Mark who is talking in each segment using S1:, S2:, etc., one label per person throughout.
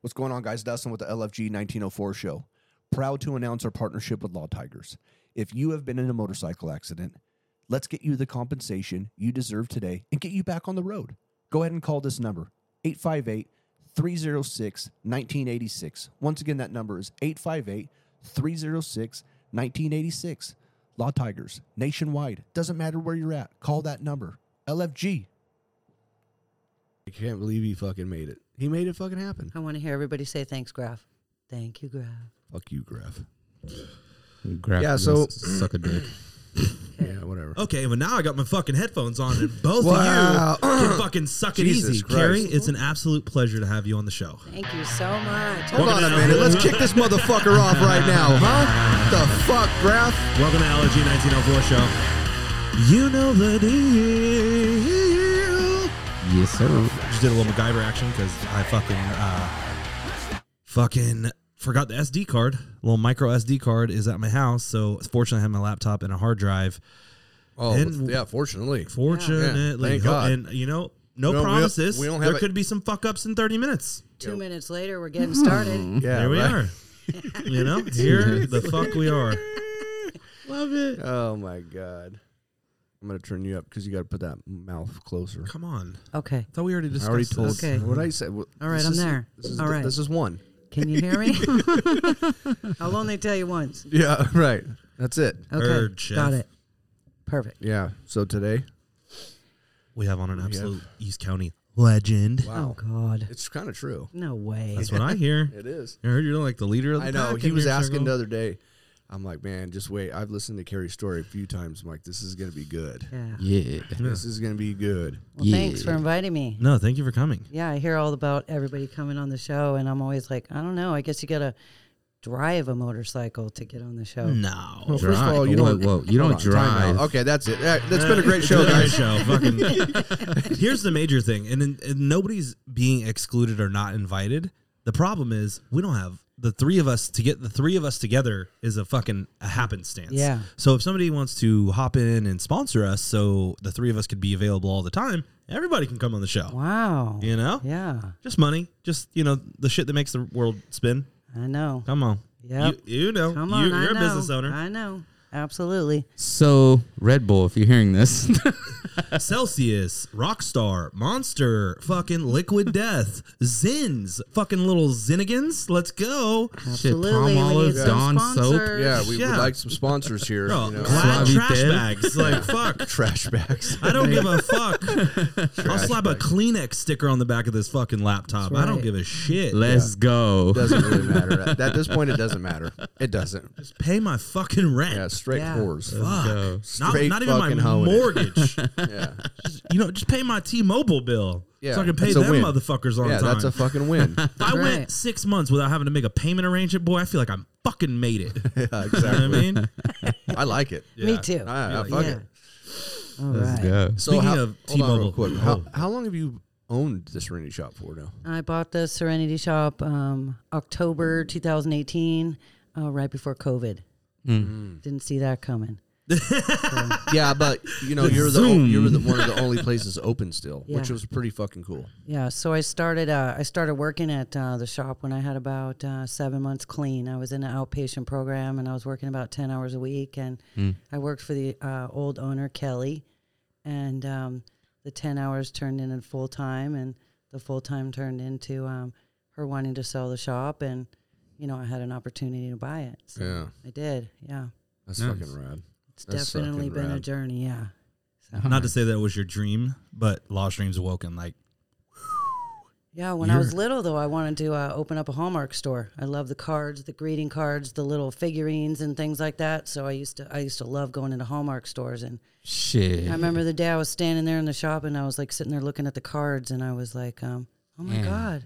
S1: What's going on, guys? Dustin with the LFG 1904 show. Proud to announce our partnership with Law Tigers. If you have been in a motorcycle accident, let's get you the compensation you deserve today and get you back on the road. Go ahead and call this number 858 306 1986. Once again, that number is 858 306 1986. Law Tigers, nationwide. Doesn't matter where you're at, call that number. LFG.
S2: I can't believe he fucking made it. He made it fucking happen.
S3: I want to hear everybody say thanks, Graf. Thank you, Graf.
S2: Fuck you, Graf.
S4: Grab
S2: Yeah,
S4: this,
S2: so-
S4: suck a dick.
S2: Yeah, whatever.
S5: Okay, well now I got my fucking headphones on, and both
S2: Wow.
S5: of you can fucking suck it
S2: Jesus
S5: easy.
S2: Christ.
S5: Carrie, it's an absolute pleasure to have you on the show.
S3: Thank you so much.
S5: Welcome
S2: Hold on a
S5: to-
S2: minute. Let's kick this motherfucker off right now, huh? The fuck, Graf?
S5: Welcome to Allergy 1904 show. You know the deal.
S4: Yes, sir.
S5: Just did a little MacGyver action because I fucking uh, fucking forgot the SD card. little micro SD card is at my house, so fortunately I had my laptop and a hard drive.
S2: Oh,
S5: And-
S2: yeah, fortunately.
S5: Fortunately,
S2: Yeah, thank God.
S5: and you know, no,
S2: No, we-
S5: promises.
S2: we don't have
S5: there
S2: a-
S5: could be some fuck ups in 30 minutes.
S3: Two minutes later, we're getting started.
S2: Yeah,
S5: here we
S2: right.
S5: are. you know, here the fuck we are. Love it.
S2: Oh, my God. I'm going to turn you up because you got to put that mouth closer.
S5: Come on.
S3: Okay.
S5: I thought we already
S2: I
S5: discussed
S2: already told
S5: this.
S3: Okay.
S2: you what I said. Well,
S3: All right,
S2: this
S3: I'm
S2: is-
S3: there.
S2: This is
S3: All
S2: the-
S3: right.
S2: This is one.
S3: Can you hear me? I'll only tell you once.
S2: Yeah, right. That's it.
S3: Okay.
S5: Bird, chef.
S3: got it. Perfect.
S2: Yeah. So today,
S5: We have on an absolute East County legend.
S3: Oh, God.
S2: It's kind of true.
S3: No way.
S5: That's what I hear.
S2: It is.
S5: I heard you're like the leader of the
S2: I know.
S5: pack
S2: He
S5: in
S2: was
S5: your
S2: asking
S5: circle.
S2: the other day. I'm like, man, just wait. I've listened to Carrie's story a few times. I'm like, this is gonna be good.
S3: yeah.
S4: Yeah.
S2: This is gonna be good.
S3: Well, thanks for inviting me.
S5: No, thank you for coming.
S3: Yeah, I hear all about everybody coming on the show, and I'm always like, I don't know. I guess you got to drive a motorcycle to get on the show.
S2: Hmm.
S5: No.
S2: Well, first of
S4: Drive.
S2: all, you
S4: Whoa,
S2: don't.
S4: whoa, you
S2: hold
S4: don't
S2: on, time out.
S4: drive.
S2: Okay, that's it. That, has been a great
S5: It's
S2: show,
S5: been a great
S2: guys.
S5: show. Fucking- Here's the major thing, and, and, and nobody's being excluded or not invited. The problem is we don't have the three of us to get the three of us together is a fucking a happenstance.
S3: Yeah.
S5: So if somebody wants to hop in and sponsor us, so the three of us could be available all the time, everybody can come on the show.
S3: Wow.
S5: You know,
S3: Yeah,
S5: just money, just you know the shit that makes the world spin.
S3: I know.
S5: Come on.
S3: Yep.
S5: You, you know,
S3: Come
S5: you,
S3: on.
S5: you're
S3: I
S5: a
S3: know.
S5: business owner.
S3: I know. Absolutely.
S4: So, Red Bull, if you're hearing this,
S5: Celsius, Rockstar, Monster, fucking Liquid Death, Zins, fucking little Zinnigans. Let's go.
S3: Absolutely.
S4: Palm
S3: we need
S4: Olive,
S3: some
S4: Dawn Soap.
S3: sponsors.
S2: Yeah, we
S5: Yeah.
S2: would like some sponsors here.
S5: Bro,
S2: you know.
S5: glad
S4: Suave
S5: trash
S4: Dead.
S5: bags. Like, fuck.
S2: Trash bags.
S5: I don't give a fuck. I'll
S2: Trash
S5: slap a Kleenex sticker on the back of this fucking laptop.
S3: That's
S5: I don't
S3: right.
S5: give a shit.
S4: let's go.
S2: doesn't really matter. At, at this point, it doesn't matter. It doesn't.
S5: Just pay my fucking rent.
S2: Yeah, straight
S3: Yeah.
S2: whores.
S5: Fuck.
S4: go.
S5: Not,
S2: Straight
S5: not even my
S2: fucking hoeing it.
S5: mortgage.
S2: Yeah,
S5: you know, just pay my T-Mobile bill.
S2: Yeah,
S5: so I can pay
S2: that's a
S5: them
S2: win.
S5: motherfuckers on
S2: yeah.
S5: time.
S2: That's a fucking win.
S5: If I
S3: Right.
S5: went six months without having to make a payment arrangement, boy, I feel like I'm fucking made it. You
S2: Yeah,
S5: know what I
S2: exactly.
S5: mean?
S2: I like it.
S3: Me too.
S2: I, I fuck
S3: yeah.
S2: it.
S3: All right.
S4: Go.
S2: So
S5: Speaking
S2: how,
S5: of
S2: hold on real
S5: T-Mobile.
S2: quick. How,
S5: Oh.
S2: how long have you owned the Serenity Shop for now?
S3: I bought the Serenity Shop um, October 2018, uh, right before COVID. Didn't see that coming.
S2: yeah, but you know you're the
S4: Zoom.
S2: you were the, one of the only places open still, which
S3: Yeah.
S2: was pretty fucking cool.
S3: Yeah, so I started. Uh, I started working at uh, the shop when I had about uh, seven months clean. I was in an outpatient program, and I was working about ten hours a week. And
S2: Hmm.
S3: I worked for the uh, old owner Kelly, and um, the ten hours turned into full time, and the full time turned into um, her wanting to sell the shop, and you know I had an opportunity to buy it. So
S2: Yeah,
S3: I did. Yeah,
S2: that's
S4: Nice.
S2: fucking rad.
S3: it's
S2: That's
S3: definitely
S2: fucking
S3: been a
S2: rad.
S3: journey. Yeah. So,
S5: Not to say that was your dream, but Lost Dreams Awoken, like
S3: Yeah, when I was little, though, I wanted to uh, open up a Hallmark store. I love the cards, the greeting cards, the little figurines and things like that. So I used to, I used to love going into Hallmark stores. And
S4: Shit.
S3: I remember the day I was standing there in the shop, and I was like sitting there looking at the cards, and I was like, um, "Oh my god,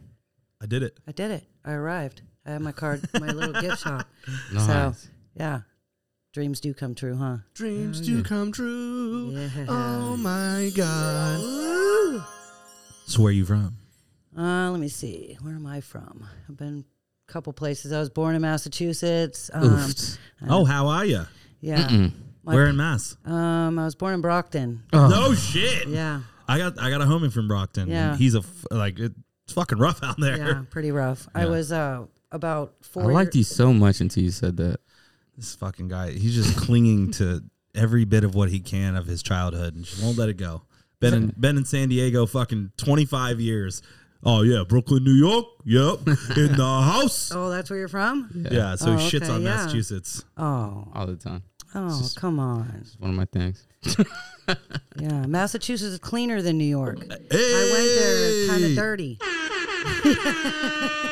S5: I did it.
S3: I did it! I arrived! I had my card, my little gift shop."
S4: Nice.
S3: So yeah, dreams do come true, huh?
S2: Dreams do come true.
S3: Yeah.
S2: Oh my god.
S5: So where you from?
S3: Uh, let me see. Where am I from? I've been a couple places. I was born in Massachusetts. Um,
S5: Oh, how are you?
S3: yeah. My-
S5: Where in Mass?
S3: Um, I was born in Brockton.
S5: No shit.
S3: Yeah.
S5: I got I got a homie from Brockton. and
S3: Yeah.
S5: He's a f- like it, It's fucking rough out there.
S3: yeah, pretty rough. I was uh, about
S4: I
S3: four.
S4: liked
S3: year-
S4: you so much until you said that.
S5: This fucking guy, he's just clinging to every bit of what he can of his childhood and just won't let it go. Been in, been in San Diego fucking 25 years. Oh, yeah. Brooklyn, New York. Yep. In the house.
S3: Oh, that's where you're from?
S5: Yeah. so he
S3: Oh,
S5: shits
S3: okay,
S5: on
S3: yeah.
S5: Massachusetts.
S3: Oh,
S4: all the time.
S3: oh, come on.
S4: It's one of my things.
S3: Yeah, Massachusetts is cleaner than New York. I went there kind of dirty. Oh.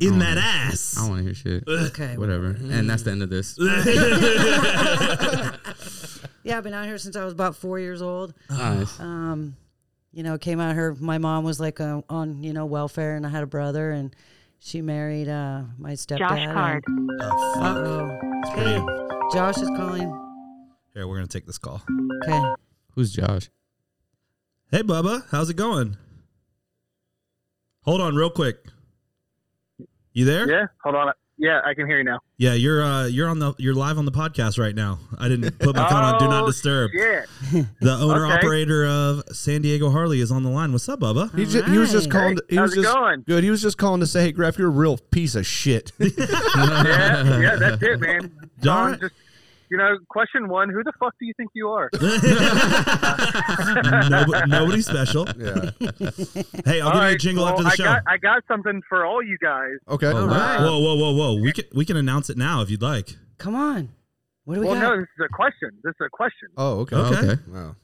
S5: In that ass.
S4: I don't want to hear shit.
S3: Okay.
S4: Whatever. And that's the end of this.
S3: Oh. Yeah, I've been out here since I was about four years old.
S4: Nice.
S3: um, you know, came out here. My mom was like uh, on, you know, welfare, and I had a brother, and she married uh, my stepdad.
S6: Josh Card.
S5: Oh, fuck.
S3: Oh,
S5: It's pretty-
S3: hey, Josh is calling.
S5: Here, we're going to take this call.
S3: Okay,
S4: Who's Josh?
S5: Hey, Bubba. How's it going? Hold on real quick. You there?
S7: Yeah, hold on. Yeah, I can hear you now.
S5: Yeah, you're uh you're on the you're live on the podcast right now. I didn't put my phone on do not
S7: Oh,
S5: disturb.
S7: Yeah,
S5: The owner
S7: Okay.
S5: operator of San Diego Harley is on the line. What's up, Bubba?
S1: He, ju- he was just
S3: Alright.
S1: calling. To, he
S7: How's
S1: was
S7: it
S1: just
S7: going?
S1: good. He was just calling to say, "Hey, Graf, you're a real piece of shit."
S7: yeah, yeah, that's it, man.
S5: Darn
S7: Um,
S5: it.
S7: just, you know, question one: Who the fuck do you think you are?
S5: Nobo- nobody special.
S2: Yeah.
S5: Hey, I'll give you a
S7: All right,
S5: jingle
S7: well,
S5: after the
S7: I
S5: show.
S7: Got, I got something for all you guys.
S1: Okay.
S5: Oh, Whoa, whoa, whoa, whoa! We can we can announce it now if you'd like.
S3: come on. What do we
S7: Well,
S3: got?
S7: no, this is a question. This is a question.
S2: Oh, okay.
S5: Okay.
S2: Wow.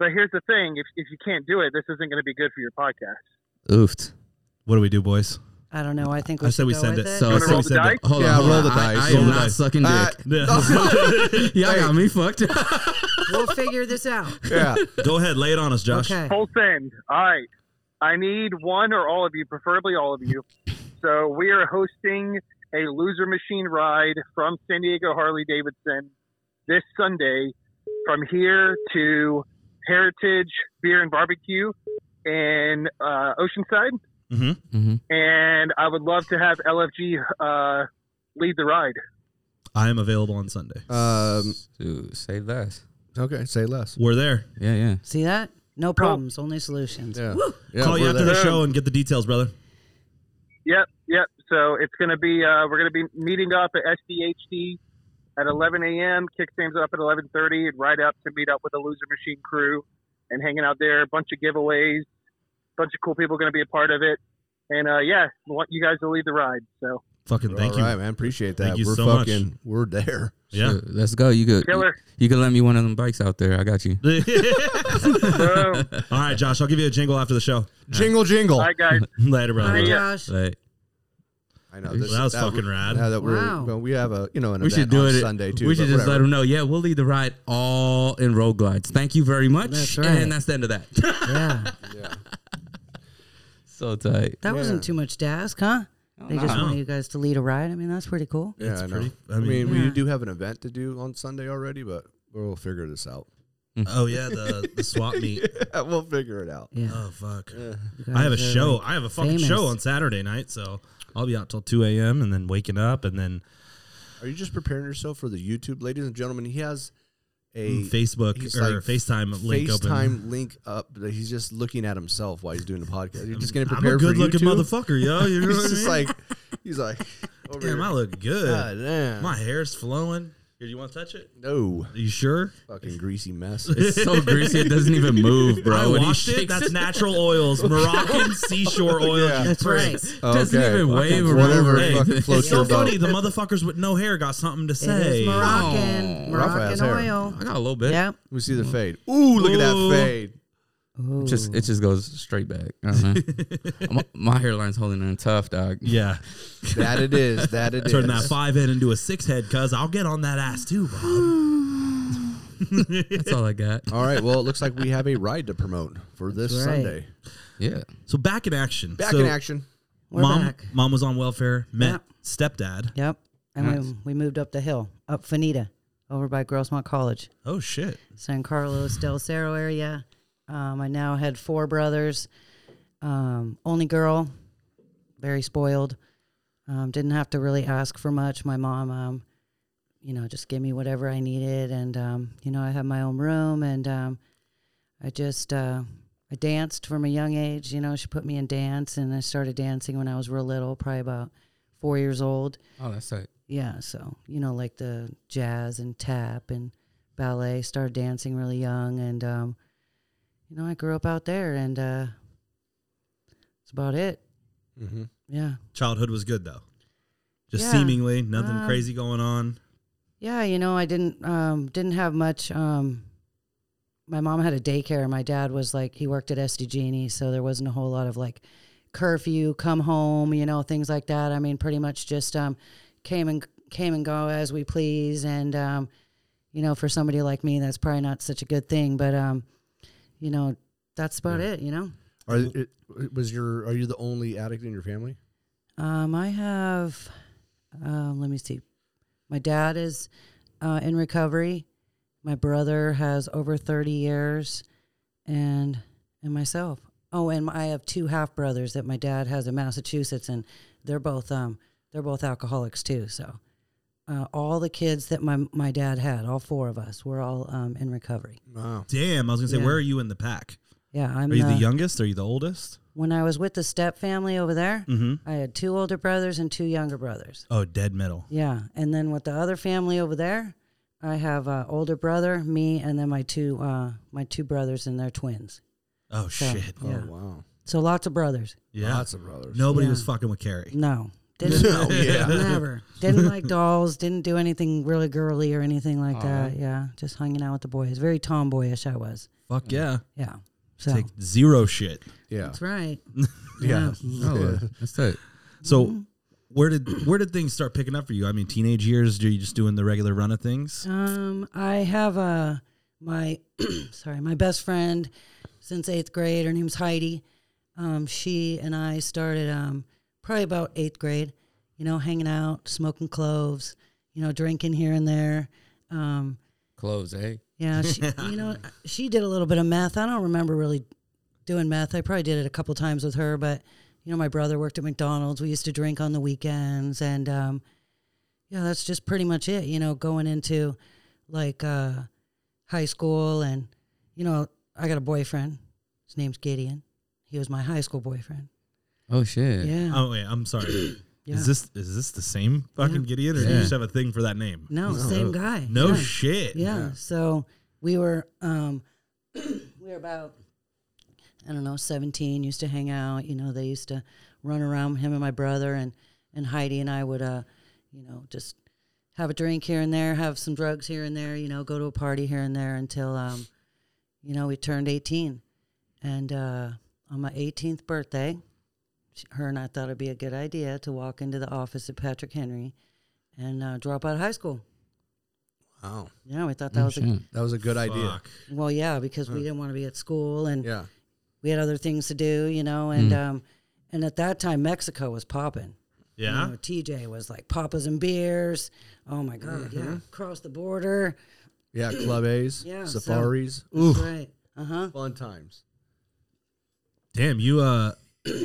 S7: But here's the thing: if if you can't do it, this isn't going to be good for your podcast.
S4: Oofed.
S5: What do we do, boys?
S3: I don't know. I think we
S5: I
S3: should
S5: said we
S3: go
S5: send
S3: with
S5: it.
S3: it.
S4: So
S7: You
S4: I
S7: wanna
S4: said
S7: roll
S4: we
S7: the
S4: said that.
S7: dice?
S4: Hold
S2: Yeah,
S4: on. hold
S2: roll
S4: on.
S2: the
S4: I-
S2: dice,
S4: I
S2: roll
S4: am
S2: the
S4: not
S2: dice.
S4: sucking
S1: Ah,
S4: dick. Y'all got me fucked up.
S3: We'll figure this out.
S1: yeah.
S5: Go ahead, lay it on us, Josh.
S3: Okay.
S7: Full send. All right. I need one or all of you, preferably all of you. So we are hosting a loser machine ride from San Diego Harley Davidson this Sunday from here to Heritage Beer and Barbecue in uh, Oceanside.
S2: Mm-hmm.
S5: Mhm.
S4: Mhm.
S7: And I would love to have LFG uh, lead the ride.
S5: I am available on Sunday.
S2: Um,
S4: Dude, save that.
S2: okay. Say less.
S5: We're there.
S4: Yeah, yeah.
S3: See that? No problems, only solutions.
S2: Yeah. yeah
S5: Call you
S2: we're
S5: after
S2: there.
S5: the show and get the details, brother.
S7: Yep, yep. So it's going to be uh, we're going to be meeting up at SDHD at 11 a.m. Kicks things up at 11:30 and ride up to meet up with the Loser Machine crew and hanging out there. A bunch of giveaways, bunch of cool people going to be a part of it. And uh, yeah, we want you guys to lead the ride. So
S5: Fucking thank
S2: All
S5: you.
S2: right, man. Appreciate that.
S5: Thank you
S2: we're
S5: so much.
S2: fucking, we're there.
S5: Yeah.
S4: Shoot, let's go. You could
S7: Killer.
S4: You could lend me one of them bikes out there. I got you.
S7: boom.
S5: All right, Josh. I'll give you a jingle after the show.
S2: Jingle, jingle.
S7: All right, guys.
S5: Later,
S3: All
S5: brother.
S3: right,
S7: Yeah.
S3: Josh.
S4: Like,
S2: I know.
S4: Well,
S5: that was fucking
S2: we-
S5: rad.
S2: Now that we're,
S3: Wow.
S2: well, we have a, you know, an
S4: we
S2: event
S4: should do
S2: on
S4: it
S2: Sunday too.
S4: We should
S2: but
S4: just let
S2: whatever.
S4: them know. Yeah, we'll lead the ride all in road glides. Thank you very much.
S3: That's right.
S4: And that's the end of that.
S3: Yeah.
S4: so tight.
S3: That wasn't too much to ask, huh? They just
S4: Oh, no.
S3: wanted you guys to lead a ride. I mean, that's pretty cool.
S2: Yeah, I know. I mean,
S5: mean-
S2: we
S3: Yeah.
S2: do have an event to do on Sunday already, but we'll figure this out.
S5: Oh yeah, the, the swap meet.
S2: Yeah, we'll figure it out.
S3: Yeah.
S5: Oh fuck.
S3: you
S5: I have a
S3: guys are,
S5: show.
S3: like,
S5: I have a fucking
S3: famous.
S5: show on Saturday night, so I'll be out till two a.m. and then waking up and then
S2: Are you just preparing yourself for the YouTube, ladies and gentlemen? He has a
S5: Mm, Facebook
S2: he's
S5: or
S2: like
S5: FaceTime link open.
S2: FaceTime link up. That he's just looking at himself while he's doing the podcast. You're just gonna
S5: I'm
S2: prepare
S5: a good
S2: for
S5: looking
S2: YouTube.
S5: motherfucker, yo. You know what I
S2: He's just
S5: mean?
S2: like, he's like, over
S5: damn,
S2: here.
S5: I look good.
S2: God damn.
S5: My hair's flowing. Here, you want to touch it?
S2: no
S5: Are you sure?
S2: fucking greasy mess.
S4: It's so greasy it doesn't even move, bro.
S5: I
S4: When he
S5: washed it.
S4: shakes
S5: That's natural oils, Moroccan seashore oil.
S2: Yeah.
S5: you
S3: That's right.
S5: pricks.
S4: Doesn't even wave or
S2: whatever
S4: move or
S2: fucking
S4: anything.
S2: floats
S5: It's
S2: your
S5: so
S2: boat.
S5: funny. The motherfuckers with no hair got something to
S3: It
S5: say.
S3: is Moroccan.
S4: Oh.
S2: Rafa has
S3: Moroccan
S2: hair.
S3: oil.
S4: I got a little bit.
S3: Yep.
S2: Let me see the fade. Ooh, look at
S5: Ooh.
S2: that fade.
S3: Ooh.
S4: Just it just goes straight back. I don't know. my, my hairline's holding on tough, dog.
S5: Yeah.
S2: That it is. That it is.
S5: Turn that five head into a six head, cuz I'll get on that ass too, Bob.
S4: That's all I got.
S2: All right. Well, it looks like we have a ride to promote for this
S3: right.
S2: Sunday.
S4: Yeah.
S5: So back in action.
S2: Back
S5: So
S2: in action.
S3: We're
S5: mom,
S3: back.
S5: mom was on welfare, met
S3: Yeah.
S5: stepdad.
S3: Yep. And
S4: Nice.
S3: we, we moved up the hill, up Finita, over by Grossmont College,
S5: Oh shit.
S3: San Carlos del Cerro area. Um, I now had four brothers, um, only girl, very spoiled. Um, didn't have to really ask for much. My mom, um, you know, just gave me whatever I needed. And, um, you know, I had my own room and um, I just, uh, I danced from a young age. You know, she put me in dance, and I started dancing when I was real little, probably about four years old.
S4: Oh, that's it.
S3: Yeah, so you know, like the jazz and tap and ballet. Started dancing really young, and um, you know, I grew up out there, and uh, that's about it.
S2: Mm-hmm.
S3: Yeah,
S5: Childhood was good though. Just
S3: Yeah.
S5: seemingly nothing
S3: Um,
S5: crazy going on.
S3: yeah. You know, I didn't um, didn't have much. Um, my mom had a daycare. and My dad was like he worked at SDG&E, E, so there wasn't a whole lot of like curfew, come home, you know, things like that. I mean, pretty much just um, came and came and go as we please, and um, you know, for somebody like me, that's probably not such a good thing. But um, you know, that's about it. You know,
S2: Are it, was your are you the only addict in your family?
S3: um, I have. Uh, let me see. My dad is uh, in recovery. My brother has over thirty years, and and myself. Oh, and I have two half brothers that my dad has in Massachusetts, and they're both um they're both alcoholics too. So, uh, all the kids that my my dad had, all four of us, we're all um, in recovery.
S2: Wow.
S5: Damn, I was gonna say,
S3: Yeah.
S5: where are you in the pack?
S3: Yeah, I'm.
S5: Are you
S3: the-
S5: the youngest? Are you the oldest?
S3: when I was with the step family over there,
S5: Mm-hmm.
S3: I had two older brothers and two younger brothers.
S5: Oh, dead middle.
S3: Yeah, and then with the other family over there, I have uh, older brother, me, and then my two uh, my two brothers and their twins.
S5: Oh
S3: So,
S5: shit.
S3: Yeah.
S2: Oh wow.
S3: So lots of brothers.
S5: Yeah.
S2: Lots of brothers.
S5: Nobody
S3: Yeah.
S5: was fucking with Carrie.
S3: No, didn't
S2: yeah.
S3: never didn't like dolls. Didn't do anything really girly or anything like that. Yeah, just hanging out with the boys. Very tomboyish I was.
S5: Fuck yeah.
S3: Yeah. So
S5: Take zero shit.
S2: Yeah.
S3: that's right.
S2: Yeah.
S4: Oh, that's it.
S3: Mm-hmm.
S5: So where did where did things start picking up for you? I mean, teenage years, are you just doing the regular run of things?
S3: Um, I have uh my sorry, my best friend since eighth grade. Her name's Heidi. Um, she and I started um probably about eighth grade. You know, hanging out, smoking cloves. You know, drinking here and there. Um,
S4: Close, eh?
S3: yeah, she, you know, she did a little bit of meth. I don't remember really doing meth. I probably did it a couple times with her, but you know, my brother worked at McDonald's. We used to drink on the weekends, and um, yeah, that's just pretty much it. You know, going into like uh, high school, and you know, I got a boyfriend. His name's Gideon. He was my high school boyfriend.
S4: Oh shit.
S3: Yeah,
S5: Oh wait, I'm sorry.
S3: yeah.
S5: Is this is this the same fucking
S3: Yeah.
S5: Gideon, or do you
S4: Yeah.
S5: just have a thing for that name?
S3: no, same guy.
S5: No
S3: Yeah.
S5: shit.
S3: Yeah. So we were um we were about I don't know, seventeen, used to hang out, you know, they used to run around him and my brother and, and Heidi and I would uh, you know, just have a drink here and there, have some drugs here and there, you know, go to a party here and there until um, you know, we turned eighteen. And uh on my eighteenth birthday, sh- her and I thought it'd be a good idea to walk into the office of Patrick Henry and uh, drop out of high school.
S2: Wow.
S3: Yeah, we thought that
S4: Oh,
S3: was a
S4: shit.
S2: That was a good idea.
S5: Fuck.
S3: well, yeah, because
S4: Hmm.
S3: we didn't want to be at school and
S2: Yeah.
S3: we had other things to do, you know. And
S4: Hmm.
S3: um, and at that time, Mexico was popping.
S5: Yeah.
S3: You know, TJ was like papas and beers. Oh my God, yeah,
S4: Mm-hmm.
S3: across the border.
S2: Yeah. Club A's.
S3: Yeah, so-
S2: Safaris.
S3: That's right. Uh huh.
S2: Fun times.
S5: Damn, you uh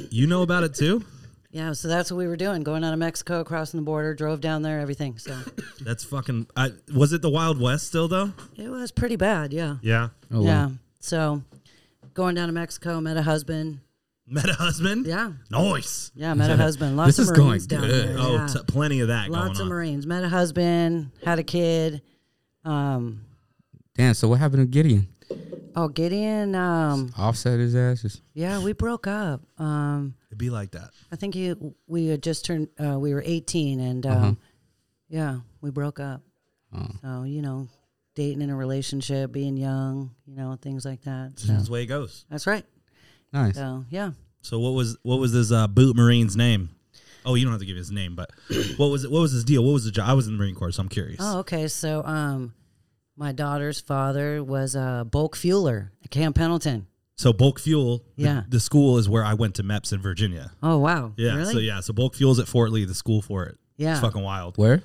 S5: you know about it too?
S3: Yeah, so that's what we were doing, going out of Mexico, crossing the border, drove down there, everything. So
S5: That's fucking I was it the Wild West still though?
S3: it was pretty bad. Yeah.
S5: Yeah.
S4: Oh, wow.
S3: yeah. So going down to Mexico, met a husband.
S5: Met a husband?
S3: Yeah.
S5: Nice.
S3: Yeah, met a husband. Lots
S4: This
S3: of
S4: is going
S3: Marines down
S4: good.
S3: there.
S5: Oh,
S3: yeah.
S5: t- plenty of that
S3: Lots of
S5: going on.
S3: Marines. Met a husband, had a kid. Um,
S4: Damn. So what happened to Gideon?
S3: Oh, Gideon. Um,
S4: Offset his asses.
S3: yeah, we broke up. Um,
S5: It'd be like that.
S3: I think he, we had just turned. Uh, we were eighteen, and um, yeah, we broke up. So you know, dating in a relationship, being young, you know, things like that. So
S5: That's the way it goes.
S3: that's right.
S4: Nice.
S3: So yeah,
S5: So what was what was this uh, boot marine's name? Oh, you don't have to give his name, but what was it? What was his deal? What was the job? I was in the Marine Corps, so I'm curious.
S3: Oh, okay. So, um, my daughter's father was a bulk fueler at Camp Pendleton.
S5: So bulk fuel. the-
S3: Yeah.
S5: The, school is where I went to MEPS in Virginia.
S3: Oh, wow.
S5: Yeah.
S3: Really?
S5: So yeah. So bulk fuel's at Fort Lee, the school for it.
S3: Yeah.
S5: It's fucking wild.
S4: Where?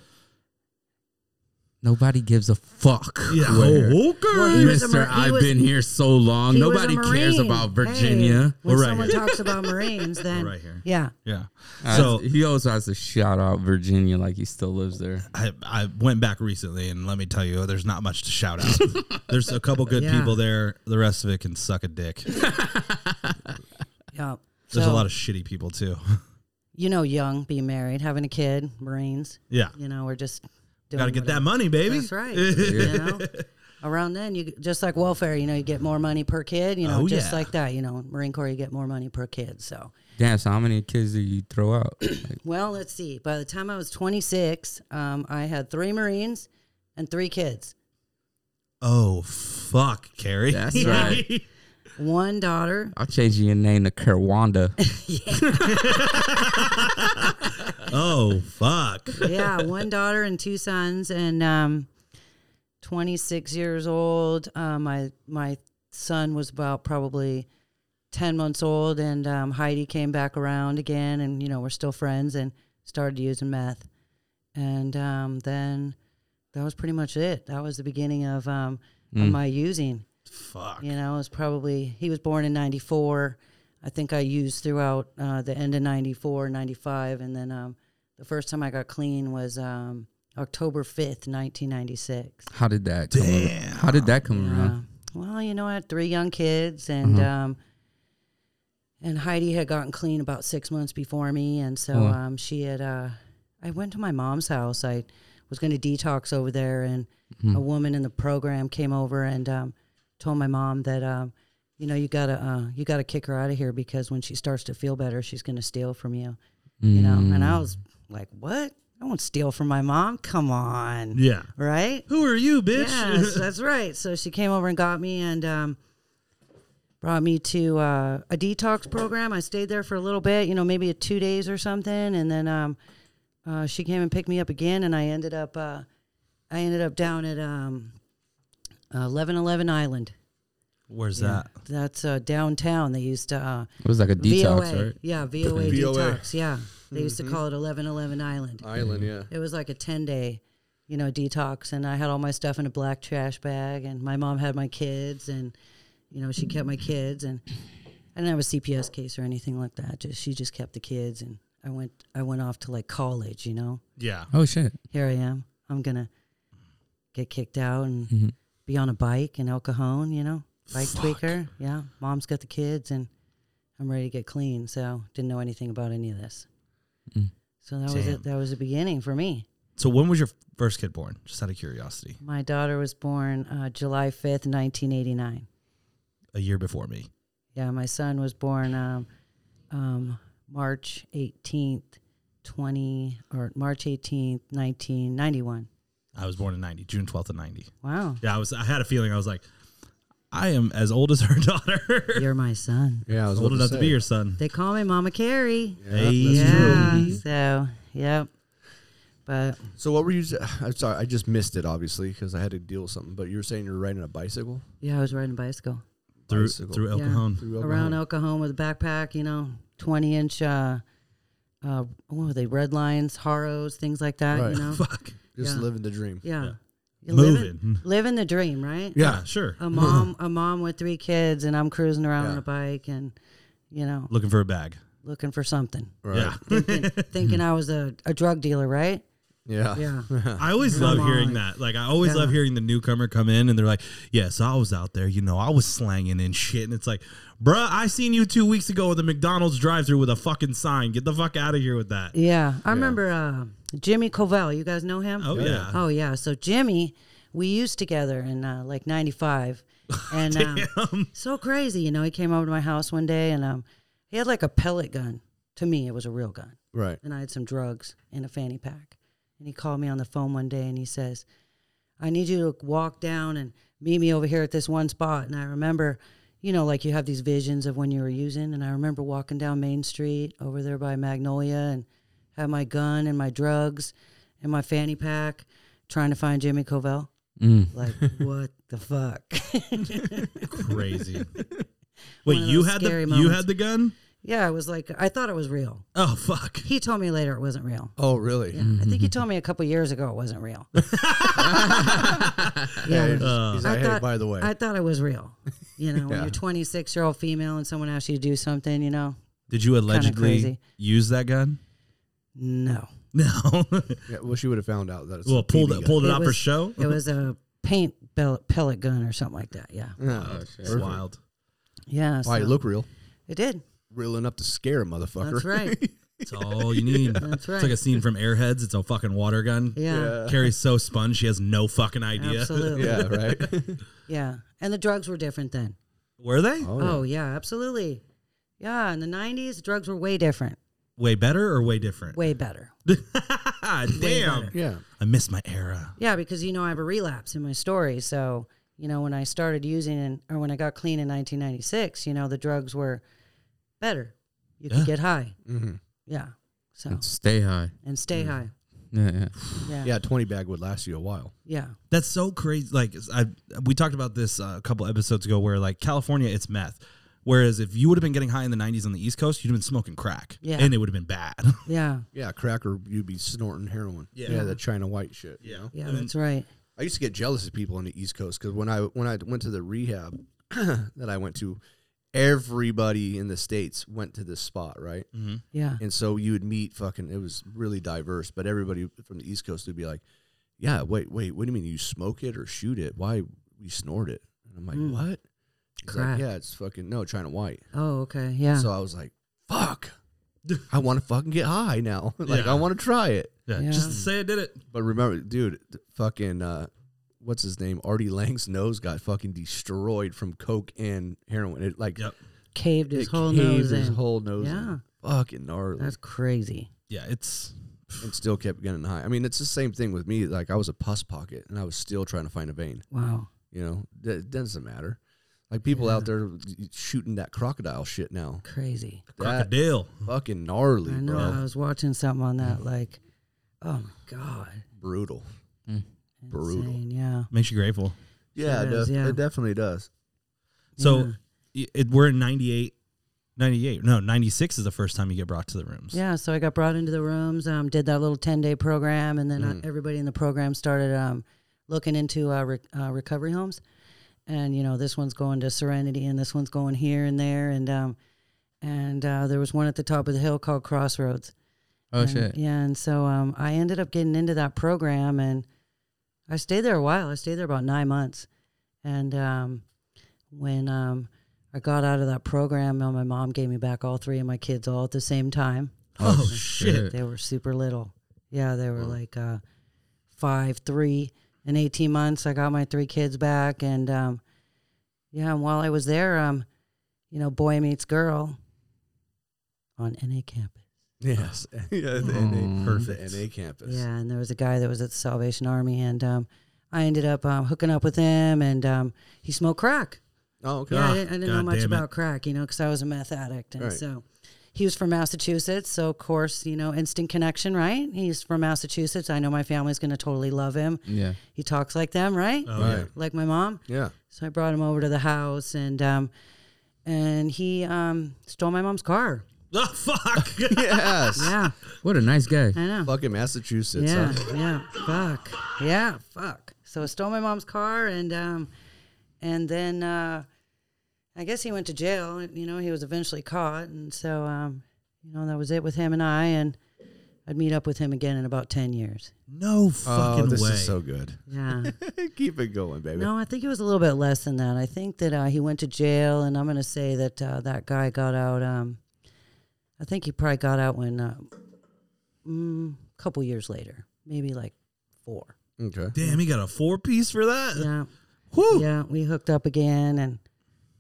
S4: Nobody gives a fuck.
S5: Yeah.
S4: where.
S5: Oh,
S3: Well,
S5: okay.
S3: he was a
S4: Mister,
S3: Mar- he
S4: I've
S3: was-
S4: been here so long.
S3: He was a
S4: Nobody cares
S3: Marine.
S4: about
S3: Hey,
S4: Virginia.
S3: when
S5: We're right
S3: someone
S5: here.
S3: talks about Marines, then
S5: right here.
S3: yeah,
S5: yeah.
S4: Uh,
S5: So-
S4: he also has to shout out Virginia like he still lives there.
S5: I, I went back recently, and let me tell you, there's not much to shout out. there's a couple good
S3: Yeah.
S5: people there. The rest of it can suck a dick.
S3: yeah.
S5: There's
S3: So,
S5: a lot of shitty people too.
S3: you know, young, be married, having a kid, Marines.
S5: yeah,
S3: You know, we're just doing
S5: gotta get that
S3: whatever.
S5: money, baby.
S3: That's right. you know, around then you just like welfare. You know, you get more money per kid. You know,
S5: Oh,
S3: just
S5: yeah.
S3: like that. You know, Marine Corps, you get more money per kid. So,
S4: Damn, so how many kids do you throw out? Like,
S3: well, let's see. By the time I was 26, um, I had three Marines and three kids.
S5: Oh fuck, Carrie.
S4: That's right.
S3: One daughter.
S4: I'll change your name to Kerwanda.
S5: oh fuck.
S3: Yeah, one daughter and two sons, and um, 26 years old. Uh, my my son was about probably 10 months old, and um, Heidi came back around again, and you know we're still friends, and started using meth, and um, then that was pretty much it. That was the beginning of um, of my using.
S5: Fuck.
S3: You know, it was probably, he was born in 94. I think I used throughout uh, the end of 94, 95. And then um, the first time I got clean was um, October 5th, 1996.
S4: How did that come around? How did that come around?
S3: Yeah. Well, you know, I had three young kids, and um, and Heidi had gotten clean about six months before me, and so
S4: Wow.
S3: um, she had. Uh, I went to my mom's house. I was going to detox over there, and a woman in the program came over and um, told my mom that. Um, you know, you gotta uh, you gotta kick her out of here because when she starts to feel better, she's gonna steal from you. You know, and I was like, "What? I won't steal from my mom. Come on,
S5: Yeah.
S3: right?
S5: Who are you, bitch?
S3: Yes, that's right. So she came over and got me and um, brought me to uh, a detox program. I stayed there for a little bit, you know, maybe a two days or something, and then um, uh, she came and picked me up again, and I ended up uh, I ended up down at um, uh, Eleven Eleven Island.
S5: Where's that?
S3: That's uh, downtown. They used to uh,
S4: It was like a detox,
S3: VOA,
S4: right? Mm-hmm.
S3: yeah,
S2: VOA.
S3: VOA, detox, yeah. They used to call it Eleven Eleven Island.
S2: Island, yeah.
S3: It was like a 10 day, you know, detox. And I had all my stuff in a black trash bag. And my mom had my kids. And, you know, she kept my kids. And I didn't have a CPS case or anything like that. Just She just kept the kids. And I went, I went off to like college, you know.
S5: Yeah.
S4: Oh shit.
S3: Here I am. I'm going to get kicked out and be on a bike in El Cajon, you know, bike tweaker. Yeah. Mom's got the kids. And I'm ready to get clean. So didn't know anything about any of this. So that was it. That was the beginning for me.
S5: So when was your first kid born? Just out of curiosity.
S3: My daughter was born uh, July 5th, 1989.
S5: A year before me.
S3: Yeah, my son was born um, um, March 18th, 20, or March 18th, 1991.
S5: I was born in ninety, June twelfth of ninety.
S3: Wow.
S5: Yeah, I was. I had a feeling. I was like, I am as old as her daughter.
S3: You're my son.
S2: Yeah, I was
S5: old
S2: about
S5: enough to
S2: say.
S5: be your son.
S3: They call me Mama Carrie.
S5: Hey.
S3: yeah. So, yep. But
S2: So what were you? I'm sorry, I just missed it obviously because I had to deal with something. But you were saying you were riding a bicycle
S3: yeah, I was riding a bicycle
S5: through
S2: Bicycle.
S5: through El
S3: Yeah.
S5: Cajon.
S2: through El
S3: around
S2: Cajon.
S3: El Cajon with a backpack, you know, 20 inch, uh, uh, what were they, red lines, Haros, things like that,
S2: Right.
S3: you know?
S5: Fuck.
S2: just
S3: yeah.
S2: living the dream.
S3: Yeah.
S5: Yeah.
S3: You living-
S5: Moving.
S3: living the dream, right?
S5: Yeah, sure.
S3: A mom, a mom with three kids, and I'm cruising around on
S2: Yeah.
S3: a bike, and you know,
S5: Looking for a bag.
S3: looking for something,
S2: Right.
S5: Yeah.
S3: thinking, thinking I was a, a drug dealer, right?
S2: Yeah.
S3: Yeah,
S5: I always
S3: Come
S5: love hearing
S3: on.
S5: that. Like I always love
S3: Yeah.
S5: hearing the newcomer come in and they're like, "Yeah, so I was out there, you know, I was slanging and shit." And it's like, "Bruh, I seen you two weeks ago at the McDonald's drive-through with a fucking sign. Get the fuck out of here with that."
S3: yeah. I remember uh, Jimmy Covell. You guys know him?
S5: Oh yeah.
S3: Oh yeah. So Jimmy, we used together in uh, like '95, and um, so crazy. You know, he came over to my house one day, and um, he had like a pellet gun. To me, it was a real gun.
S2: Right.
S3: and I had some drugs in a fanny pack. And he called me on the phone one day and he says, I need you to walk down and meet me over here at this one spot. And I remember, you know, like you have these visions of when you were using. And I remember walking down Main Street over there by Magnolia and had my gun and my drugs and my fanny pack trying to find Jimmy Covell. Like, what the fuck?
S5: Crazy. Wait,
S3: of
S5: you
S3: those
S5: had the
S3: scary
S5: you
S3: moments.
S5: had the gun?
S3: Yeah, it was like I thought it was real.
S5: Oh fuck.
S3: He told me later it wasn't real.
S2: Oh, really?
S3: Yeah, I think he told me a couple years ago it wasn't real. yeah,
S2: Hey, he's like,
S3: I
S2: hey,
S3: thought-
S2: by the way,
S3: I thought it was real. You know, when
S2: Yeah.
S3: you're 26 year old female and someone asks you to do something, you know,
S5: Did you allegedly
S3: crazy.
S5: use that gun?
S3: no.
S5: No.
S2: yeah, well, she would have found out that it's
S5: well,
S2: a
S5: pulled
S2: BB
S5: it, pulled it,
S3: It
S5: off for
S3: was-
S5: show.
S3: It was a paint bell- pellet gun or something like that. Yeah.
S2: gun. Yeah.
S4: Oh, shit.
S5: It's wild.
S3: Yeah.
S2: Why
S3: so-
S2: it look real?
S3: It did.
S2: Real enough to scare a motherfucker.
S3: That's right.
S5: It's all you need.
S3: That's
S5: It's like
S3: right.
S5: a scene from Airheads. It's a fucking water gun.
S3: Yeah.
S5: Carrie's so spun, she has no fucking idea.
S3: Absolutely.
S2: yeah, right.
S3: Yeah. And the drugs were different then.
S5: Were they
S2: Oh,
S3: Oh,
S2: yeah.
S3: yeah. absolutely. Yeah, in the 90s, drugs were way different,
S5: way better or way different?
S3: way better.
S5: Damn.
S2: yeah.
S5: I miss my era.
S3: Yeah, because, you know, I have a relapse in my story. So, you know, when I started using and or when I got clean in 1996, you know, the drugs were better. You could
S5: Yeah.
S3: get high.
S2: hmm
S3: Yeah. So,
S4: And Stay high.
S3: and stay high.
S4: Yeah, yeah.
S3: Yeah. Yeah.
S2: Mm. Yeah, twenty bag would last you a while.
S5: That's so crazy. Like I, we talked about this uh, a couple episodes ago, where like California, it's meth. Whereas if you would have been getting high in the '90s on the East Coast, you'd have been smoking crack,
S3: Yeah.
S5: and it would have been bad.
S3: Yeah.
S2: Yeah, crack or you'd be snorting heroin.
S5: Yeah.
S2: that China white shit. you know?
S3: Yeah,
S5: And-
S3: that's right.
S2: I used to get jealous of people on the East Coast because when I when I went to the rehab that I went to, everybody in the states went to this spot, right?
S5: Mm-hmm.
S3: Yeah.
S2: And so you would meet fucking. It was really diverse, but everybody from the East Coast would be like, "Yeah, wait, wait, what do you mean you smoke it or shoot it? Why we snort it?" And I'm like,
S3: Mm.
S2: "What?" He's like,
S3: Crack.
S2: yeah, it's fucking no China white.
S3: Oh, okay. Yeah.
S2: So I was like, "Fuck." I want to fucking get high now. like
S5: Yeah.
S2: I want to try it.
S5: Yeah,
S3: Yeah.
S5: Just to say I did it.
S2: But remember, dude, th- fucking uh, what's his name? Artie Lang's nose got fucking destroyed from coke and heroin. It like
S5: Yep.
S3: Caved
S2: it
S3: his whole
S2: caved
S3: nose
S2: his
S3: in.
S2: whole nose. in.
S3: Yeah.
S2: fucking gnarly,
S3: that's crazy.
S5: Yeah, it's
S2: and still kept getting high. I mean, it's the same thing with me. Like I was a pus pocket, and I was still trying to find a vein.
S3: Wow.
S2: You know, Th- it doesn't matter. Like people out there shooting that crocodile shit now.
S3: Crazy.
S2: That
S5: crocodile.
S2: fucking gnarly,
S3: I know. I
S2: bro.
S3: was watching something on that. Like, oh my god,
S2: Brutal. Brutal.
S3: Insane, Yeah.
S5: Makes you grateful.
S2: Yeah,
S3: does,
S2: def-
S3: yeah.
S2: it definitely does.
S5: So i- it, we're in 98, 98. No, 96 is the first time you get brought to the rooms.
S3: Yeah. So I got brought into the rooms. Um, did that little ten day program, and then uh
S2: Mm.
S3: everybody in the program started um, looking into uh, re- uh, recovery homes, and you know this one's going to Serenity, and this one's going here and there, and um, and uh, there was one at the top of the hill called Crossroads.
S4: Oh
S3: and,
S4: shit.
S3: Yeah, and so um, I ended up getting into that program, and I stayed there a while. I stayed there about nine months, and um, when um, I got out of that program, uh, my mom gave me back all three of my kids all at the same time.
S5: Oh, shit.
S3: They were super little. Yeah, they were like uh, five, three, and eighteen months. I got my three kids back, and um, yeah, and while I was there, um, you know, boy meets girl on NA campus.
S2: Yes. yeah, the
S4: Mm.
S2: NA, perfect. The NA campus.
S3: Yeah, and there was a guy that was at the Salvation Army, and um, I ended up um, hooking up with him, and um, he smoked crack.
S2: Oh, okay.
S3: yeah,
S5: Ah,
S3: I didn't, I didn't
S5: God
S3: know much
S5: damn it.
S3: about crack, you know, because I was a meth addict, and
S2: Right.
S3: so he was from Massachusetts. So of course, you know, instant connection, right? He's from Massachusetts. I know my family's going to totally love him.
S4: Yeah.
S3: He talks like them, right?
S5: Oh,
S2: Right.
S5: yeah.
S3: Like my mom.
S2: Yeah.
S3: So I brought him over to the house, and um, and he um, stole my mom's car.
S5: Oh, fuck.
S2: Yes.
S3: Yeah,
S4: What a nice guy.
S3: I know.
S2: Fucking Massachusetts.
S3: Yeah,
S2: huh?
S3: yeah, fuck, yeah, fuck. So I stole my mom's car, and um, and then uh, I guess he went to jail. and, You know, he was eventually caught, and so um, you know that was it with him and I. And I'd meet up with him again in about ten years.
S5: no
S2: Oh,
S5: fucking
S2: this
S5: way.
S2: is so good.
S3: Yeah.
S2: Keep it going, baby.
S3: no, I think it was a little bit less than that. I think that uh, he went to jail, and I'm going to say that uh, that guy got out. Um, I think he probably got out when uh, mm, a couple years later, maybe like four.
S2: Okay.
S5: Damn, he got a four piece for that.
S3: Yeah.
S5: Whew.
S3: yeah, we hooked up again, and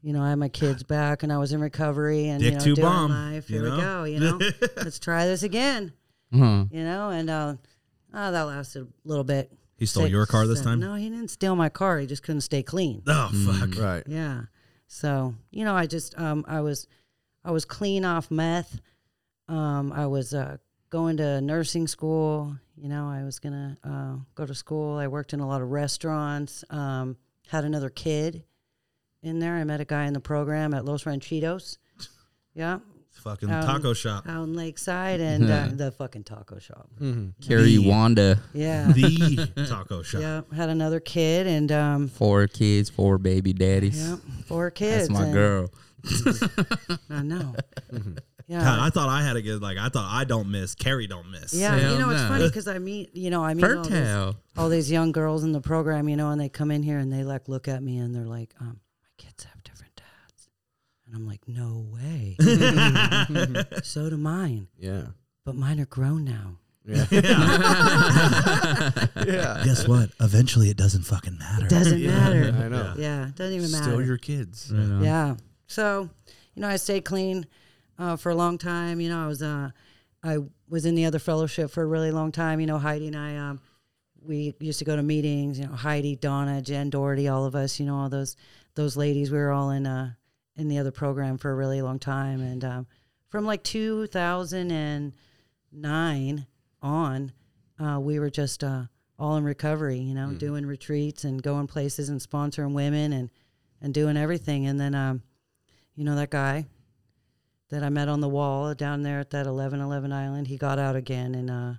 S3: you know, I had my kids back, and I was in recovery, and
S5: Dick
S3: you know,
S5: to
S3: doing
S5: bomb,
S3: life.
S5: you
S3: Here
S5: know?
S3: we go. You know, let's try this again.
S4: Huh.
S3: You know, and uh, oh, that lasted a little bit.
S5: He stole
S3: Six,
S5: your car this
S3: seven-
S5: time?
S3: No, he didn't steal my car. He just couldn't stay clean.
S5: Oh, fuck.
S2: Right.
S3: Yeah. So you know, I just um, I was, I was clean off meth. Um, I was uh, going to nursing school. You know, I was gonna uh, go to school. I worked in a lot of restaurants. Um, had another kid in there. I met a guy in the program at Los Ranchitos. Yeah.
S5: Fucking
S3: Um,
S5: taco shop.
S3: out in Lakeside and uh, the fucking taco shop.
S2: Mm-hmm.
S4: Carrie Wanda,
S3: Yeah.
S5: The taco shop.
S3: uh, yeah. Had another kid and um,
S4: four kids, four baby daddies.
S3: yeah, four kids.
S4: That's my
S3: and-
S4: girl.
S3: I know.
S5: God,
S3: Yeah.
S5: I thought I had a good like. I thought I don't miss. Carrie don't miss.
S3: Yeah,
S4: Hell
S3: you know it's
S4: no.
S3: funny because I meet you know I meet all these,
S4: Fertile.
S3: all these young girls in the program, you know, and they come in here and they like look at me and they're like, um, my kids have different dads, and I'm like, no way. so do mine,
S2: Yeah.
S3: but mine are grown now.
S2: Yeah. yeah.
S5: Guess what? Eventually, it doesn't fucking matter.
S3: Doesn't matter.
S2: I know.
S3: Yeah, it doesn't even
S2: Still
S3: matter.
S2: your kids.
S3: Yeah. So, you know, I stayed clean uh, for a long time. You know, I was uh, I was in the other fellowship for a really long time. You know, Heidi and I, um, we used to go to meetings. You know, Heidi, Donna, Jen, Doherty, all of us. You know, all those those ladies. We were all in uh, in the other program for a really long time, and um, from like 2009 on, uh, we were just uh, all in recovery. You know, doing retreats and going places and sponsoring women and and doing everything. And then, um, you know, that guy that I met on the wall down there at that 1111 island, he got out again in uh,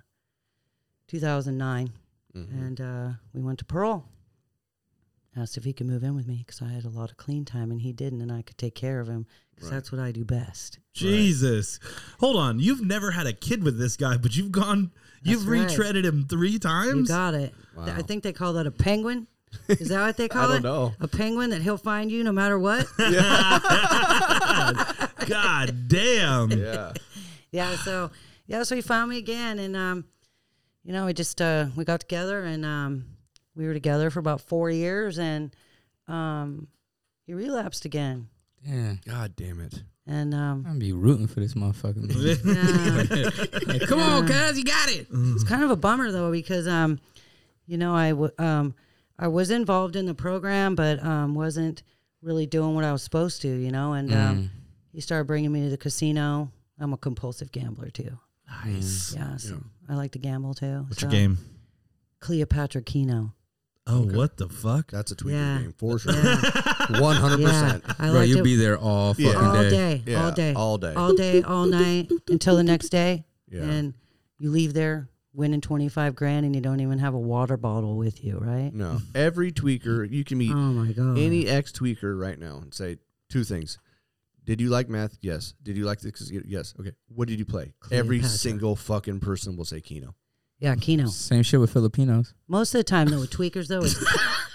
S3: 2009.
S2: Mm-hmm.
S3: And uh, we went to Pearl. Asked if he could move in with me because I had a lot of clean time and he didn't, and I could take care of him because that's what I do best.
S5: Jesus, hold on. You've never had a kid with this guy, but you've gone. You've
S3: right.
S5: retreaded him three
S3: You
S5: times.
S3: got it. Th- I think they call that a penguin. Is that what they call
S2: don't
S3: it?
S2: know.
S3: A penguin that he'll find you no matter what.
S5: God damn.
S2: Yeah.
S3: yeah so yeah so he found me again and um you know we just uh we got together and um we were together for about four years and um he relapsed again
S4: Yeah.
S2: God damn it.
S3: and um
S4: I'm be rooting for this motherfucker. man.
S3: yeah,
S4: Like, come on, cuz you got it.
S3: it's kind of a bummer though because um you know i w- um i was involved in the program but um wasn't really doing what i was supposed to you know and um he started bringing me to the casino i'm a compulsive gambler too
S5: Nice.
S3: yeah so i like to gamble too
S5: What's
S3: so.
S5: your game?
S3: cleopatra kino
S5: Oh, what the fuck?
S2: That's a tweaker
S3: Yeah.
S2: game for sure.
S3: Yeah.
S2: One hundred
S3: Yeah,
S2: percent.
S3: I
S4: Bro,
S3: liked
S4: you'll
S3: it
S4: be there all fucking
S2: Yeah.
S3: all
S4: day.
S3: day,
S2: Yeah,
S3: all day,
S2: all day.
S3: all day, all night until the next day,
S2: Yeah.
S3: and you leave there winning twenty five grand, and you don't even have a water bottle with you, right?
S2: No. Every tweaker you can meet
S3: Oh my god!
S2: any ex tweaker right now and say two things. Did you like math? Yes. Did you like this? Yes. Okay. What did you play? Every
S3: Cleopatra.
S2: single fucking person will say Kino.
S3: yeah, Kino.
S4: Same shit with Filipinos.
S3: Most of the time, though, with tweakers, though, it's,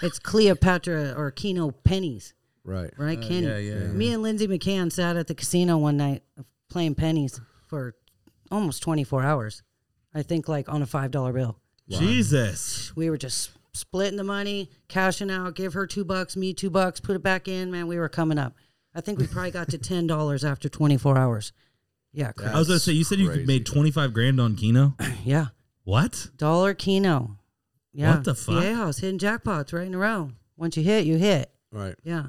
S3: it's Cleopatra or Kino pennies,
S2: Right.
S3: right? Kenny.
S4: yeah, yeah, yeah.
S3: Me and Lindsay McCann sat at the casino one night playing pennies for almost twenty four hours. I think like on a five dollar bill.
S5: Jesus.
S3: we were just splitting the money, cashing out, give her two bucks, me two bucks, put it back in. Man, we were coming up. I think we probably got to ten dollars after twenty four hours. Yeah, cr-
S5: I was gonna say you said you
S2: crazy.
S5: made twenty five grand on Kino.
S3: yeah,
S5: What?
S3: dollar keno. Yeah,
S5: What the fuck?
S3: Yeah, I was hitting jackpots right in a row. Once you hit, you hit.
S2: Right.
S3: Yeah,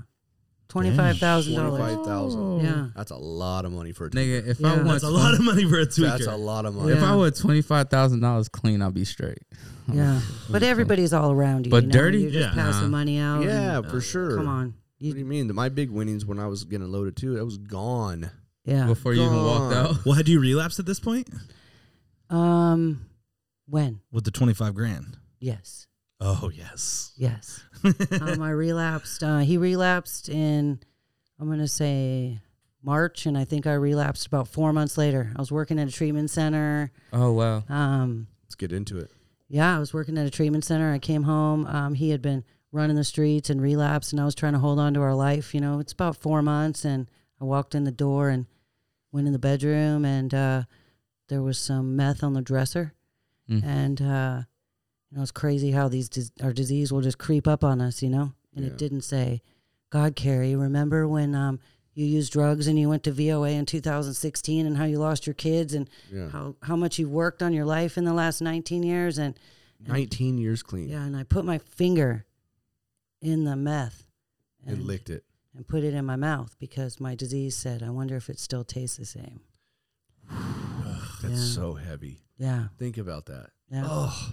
S3: twenty five thousand dollars.
S2: Twenty-five thousand.
S3: Oh. Yeah,
S2: That's a lot of money for a tweaker.
S4: Nigga, if
S3: Yeah.
S4: I want
S5: That's a lot of money for a tweaker.
S2: That's a lot of money.
S4: If
S3: Yeah.
S4: I were twenty five thousand dollars clean, I'd be straight.
S3: yeah, but everybody's all around you.
S4: But
S3: you know?
S4: dirty?
S3: you're just
S5: Yeah.
S3: passing money out.
S2: Yeah,
S3: and-
S2: for sure.
S3: Oh, come on.
S2: What do you
S3: You,
S2: mean? My big winnings when I was getting loaded too, that was gone.
S3: yeah.
S4: Before you even walked out.
S5: Well, had you relapsed at this point
S3: Um, when?
S5: with the twenty five grand?
S3: Yes.
S5: Oh yes.
S3: Yes. um, I relapsed. Uh, he relapsed in, I'm going to say March, and I think I relapsed about four months later. I was working at a treatment center.
S4: Oh wow.
S3: Um,
S2: Let's get into it.
S3: yeah, I was working at a treatment center. I came home. Um, he had been running the streets and relapsed, and I was trying to hold on to our life. You know, it's about four months, and I walked in the door and went in the bedroom, and uh, there was some meth on the dresser,
S4: Mm.
S3: and uh, you know, it's crazy how these dis- our disease will just creep up on us. You know, and
S2: Yeah.
S3: it didn't say, "God, Carrie, remember when um, you used drugs and you went to VOA in 2016, and how you lost your kids and."
S2: Yeah.
S3: how how much you've worked on your life in the last 19 years and
S2: Nineteen years clean.
S3: yeah and I put my finger in the meth
S2: And
S3: and,
S2: licked it.
S3: and put it in my mouth because my disease said I wonder if it still tastes the same
S2: That's
S3: Yeah.
S2: so heavy.
S3: yeah
S2: Think about that.
S3: yeah
S2: Oh,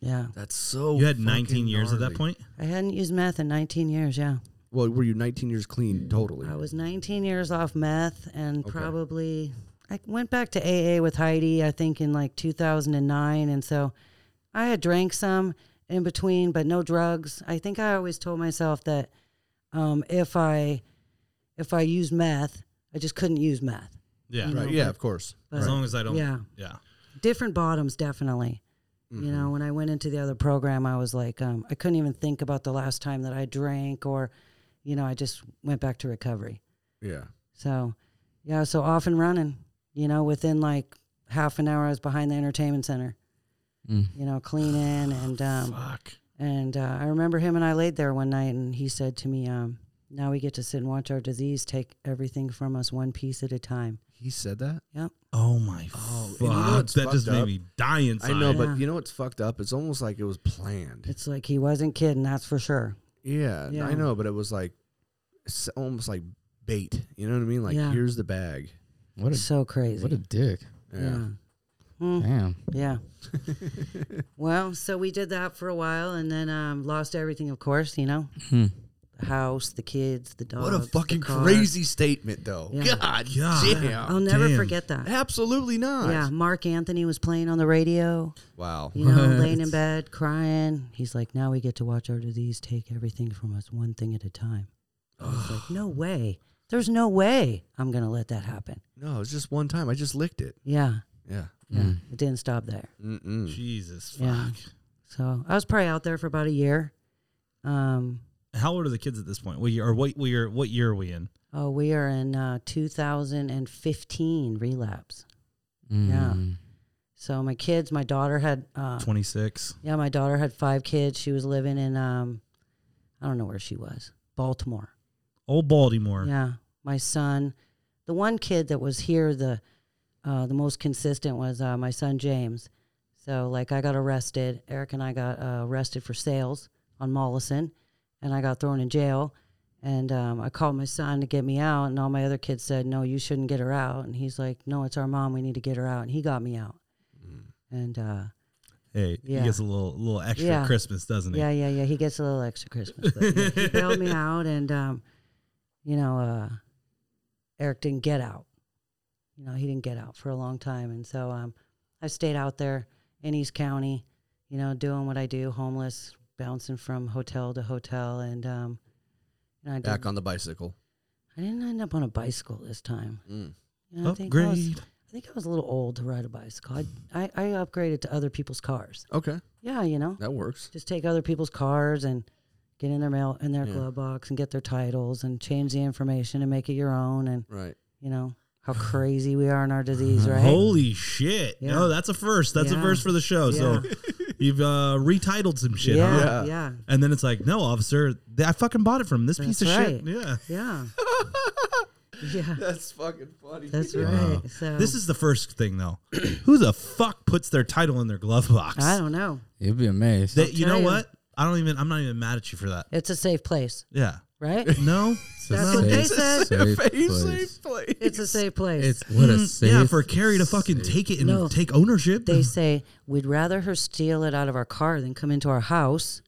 S3: yeah
S2: that's so.
S5: You had
S2: fucking
S5: nineteen years at that
S2: gnarly.
S5: point.
S3: I hadn't used meth in 19 years yeah
S2: Well, were you 19 years clean totally?
S3: Mm. I was 19 years off meth and
S2: Okay.
S3: probably I went back to AA with Heidi, I think in like 2009. And so I had drank some in between, but no drugs. I think I always told myself that um, if I if I used meth, I just couldn't use meth.
S5: Yeah.
S2: Right. Yeah, of course.
S3: But
S5: As long as I don't.
S3: Yeah.
S5: Yeah.
S3: different bottoms, definitely. You know, when I went into the other program, I was like, um, I couldn't even think about the last time that I drank, or, you know, I just went back to recovery.
S2: Mm-hmm. Yeah.
S3: So, yeah, so off and running, you know, within like half an hour, I was behind the entertainment center,
S4: Mm.
S3: you know, cleaning. And, um,
S5: Fuck.
S3: and uh, I remember him and I laid there one night and he said to me, um, now we get to sit and watch our disease take everything from us one piece at a time.
S2: He said that?
S5: Oh my.
S2: Oh, and
S5: fuck.
S2: you know what's
S5: that just
S2: fucked
S5: made
S2: up?
S5: me die inside.
S2: I know,
S3: Yeah.
S2: but you know what's fucked up? It's almost like it was planned.
S3: It's like he wasn't kidding, that's for sure.
S2: Yeah,
S3: Yeah.
S2: I know, but it was like it's almost like bait. You know what I mean? Like
S3: Yeah.
S2: here's the bag.
S4: What a
S3: So crazy.
S4: what a dick.
S2: Yeah.
S3: Yeah. Mm.
S4: Damn.
S3: Yeah. well, so we did that for a while and then um, lost everything, of course, you know,
S4: Hmm.
S3: the house, the kids, the dog.
S2: What a fucking crazy statement, though.
S3: Yeah.
S2: God,
S5: God.
S2: damn.
S3: I'll never
S5: Damn.
S3: forget that.
S2: Absolutely not.
S3: Yeah, Mark Anthony was playing on the radio,
S2: Wow.
S3: you know, laying in bed crying. He's like, now we get to watch our disease take everything from us one thing at a time. I was like, no way. There's no way I'm going to let that happen.
S2: No, it was just one time. I just licked it.
S3: Yeah.
S2: Yeah.
S3: Yeah. It didn't stop there.
S2: Mm-mm.
S5: Jesus. Fuck.
S3: Yeah. So I was probably out there for about a year. Um,
S5: How old are the kids at this point? What year? Or what what year? What year are we in?
S3: Oh, we are in uh, 2015 relapse.
S4: Mm.
S3: So my kids, my daughter had, uh,
S5: Twenty six.
S3: yeah, my daughter had five kids. She was living in, um, I don't know where she was, Baltimore.
S5: Old Baltimore.
S3: Yeah, my son, the one kid that was here, the uh, the most consistent was uh, my son James. So like I got arrested. Eric and I got uh, arrested for sales on Mollison, and I got thrown in jail. And um, I called my son to get me out, and all my other kids said, "No, you shouldn't get her out." And he's like, "No, it's our mom. We need to get her out." And he got me out. And uh,
S5: Hey,
S3: Yeah.
S5: he gets a little little extra
S3: Yeah.
S5: Christmas, doesn't he?
S3: yeah, yeah, yeah. He gets a little extra Christmas. But, yeah, he bailed me out, and um, you know, uh, Eric didn't get out. You know, he didn't get out for a long time, and so um, I stayed out there in East County, you know, doing what I do, homeless, bouncing from hotel to hotel, and um, and I,
S2: Back
S3: did,
S2: on the bicycle.
S3: I didn't end up on a bicycle this time.
S2: Mm.
S3: You know, I think I was,
S5: Upgrade.
S3: I think I was a little old to ride a bicycle. I, I I upgraded to other people's cars.
S2: Okay,
S3: Yeah, you know
S2: that works.
S3: just take other people's cars and get in their mail in their
S2: Yeah.
S3: glove box and get their titles and change the information and make it your own and
S2: Right.
S3: you know how crazy we are in our disease right
S5: Holy shit!
S3: Yeah.
S5: Oh, that's a first. That's a
S3: Yeah.
S5: first for the show. So you've uh, retitled some shit, huh?
S3: yeah, yeah yeah
S5: And then it's like, no, officer, th- I fucking bought it from this piece of
S3: That's
S5: shit.
S3: right.
S5: Yeah.
S3: yeah yeah
S2: That's fucking funny.
S3: that's right so
S5: This is the first thing though. Who the fuck puts their title in their glove box?
S3: i don't know
S4: You'd be amazed.
S5: That- you
S3: tell
S5: know
S3: you.
S5: what? I don't even. I'm not even mad at you for that.
S3: it's a safe place
S5: Yeah.
S3: right
S5: No.
S3: That's
S5: no.
S3: what they
S4: Safe-
S3: said.
S4: safe
S2: Safe
S4: place.
S2: place.
S3: it's a safe place
S4: It's what a
S5: Mm,
S4: safe.
S5: yeah, for Carrie to fucking take it and
S3: No.
S5: take ownership.
S3: they say we'd rather her steal it out of our car than come into our house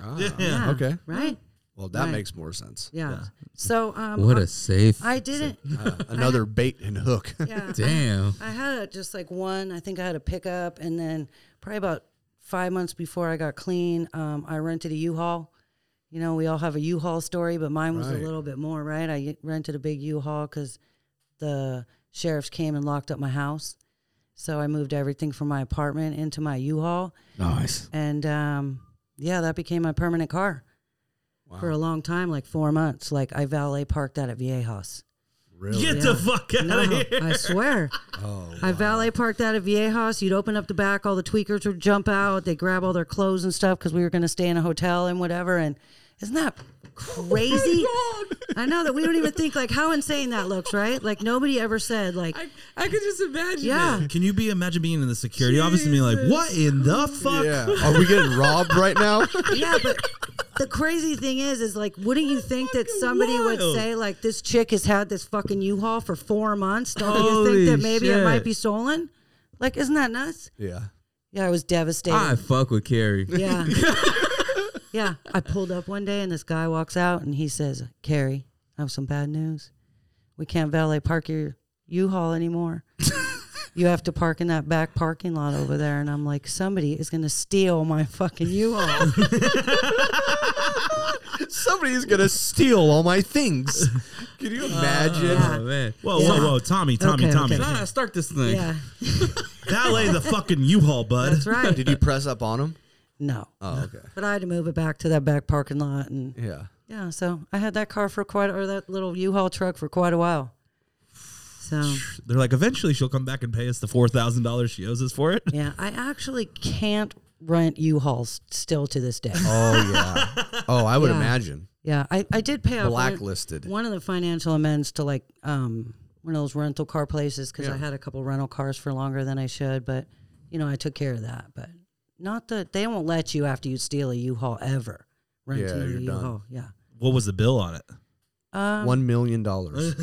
S2: Ah,
S5: Yeah.
S2: Okay.
S3: right
S2: Well, that
S3: Right.
S2: makes more sense.
S3: yeah, so um
S4: What
S3: I,
S4: a safe.
S3: I didn't
S2: Uh, another bait and hook.
S3: yeah I-
S4: Damn.
S3: I had just like one. I think I had a pickup, and then probably about five months before I got clean, um, I rented a U-Haul. You know, we all have a U-Haul story, but mine was
S2: Right.
S3: a little bit more. Right, I rented a big U-Haul because the sheriffs came and locked up my house, so I moved everything from my apartment into my U-Haul,
S4: Nice.
S3: and um, yeah, that became my permanent car for a long time, like four months. Like I valet parked that at Viejas.
S2: Really?
S5: Get
S3: Yeah.
S5: the fuck out
S3: No,
S5: of here.
S3: I swear.
S2: Oh,
S3: I valet parked out of Viejas. You'd open up the back, all the tweakers would jump out. They grab all their clothes and stuff because we were going to stay in a hotel and whatever. And isn't that crazy?
S4: Oh
S3: I know that we don't even think like how insane that looks, right? Like nobody ever said like,
S4: I could just imagine.
S3: yeah,
S5: Can you be imagine being in the security office and being like, what in the fuck?
S2: yeah. Are we getting robbed right now?
S3: yeah. But the crazy thing is, is like, wouldn't you think that somebody would
S5: wild.
S3: say like, this chick has had this fucking U-Haul for four months? Don't
S5: Holy
S3: you think that maybe it
S5: shit.
S3: might be stolen? Like, isn't that nuts?
S2: yeah.
S3: Yeah, I was devastated.
S4: I fuck with Carrie.
S3: Yeah. yeah, I pulled up one day and this guy walks out and he says, Carrie, I have some bad news. We can't valet park your U Haul anymore. you have to park in that back parking lot over there. And I'm like, somebody is going to steal my fucking U Haul.
S2: Somebody's gonna steal all my things. Can you imagine?
S4: Oh, man.
S5: Whoa,
S3: Yeah.
S5: whoa, whoa, Tommy, Tommy,
S3: Okay,
S5: Tommy.
S3: okay.
S4: Nah, start this thing.
S3: yeah,
S5: Valet the fucking U-Haul, bud.
S3: that's right.
S2: Did you press up on him?
S3: No.
S2: Oh, okay.
S3: But I had to move it back to that back parking lot. And
S2: Yeah.
S3: yeah, so I had that car for quite, or that little U Haul truck for quite a while. So.
S5: They're like, eventually she'll come back and pay us the four thousand dollars she owes us for it.
S3: Yeah, I actually can't rent U-Hauls still to this day.
S2: Oh yeah. Oh, I would
S3: Yeah.
S2: imagine
S3: Yeah, I, I did pay off one-
S2: blacklisted.
S3: one of the financial amends to like um, one of those rental car places because I had a couple rental cars for longer than I should, but you know I took care of that. But not that they won't let you after you steal a U-Haul ever rent
S2: Yeah,
S3: another
S2: you're done.
S3: U-Haul. Yeah.
S5: What was the bill on it?
S3: Um,
S2: One million dollars.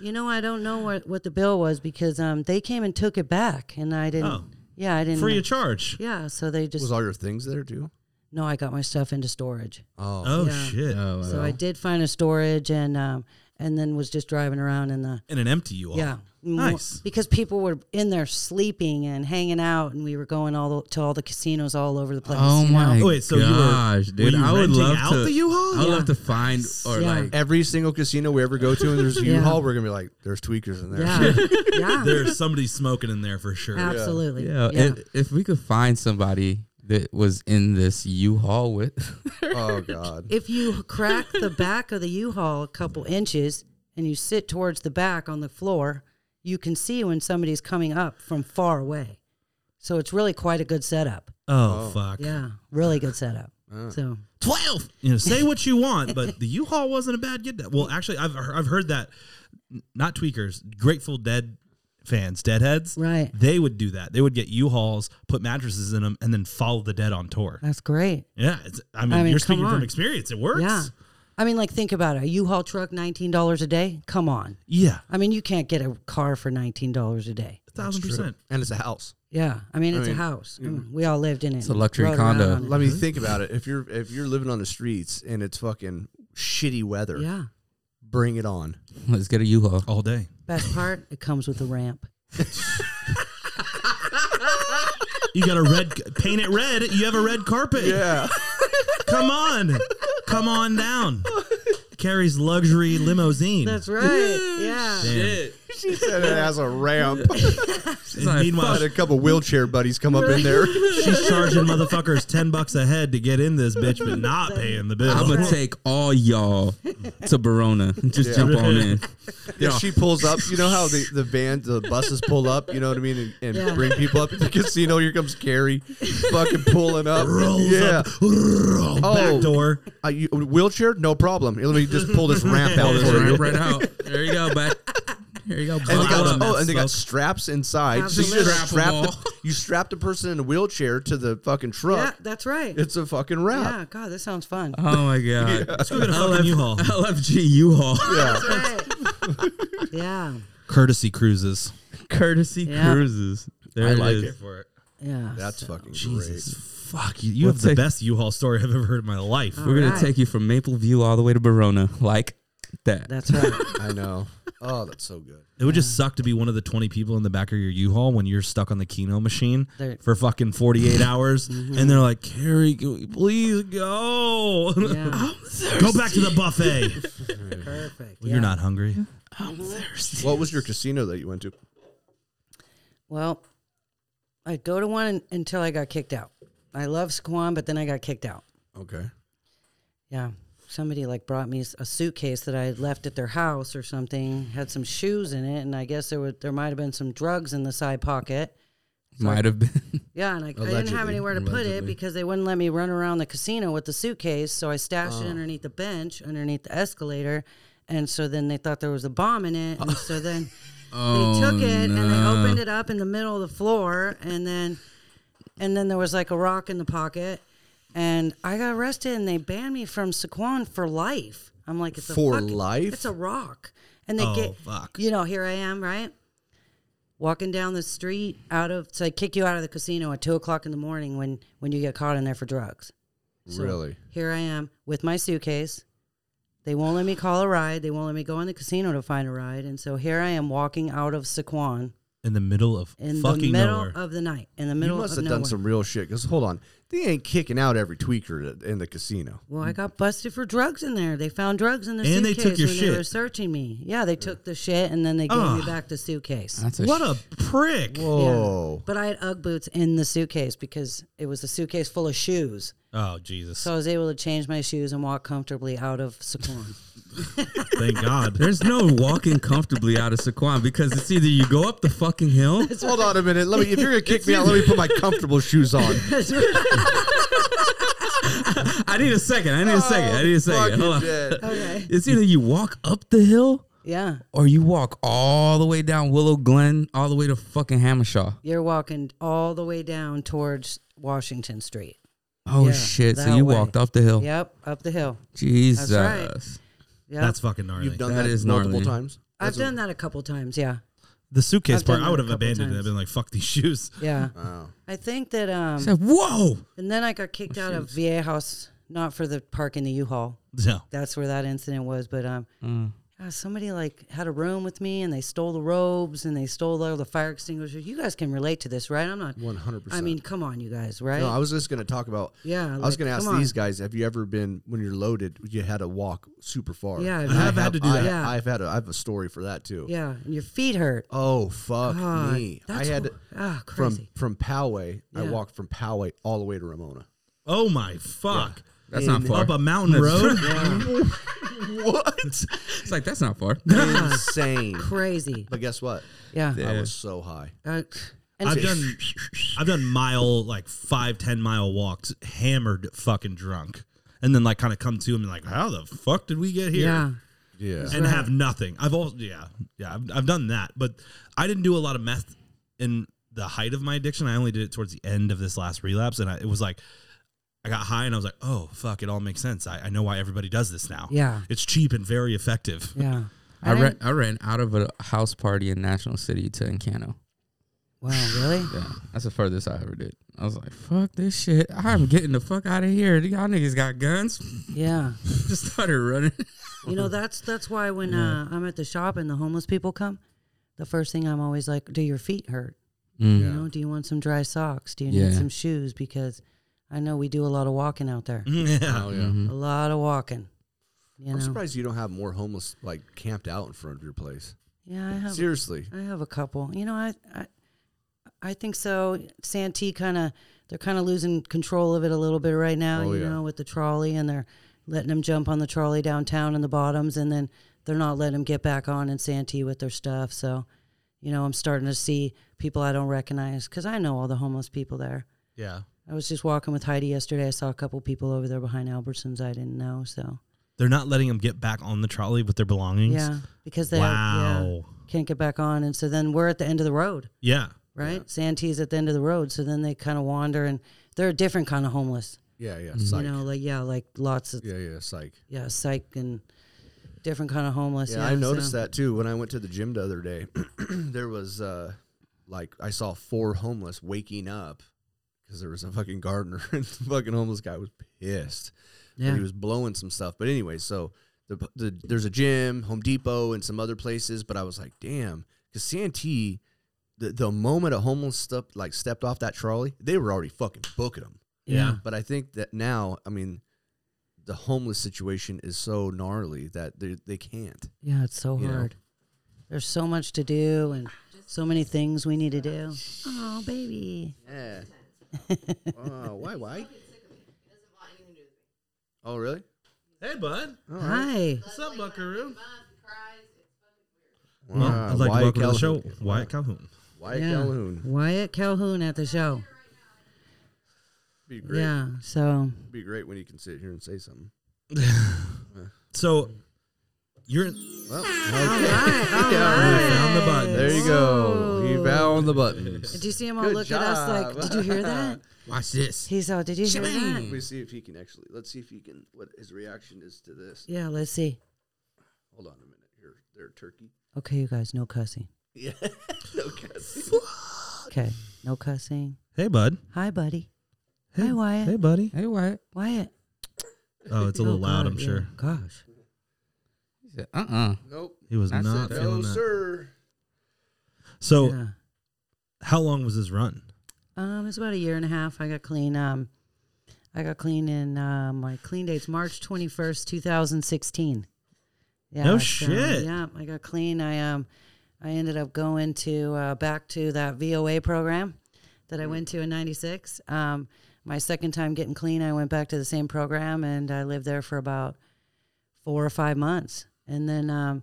S3: you know, I don't know what, what the bill was because um, they came and took it back, and I didn't.
S5: Oh.
S3: Yeah, I didn't.
S5: Free of charge.
S3: yeah, so they just
S2: Was all your things there too?
S3: no. I got my stuff into storage.
S2: Oh.
S5: Oh
S3: Yeah.
S5: shit.
S4: Oh,
S3: So
S4: wow.
S3: I did find a storage and um, and then was just driving around in the
S5: And an empty U-Haul.
S3: yeah Mo-
S5: Nice.
S3: because people were in there sleeping and hanging out and we were going all the, to all the casinos all over the place.
S4: Oh
S3: you know?
S4: my
S5: Oh, wait, so you were-
S4: gosh,
S5: were
S4: dude!
S5: you
S4: I would
S5: renting
S4: love
S5: out
S4: to.
S5: the U-Haul?
S4: I would
S3: Yeah.
S4: love to find or
S3: Yeah.
S4: like.
S2: Every single casino we ever go to, and there's a
S3: Yeah.
S2: U-Haul, we're gonna be like, "There's tweakers in there."
S3: Yeah, yeah,
S5: There's somebody smoking in there for sure.
S3: absolutely.
S4: Yeah,
S3: Yeah,
S4: If, if we could find somebody that was in this U-Haul with,
S2: Oh god.
S3: If you crack the back of the U-Haul a couple inches and you sit towards the back on the floor, you can see when somebody's coming up from far away. So it's really quite a good setup.
S5: Oh, fuck.
S3: Yeah, really good setup. So
S5: 12 you know say what you want but the u-haul wasn't a bad get that well actually i've, I've heard that n- not tweakers grateful dead fans deadheads
S3: Right.
S5: they would do that they would get u-hauls put mattresses in them and then follow the dead on tour
S3: that's great.
S5: yeah it's, I, mean,
S3: I mean,
S5: you're
S3: come
S5: speaking from
S3: on.
S5: experience it works
S3: Yeah. I mean, like, think about it. A U-Haul truck, $19 a day? Come on.
S5: yeah
S3: I mean, you can't get a car for $19 a day.
S5: a thousand percent
S2: And it's a house.
S3: Yeah. I mean, it's a house. I mean, we all lived in it. It's
S4: a luxury condo.
S2: Let me think about it. If you're if you're living on the streets and it's fucking shitty weather,
S3: Yeah.
S2: bring it on.
S4: let's get a U-Haul.
S5: all day
S3: Best part, it comes with a ramp.
S5: you got a red paint it red you have a red carpet
S2: Yeah.
S5: come on come on down carries luxury limousine
S3: That's right. Yeah.
S5: Damn.
S2: she said it has a ramp.
S5: And meanwhile
S2: Had a couple wheelchair buddies come up in there.
S5: She's charging motherfuckers ten bucks a head to get in this bitch, but not paying the bill.
S4: I'm gonna take all y'all to Verona. Just jump on in.
S2: If she pulls up, you know how the, the van, the buses pull up, you know what I mean, and, and
S3: Yeah.
S2: bring people up to the casino. Here comes Carrie, fucking pulling up.
S5: Rolls
S2: yeah,
S5: up, oh. back door.
S2: Uh, you, wheelchair, no problem. Let me just pull this ramp out
S4: Pull this
S2: for you.
S4: right, right out. There you go, back. There you go.
S2: And they
S4: buckle
S2: got,
S4: up.
S2: oh, and they got straps inside. So you
S4: Absolutely.
S2: just strap the,
S4: Strappable.
S2: you strap the person in a wheelchair to the fucking
S3: Yeah,
S2: truck.
S3: that's right.
S2: It's a fucking wrap.
S3: yeah. God, this sounds fun.
S4: Oh my god.
S5: Let's go get a fucking U-Haul.
S4: LFG U-Haul.
S3: That's right. yeah.
S5: Courtesy cruises.
S4: Courtesy
S3: Yeah.
S4: cruises. There
S2: I
S4: it
S2: like
S4: is.
S2: it.
S5: For it.
S3: Yeah.
S2: That's fucking
S5: Jesus,
S2: great.
S5: fuck you. You
S4: We'll
S5: have the
S4: take-
S5: best U-Haul story I've ever heard in my life.
S4: We're gonna
S3: Alright.
S4: take you from Maple View all the way to Verona, like that.
S3: That's right.
S2: I know. Oh, that's so good.
S5: It would just suck to be one of the twenty people in the back of your U-Haul when you're stuck on the Keno machine
S3: There-
S5: for fucking forty-eight hours,
S3: Mm-hmm.
S5: and they're like, "Carrie, can we please go?
S3: Yeah.
S5: go back to the buffet."
S3: Perfect.
S5: Well,
S3: yeah.
S5: You're not hungry.
S2: What was your casino that you went to?
S3: Well, I'd go to one until I got kicked out. I love Squam, but then I got kicked out.
S2: Okay.
S3: Yeah. Somebody like brought me s- a suitcase that I had left at their house or something, had some shoes in it, and I guess there were there might have been some drugs in the side pocket.
S4: Might have been.
S3: Yeah, and I, I didn't have
S2: Allegedly.
S3: anywhere to put it
S4: Allegedly.
S3: because they wouldn't let me run around the casino with the suitcase, so I stashed
S2: Oh.
S3: it underneath the bench, underneath the escalator, and so then they thought there was a bomb in it, and so then
S2: Oh,
S3: they took it and they opened it up in the middle of the floor, and then and then there was like a rock in the pocket, and I got arrested, and they banned me from Saquon for life. I'm like, it's
S2: For
S3: a fucking-
S2: life?
S3: It's a rock, and they
S5: Oh,
S3: get
S5: fuck.
S3: you know here I am right walking down the street out of so they kick you out of the casino at two o'clock in the morning when when you get caught in there for drugs So-
S2: really?
S3: Here I am with my suitcase. They won't let me call a ride. They won't let me go in the casino to find a ride. And so here I am walking out of Sequan
S5: in the middle of
S3: in
S5: fucking
S3: the middle
S5: nowhere.
S3: of the night. In the
S2: You
S3: middle
S2: must
S3: of
S2: have
S3: nowhere.
S2: done some real shit. Because hold on, they ain't kicking out every tweaker at- in the casino.
S3: well, I got busted for drugs in there. They found drugs in the
S5: And they
S3: suitcase
S5: took your
S3: when
S5: shit. Ah.
S3: they were searching me. Yeah, they took the shit and then they gave me
S5: Ugh.
S3: back the suitcase.
S4: That's a
S5: what
S4: sh-
S5: a prick!
S2: Whoa!
S3: But I had UGG boots in the suitcase because it was a suitcase full of shoes.
S5: Oh Jesus!
S3: So I was able to change my shoes and walk comfortably out of Sequon.
S5: Thank God.
S4: There's no walking comfortably out of Saquon because it's either you go up the fucking hill.
S2: Hold on a minute. Let me. If you're gonna kick me out, let me put my comfortable shoes on.
S4: I need a second. I need a second. I need a second. Hold on.
S3: okay.
S4: It's either you walk up the hill
S3: Yeah.
S4: or you walk all the way down Willow Glen, all the way to fucking Hammershaw.
S3: You're walking all the way down towards Washington Street.
S4: Oh
S3: Yeah,
S4: shit! So
S3: that
S4: you
S3: way.
S4: walked up the hill.
S3: Yep, up the hill.
S4: Jesus.
S3: That's Yep.
S5: That's fucking gnarly.
S2: You've done
S4: That
S2: that,
S4: is
S2: multiple
S4: gnarly.
S2: times.
S3: I've done that a couple times. Yeah,
S5: the suitcase
S3: I've
S5: part,
S3: done
S5: I
S3: that
S5: would
S3: a
S5: have
S3: couple
S5: abandoned it. I've
S3: times.
S5: been like, "Fuck these shoes."
S3: yeah.
S2: Wow.
S3: I think that.
S4: I
S3: Um,
S4: said, Whoa!
S3: and then I got kicked out of VA house, not for the park in the U-Haul.
S5: No,
S3: That's where that incident was. But um,
S2: Mm.
S3: uh, somebody like had a room with me, and they stole the robes, and they stole all the fire extinguishers. You guys can relate to this, right? I'm not.
S2: One hundred
S3: I
S2: percent.
S3: mean, come on, you guys, right?
S2: no, I was just gonna talk about.
S3: yeah,
S2: I was gonna ask these
S3: these
S2: guys:
S3: guys.
S2: Have you ever been when you're loaded? You had to walk super far.
S3: Yeah,
S2: And
S3: I've
S2: I
S3: had
S2: have-
S5: to do
S2: I-
S5: that.
S3: Yeah.
S2: I've had. A, I have a story for that too.
S3: Yeah, and your feet hurt.
S2: Oh fuck
S3: God,
S2: me! I
S3: that's
S2: had
S3: wh- ah,
S2: from
S3: crazy.
S2: from Poway. I
S3: Yeah.
S2: walked from Poway all the way to Ramona.
S5: oh my fuck!
S4: That's not far.
S5: Up a mountain road.
S2: What?
S4: It's like that's not far.
S2: Insane.
S3: Crazy.
S2: But guess what?
S3: Yeah.
S2: I was so high.
S3: Uh, and
S5: I've done, I've done mile like five, ten mile walks, hammered, fucking drunk, and then like kind of come to him and like, how the fuck did we get here?
S3: Yeah.
S2: Yeah.
S5: and have nothing. I've all yeah, yeah. I've, I've done that, but I didn't do a lot of meth in the height of my addiction. I only did it towards the end of this last relapse, and I, it was like I got high and I was like, oh fuck, it all makes sense. I, I know why everybody does this now.
S3: Yeah.
S5: it's cheap and very effective.
S3: Yeah.
S4: I ran,
S3: didn't-
S4: I ran out of a house party in National City to Encano.
S3: Wow, really?
S4: Yeah, that's the furthest I ever did. I was like, fuck this shit. I'm getting the fuck out of here. Y'all niggas got guns.
S3: Yeah.
S4: Just started running.
S3: You know, that's that's why when uh, I'm at the shop and the homeless people come, the first thing I'm always like, "Do your feet hurt? You know, do you want some dry socks? Do you need
S4: Yeah.
S3: some shoes?" Because I know we do a lot of walking out there.
S5: yeah,
S2: Oh, yeah.
S4: Mhm.
S3: A lot of walking. You
S2: I'm
S3: know.
S2: surprised you don't have more homeless like camped out in front of your place.
S3: Yeah, I have.
S2: Seriously.
S3: I have a couple. You know, I I, I think so. Santee kind of they're kind of losing control of it a little bit right now.
S2: Oh,
S3: you
S2: yeah.
S3: know, with the trolley and they're letting them jump on the trolley downtown in the bottoms, and then they're not letting them get back on in Santee with their stuff. So, you know, I'm starting to see people I don't recognize because I know all the homeless people there.
S5: yeah.
S3: I was just walking with Heidi yesterday. I saw a couple people over there behind Albertsons I didn't know. So
S5: They're not letting them get back on the trolley with their belongings.
S3: yeah, because they yeah,
S5: Wow.
S3: can't get back on, and so then we're at the end of the road.
S5: Yeah.
S3: right? Santee's at the end of the road, so then they kind of wander, and they're a different kind of homeless.
S2: Yeah, yeah. Psych.
S3: You know, like yeah, like lots of yeah,
S2: Yeah, yeah, psych.
S3: psych and different kind of homeless.
S2: Yeah, I noticed that too when I went to the gym the other day. there was uh like I saw four homeless waking up because there was a fucking gardener and the fucking homeless guy was pissed.
S3: Yeah,
S2: and he was blowing some stuff. But anyway, so the, the there's a gym, Home Depot, and some other places. But I was like, damn, because Santee, the, the moment a homeless stuff like stepped off that trolley, they were already fucking booking them.
S3: yeah,
S2: But I think that now, I mean, the homeless situation is so gnarly that they they can't.
S3: yeah. It's so
S2: You know.
S3: hard. There's so much to do and so many things we need to do. Oh, baby.
S2: Yeah. oh, why? Why? Oh, really?
S5: Hey, bud.
S3: Hi.
S5: What's up, Buckaroo?
S2: Wow.
S5: Well, I'd like
S2: Wyatt
S5: to welcome to the show
S2: Calhoun.
S5: Wyatt Calhoun.
S2: Wyatt
S3: yeah.
S2: Calhoun.
S3: Wyatt Calhoun at the show.
S2: Be great.
S3: Yeah. So
S2: Be great when you can sit here and say something.
S5: So you're in,
S2: Well,
S5: found the button.
S2: There you go. He found the buttons.
S3: did you see him all
S2: Good
S3: look at us
S2: job.
S3: like, did you hear that?
S4: Watch this.
S3: He's all, "Oh, did you hear that?
S2: Let me see if he can actually. Let's see if he can. What his reaction is to this.
S3: Yeah, let's see.
S2: Hold on a minute here. There, turkey.
S3: Okay, you guys, no cussing.
S2: Yeah. no cussing.
S3: Okay, no cussing.
S5: Hey, bud.
S3: Hi, buddy.
S5: Hey,
S3: Hi, Wyatt.
S5: Hey, buddy.
S4: Hey, what?
S3: Wyatt,
S5: Oh, it's a little
S3: Oh,
S5: loud,
S3: God,
S5: I'm
S3: yeah.
S5: sure.
S3: Gosh.
S4: He said, uh-uh.
S2: Nope.
S5: He was
S4: That's
S5: not
S4: it.
S2: No,
S5: feeling that.
S2: sir.
S5: So,
S3: Yeah.
S5: how long was his run?
S3: Um, it's about a year and a half. I got clean. Um, I got clean in uh, my clean date's March twenty first, two thousand sixteen. Yeah.
S5: No
S3: so,
S5: shit.
S3: yeah, I got clean. I um, I ended up going to uh, back to that VOA program that
S5: Mm.
S3: I went to in '96. Um, my second time getting clean, I went back to the same program and I lived there for about four or five months, and then um,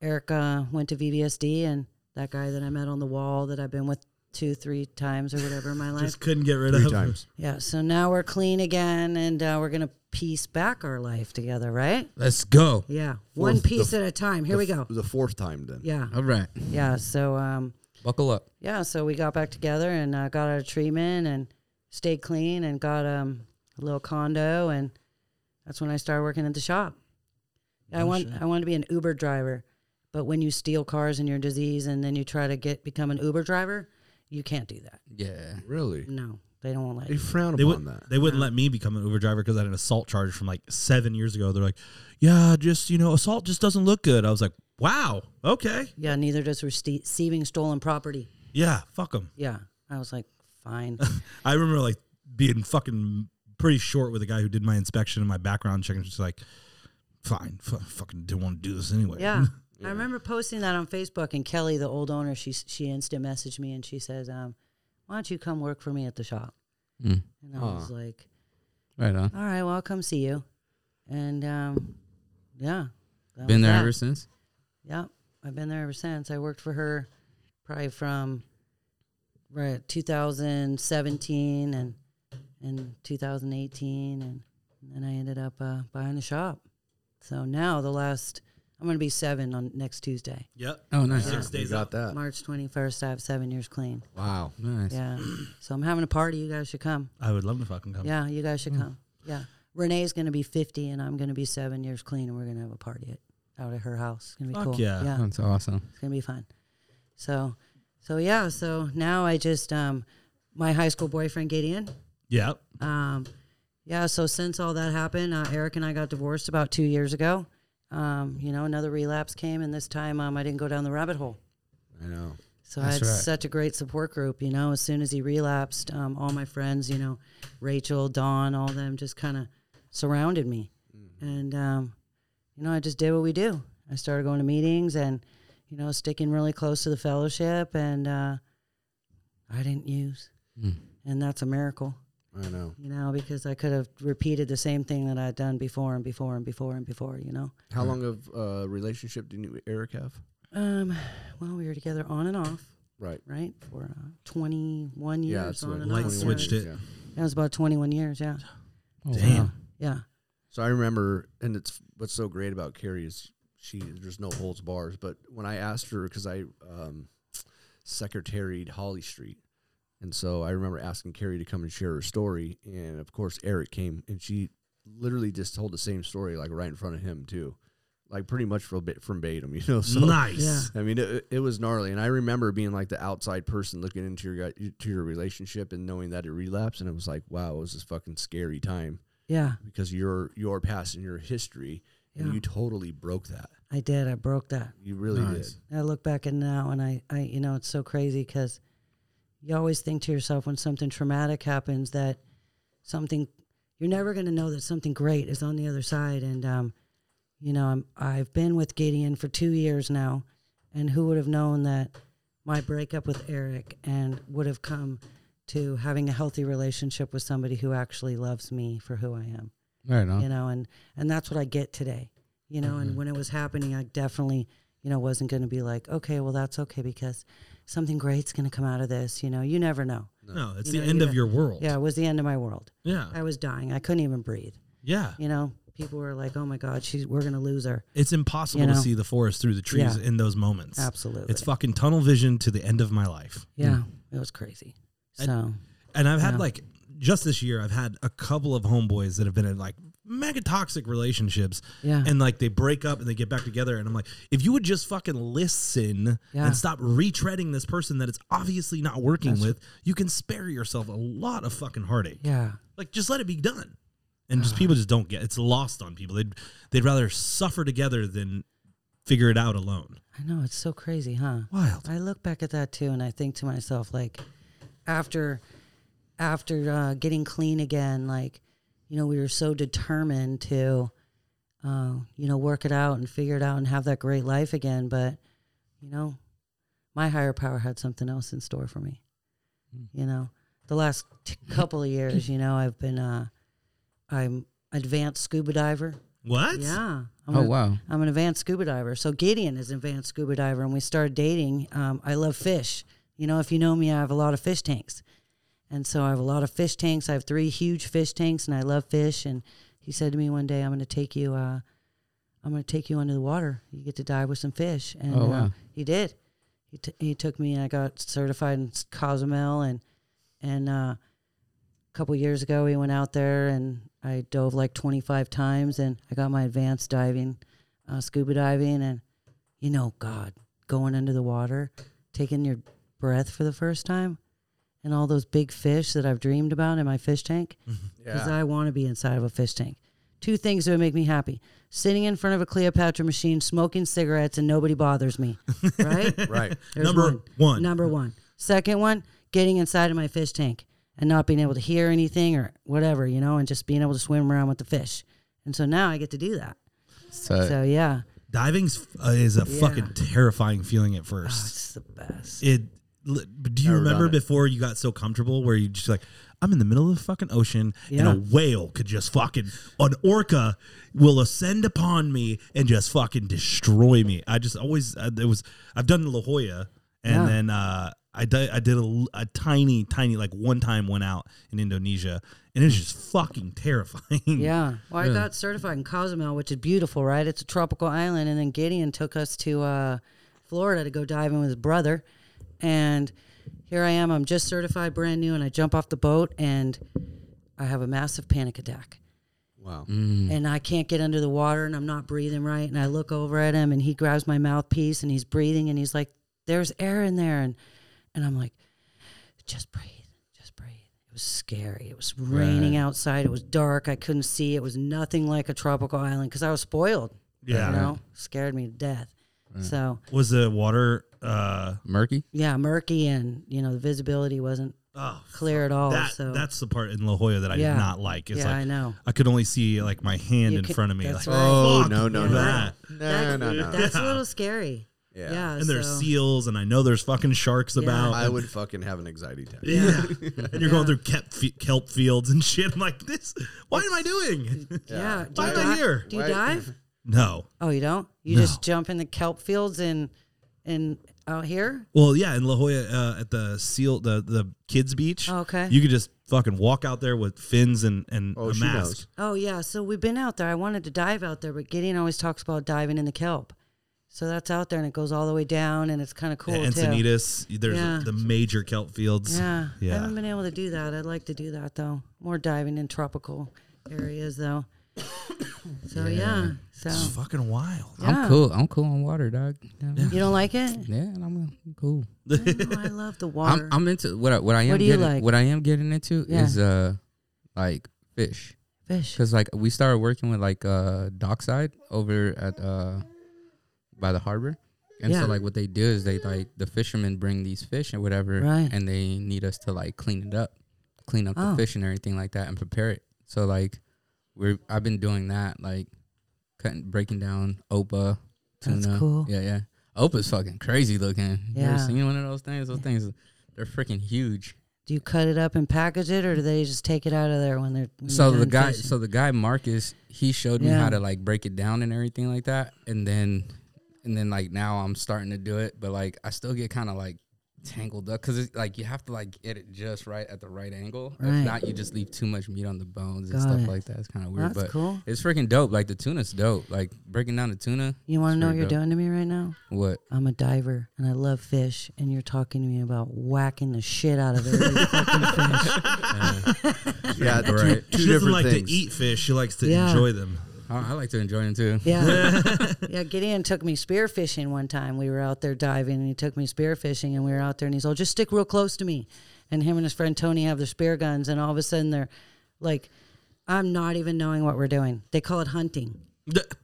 S3: Eric uh, went to VBSD and that guy that I met on the wall that I've been with two, three times or whatever in my life.
S5: Just couldn't get rid
S1: Three
S5: of
S1: times.
S3: yeah. So now we're clean again and uh, we're going to piece back our life together, right?
S4: Let's go.
S3: Yeah. One
S1: Fourth- the
S3: piece
S1: f-
S3: at a time. Here we
S1: The f-
S3: go.
S1: The fourth time then.
S3: Yeah.
S4: All right.
S3: Yeah. So, um,
S4: Buckle up.
S3: yeah. So we got back together and uh, got out of treatment and stayed clean and got um, a little condo. And that's when I started working at the shop. I want I wanted to be an Uber driver, but when you steal cars and you're diseased and then you try to get become an Uber driver, you can't do that.
S4: Yeah.
S1: Really?
S3: No, they don't want to let
S1: They
S3: you.
S1: frown
S5: They
S1: upon
S5: wouldn't.
S1: that.
S5: They wouldn't let me become an Uber driver because I had an assault charge from like seven years ago. They're like, "Yeah, just you know, assault just doesn't look good." I was like, "Wow, okay,
S3: Yeah, neither does rece- receiving stolen property.
S5: yeah, fuck them."
S3: Yeah, I was like, fine.
S5: I remember like being fucking pretty short with a guy who did my inspection and my background check, and just like, "Fine, fu fucking didn't want to do this anyway."
S3: yeah. I remember posting that on Facebook, and Kelly, the old owner, she she instant messaged me and she says, um, "Why don't you come work for me at the shop?"
S4: Mm.
S3: And I was like,
S4: Right on.
S3: "All right, well, I'll come see you." And um, Oh, yeah, that
S4: Been
S3: was
S4: there
S3: that.
S4: ever since.
S3: Yep. I've been there ever since. I worked for her probably from right 2017 and and 2018 and then I ended up uh, buying the shop. So now the last I'm going to be 7 on next Tuesday.
S5: Yep.
S4: Oh, nice.
S5: Six
S1: You
S5: days
S1: got
S5: out.
S1: that.
S3: March 21st I have 7 years clean.
S1: Wow.
S4: Uh. Nice.
S3: Yeah. So I'm having a party. You guys should come.
S5: I would love to fucking come.
S3: Yeah, you guys should
S5: Mm.
S3: come. Yeah. Renee's going to be 50 and I'm going to be 7 years clean and we're going to have a party at, out at her house. It's going to be
S5: Fuck
S3: cool.
S5: yeah.
S3: Yeah.
S4: That's awesome.
S3: It's gonna be fun. So, so yeah. So now I just um, my high school boyfriend Gideon.
S5: Yep.
S3: Um, yeah. So since all that happened, uh, Eric and I got divorced about two years ago. Um, you know, another relapse came, and this time um, I didn't go down the rabbit hole.
S1: I know.
S3: So I
S4: That's
S3: had
S4: right.
S3: such a great support group, you know. As soon as he relapsed, um, all my friends, you know, Rachel, Dawn, all them just kind of surrounded me.
S4: Mm-hmm.
S3: And, um, you know, I just did what we do. I started going to meetings and, you know, sticking really close to the fellowship. And uh, I didn't use.
S4: Mm.
S3: And that's a miracle,
S1: I know.
S3: you know, because I could have repeated the same thing that I'd done before and before and before and before, you know.
S1: How
S5: Hmm.
S1: long of uh, relationship did you, Eric have?
S3: Um, well, we were together on and off,
S1: Right.
S3: right? For uh, 21 years.
S1: Yeah, that's
S3: on
S1: what
S3: and
S5: Light
S3: off,
S5: Like
S3: yeah.
S5: switched it.
S1: Yeah.
S3: That was about 21 years, yeah.
S4: Oh,
S5: Damn.
S4: wow.
S3: Yeah.
S1: So I remember, and it's what's so great about Carrie is she there's no holds bars. But when I asked her because I um, secretaried Holly Street, and so I remember asking Carrie to come and share her story, and of course Eric came, and she literally just told the same story like right in front of him too, like pretty much from bit from Batum, you know. So
S5: nice.
S3: Yeah.
S1: I mean, it, it was gnarly, and I remember being like the outside person looking into your gu- to your relationship and knowing that it relapsed, and it was like, wow, it was this fucking scary time
S3: Yeah.
S1: because your your past and your history,
S3: Yeah.
S1: and you totally broke that.
S3: I did. I broke that.
S1: You really
S4: Nice.
S1: did.
S3: I look back and now and I, I you know, it's so crazy because you always think to yourself when something traumatic happens that something, you're never going to know that something great is on the other side. And, um, you know, I'm, I've been with Gideon for two years now. And who would have known that my breakup with Eric and would have come to having a healthy relationship with somebody who actually loves me for who I am?
S4: Right
S5: Uh-huh.
S4: on.
S3: you know and and that's what i get today you know
S5: Mm-hmm.
S3: and when it was happening i definitely you know wasn't going to be like okay well that's okay because something great's going to come out of this you know you never know
S5: No, it's
S3: You
S5: the
S3: know,
S5: end
S3: you
S5: of
S3: know-
S5: your world.
S3: yeah it was the end of my world
S5: Yeah.
S3: i was dying i couldn't even breathe
S5: Yeah.
S3: you know people were like oh my god she's we're going to lose her
S5: It's impossible
S3: You
S5: to
S3: know?
S5: see the forest through the trees
S3: Yeah.
S5: in those moments.
S3: absolutely
S5: It's fucking tunnel vision to the end of my life.
S3: yeah it was crazy
S5: I-
S3: so
S5: Mm. And I've had
S3: Yeah.
S5: like just this year, I've had a couple of homeboys that have been in like mega toxic relationships
S3: yeah
S5: and like they break up and they get back together. And I'm like, if you would just fucking listen
S3: Yeah.
S5: and stop retreading this person that it's obviously not working with, you can spare yourself a lot of fucking heartache.
S3: yeah
S5: Like just let it be done. and just people just don't get. It's lost on people. They'd they'd rather suffer together than figure it out alone.
S3: I know it's so crazy, huh?
S5: Wild.
S3: I look back at that too, and I think to myself, like, after, after uh, getting clean again, like, you know, we were so determined to, uh, you know, work it out and figure it out and have that great life again. But, you know, my higher power had something else in store for me.
S5: Hmm.
S3: You know, the last t- couple of years, you know, I've been, uh, I'm advanced scuba diver.
S5: What?
S3: Yeah. I'm
S4: Oh
S3: a-
S4: wow.
S3: I'm an advanced scuba diver. So Gideon is an advanced scuba diver, and we started dating. Um, I love fish. You know, if you know me, I have a lot of fish tanks, and so I have a lot of fish tanks. I have three huge fish tanks, and I love fish. And he said to me one day, "I'm going to take you. Uh, I'm going to take you under the water. You get to dive with some fish." And
S4: Oh,
S3: uh,
S4: wow.
S3: he did. He t- he took me, and I got certified in Cozumel, and and uh, a couple years ago, we went out there and I dove like 25 times and I got my advanced diving, uh, scuba diving. And, you know, God, going under the water, taking your breath for the first time, and all those big fish that I've dreamed about in my fish tank because I want to be inside of a fish tank. Two things that would make me happy sitting in front of a Cleopatra machine, smoking cigarettes, and nobody bothers me, right?
S2: Right.
S3: There's
S5: Number one.
S3: Number one. Second one, getting inside of my fish tank and not being able to hear anything or whatever, you know, and just being able to swim around with the fish. And so now I get to do that.
S4: So,
S3: So yeah,
S5: Diving's uh, is a
S3: Yeah.
S5: fucking terrifying feeling at first.
S3: it's the best.
S5: It. li- Do you
S2: Never done
S5: remember
S2: it.
S5: before you got so comfortable where you just like, I'm in the middle of the fucking ocean
S3: Yeah.
S5: and a whale could just fucking, an orca will ascend upon me and just fucking destroy me. I just always, uh, there was, I've done La Jolla and
S3: Yeah.
S5: then uh, I, di- I did a, l- a tiny, tiny, like one time went out in Indonesia and it was just fucking terrifying.
S3: Yeah. Well, I got certified in Cozumel, which is beautiful, right? It's a tropical island. And then Gideon took us to uh, Florida to go diving with his brother. And here I am. I'm just certified, brand new. And I jump off the boat and I have a massive panic attack.
S2: Wow.
S3: and I can't get under the water and I'm not breathing right. And I look over at him and he grabs my mouthpiece and he's breathing and he's like, There's air in there and and I'm like, just breathe, just breathe. It was scary. It was raining outside. It was dark. I couldn't see. It was nothing like a tropical island because I was spoiled.
S5: Yeah.
S3: You know? Scared me to death. So
S5: Was the water, uh,
S4: murky.
S3: yeah, murky and you know, the visibility wasn't
S5: oh,
S3: clear at all.
S5: that,
S3: so
S5: that's the part in La Jolla that I
S3: Yeah.
S5: did not like. It's
S3: yeah, I
S5: like,
S3: know.
S5: I could only see like my hand
S3: You
S5: in
S3: could-
S5: front of me.
S3: that's
S5: Like,
S3: right.
S2: Oh
S5: Fuck
S2: no no
S3: yeah.
S2: no
S5: that.
S2: no no no.
S3: That's
S5: Yeah.
S3: a little scary. Yeah.
S5: and there's
S3: so-
S5: seals, and I know there's fucking sharks
S3: Yeah.
S5: about.
S2: I would fucking have an anxiety attack.
S5: yeah. and you're
S3: Yeah.
S5: going through kelp, fe- kelp fields and shit. I'm like, this. What am I doing?
S3: Yeah. Do
S5: Why
S3: you
S5: am I
S3: di-
S5: here?
S3: Do you
S2: Why-
S3: dive?
S5: no.
S3: Oh, you don't? You just
S5: No.
S3: jump in the kelp fields and and out here?
S5: Well, yeah, in La Jolla uh, at the seal, the the kids beach.
S3: Oh, okay.
S5: You could just fucking walk out there with fins and and
S2: Oh,
S5: a
S2: she
S5: mask.
S2: knows.
S3: Oh yeah. So we've been out there. I wanted to dive out there, but Gideon always talks about diving in the kelp. So that's out there and it goes all the way down and it's kind of cool
S5: Yeah,
S3: too.
S5: Encinitas. There's
S3: Yeah.
S5: the major kelp fields.
S3: Yeah. I
S5: Yeah.
S3: haven't been able to do that. I'd like to do that though. More diving in tropical areas though. So yeah.
S5: It's
S3: So
S5: fucking wild.
S3: yeah.
S4: I'm cool. I'm cool on water, dog. Yeah,
S3: You don't like it?
S4: yeah and I'm cool.
S3: No, I love the water.
S4: I'm, I'm into what I, what I am
S3: What do you
S4: getting,
S3: like?
S4: what I am getting into
S3: Yeah.
S4: is uh like fish
S3: Fish.
S4: because like we started working with like uh dockside over at uh by the harbor and
S3: Yeah.
S4: so like what they do is they like the fishermen bring these fish or whatever
S3: Right.
S4: and they need us to like clean it up clean up
S3: Oh.
S4: the fish and everything like that and prepare it so like we're I've been doing that like cutting breaking down opa tuna
S3: That's cool.
S4: yeah yeah opa's fucking crazy looking you ever
S3: Yeah.
S4: seen one of those things those things they're freaking huge
S3: Do you cut it up and package it, or do they just take it out of there when they're? When
S4: so
S3: you're
S4: the
S3: done
S4: guy
S3: fishing?
S4: so the guy marcus he showed me
S3: Yeah.
S4: how to like break it down and everything like that and then and then like now i'm starting to do it but like i still get kind of like tangled up because it's like you have to like get it just right at the right angle
S3: Right.
S4: if not you just leave too much meat on the bones and
S3: Got
S4: stuff
S3: it.
S4: like that it's kind of weird
S3: that's
S4: but
S3: cool.
S4: it's freaking dope like the tuna's dope like breaking down the tuna
S3: You want to
S4: it's
S3: know what
S4: pretty
S3: you're
S4: dope.
S3: doing to me right now?
S4: what
S3: I'm a diver and I love fish, and you're talking to me about whacking the shit out of every fucking fish.
S2: Yeah, two,
S4: Right.
S2: two
S5: she doesn't
S2: different
S5: like
S2: things.
S5: to eat fish. She likes to
S3: Yeah.
S5: enjoy them.
S4: I, I like to enjoy them too
S3: Yeah. yeah. Gideon took me spearfishing one time. We were out there diving and he took me spearfishing and we were out there and he's all just stick real close to me. And him and his friend Tony have their spear guns and all of a sudden they're like I'm not even knowing what we're doing. They call it hunting.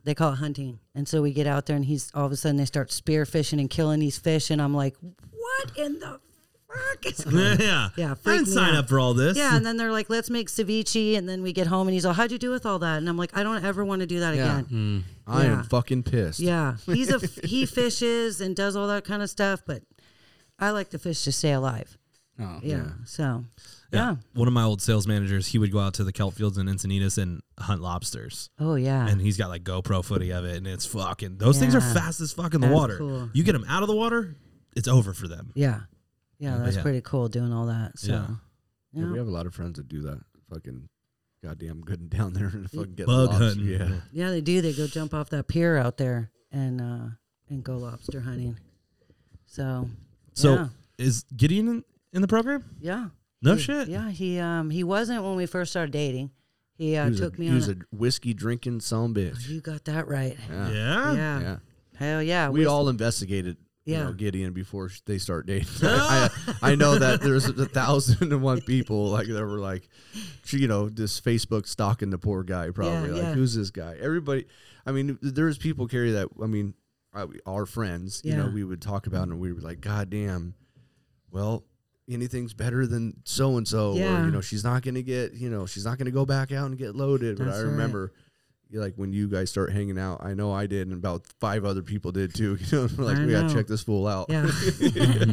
S3: They call it hunting. And so we get out there and he's all of a sudden they start spearfishing and killing these fish and I'm like, What in the fuck is going
S5: yeah, yeah.
S3: Yeah,
S5: I
S3: freaked
S5: didn't
S3: me
S5: sign
S3: out.
S5: up for all this.
S3: Yeah, and then they're like, "Let's make ceviche," and then we get home, and he's all, "How'd you do with all that?" And I'm like, "I don't ever want to do that
S2: Yeah. Mm.
S3: again."
S5: Hmm.
S2: I
S3: Yeah.
S2: am fucking pissed.
S3: Yeah, he's a f- he fishes and does all that kind of stuff, but I like to fish to stay alive.
S4: Oh,
S3: Yeah, so
S5: Yeah.
S3: yeah.
S5: One of my old sales managers, he would go out to the kelp fields in Encinitas and hunt lobsters.
S3: Oh yeah,
S5: And he's got like GoPro footy of it, and it's fucking. Those things are
S3: Yeah.
S5: fast as fuck in the
S3: That's
S5: water.
S3: cool.
S5: You get them out of the water, it's over for them.
S3: yeah, yeah. That's
S5: yeah.
S3: pretty cool doing all that. So
S5: Yeah.
S2: Yeah, we
S3: yeah,
S2: have a lot of friends that do that. Fucking goddamn good down there and fucking get
S5: Bug
S2: lobster.
S5: hunting.
S2: Yeah.
S3: yeah, they do. They go jump off that pier out there and uh and go lobster hunting. So
S5: So
S3: yeah,
S5: is Gideon in, in the program?
S3: yeah.
S5: No
S3: He-
S5: shit.
S3: Yeah, he um he wasn't when we first started dating. He uh,
S2: He was
S3: took
S2: a,
S3: me
S2: he
S3: on.
S2: was
S3: a-
S2: a whiskey drinking some bitch.
S3: you got that right.
S2: Yeah.
S5: Yeah.
S3: Yeah.
S2: Yeah.
S3: Hell yeah.
S2: We all investigated. You
S3: Yeah.
S2: know, Gideon before sh- they start dating. I, I, I know that there's a thousand and one people like that were like, you know, this Facebook stalking the poor guy probably like
S3: yeah.
S2: who's this guy? Everybody, I mean, there's people carry that. I mean, I- our friends, you know,
S3: Yeah.
S2: we would talk about it and we were like, God damn, well, anything's better than so and so, or
S3: Yeah.
S2: you know, she's not gonna get, you know, she's not gonna go back out and get loaded. but I
S3: That's right.
S2: remember like when you guys start hanging out, I know I did, and about five other people did too. You know, like
S3: I
S2: we gotta
S3: know.
S2: check this fool out.
S3: Yeah.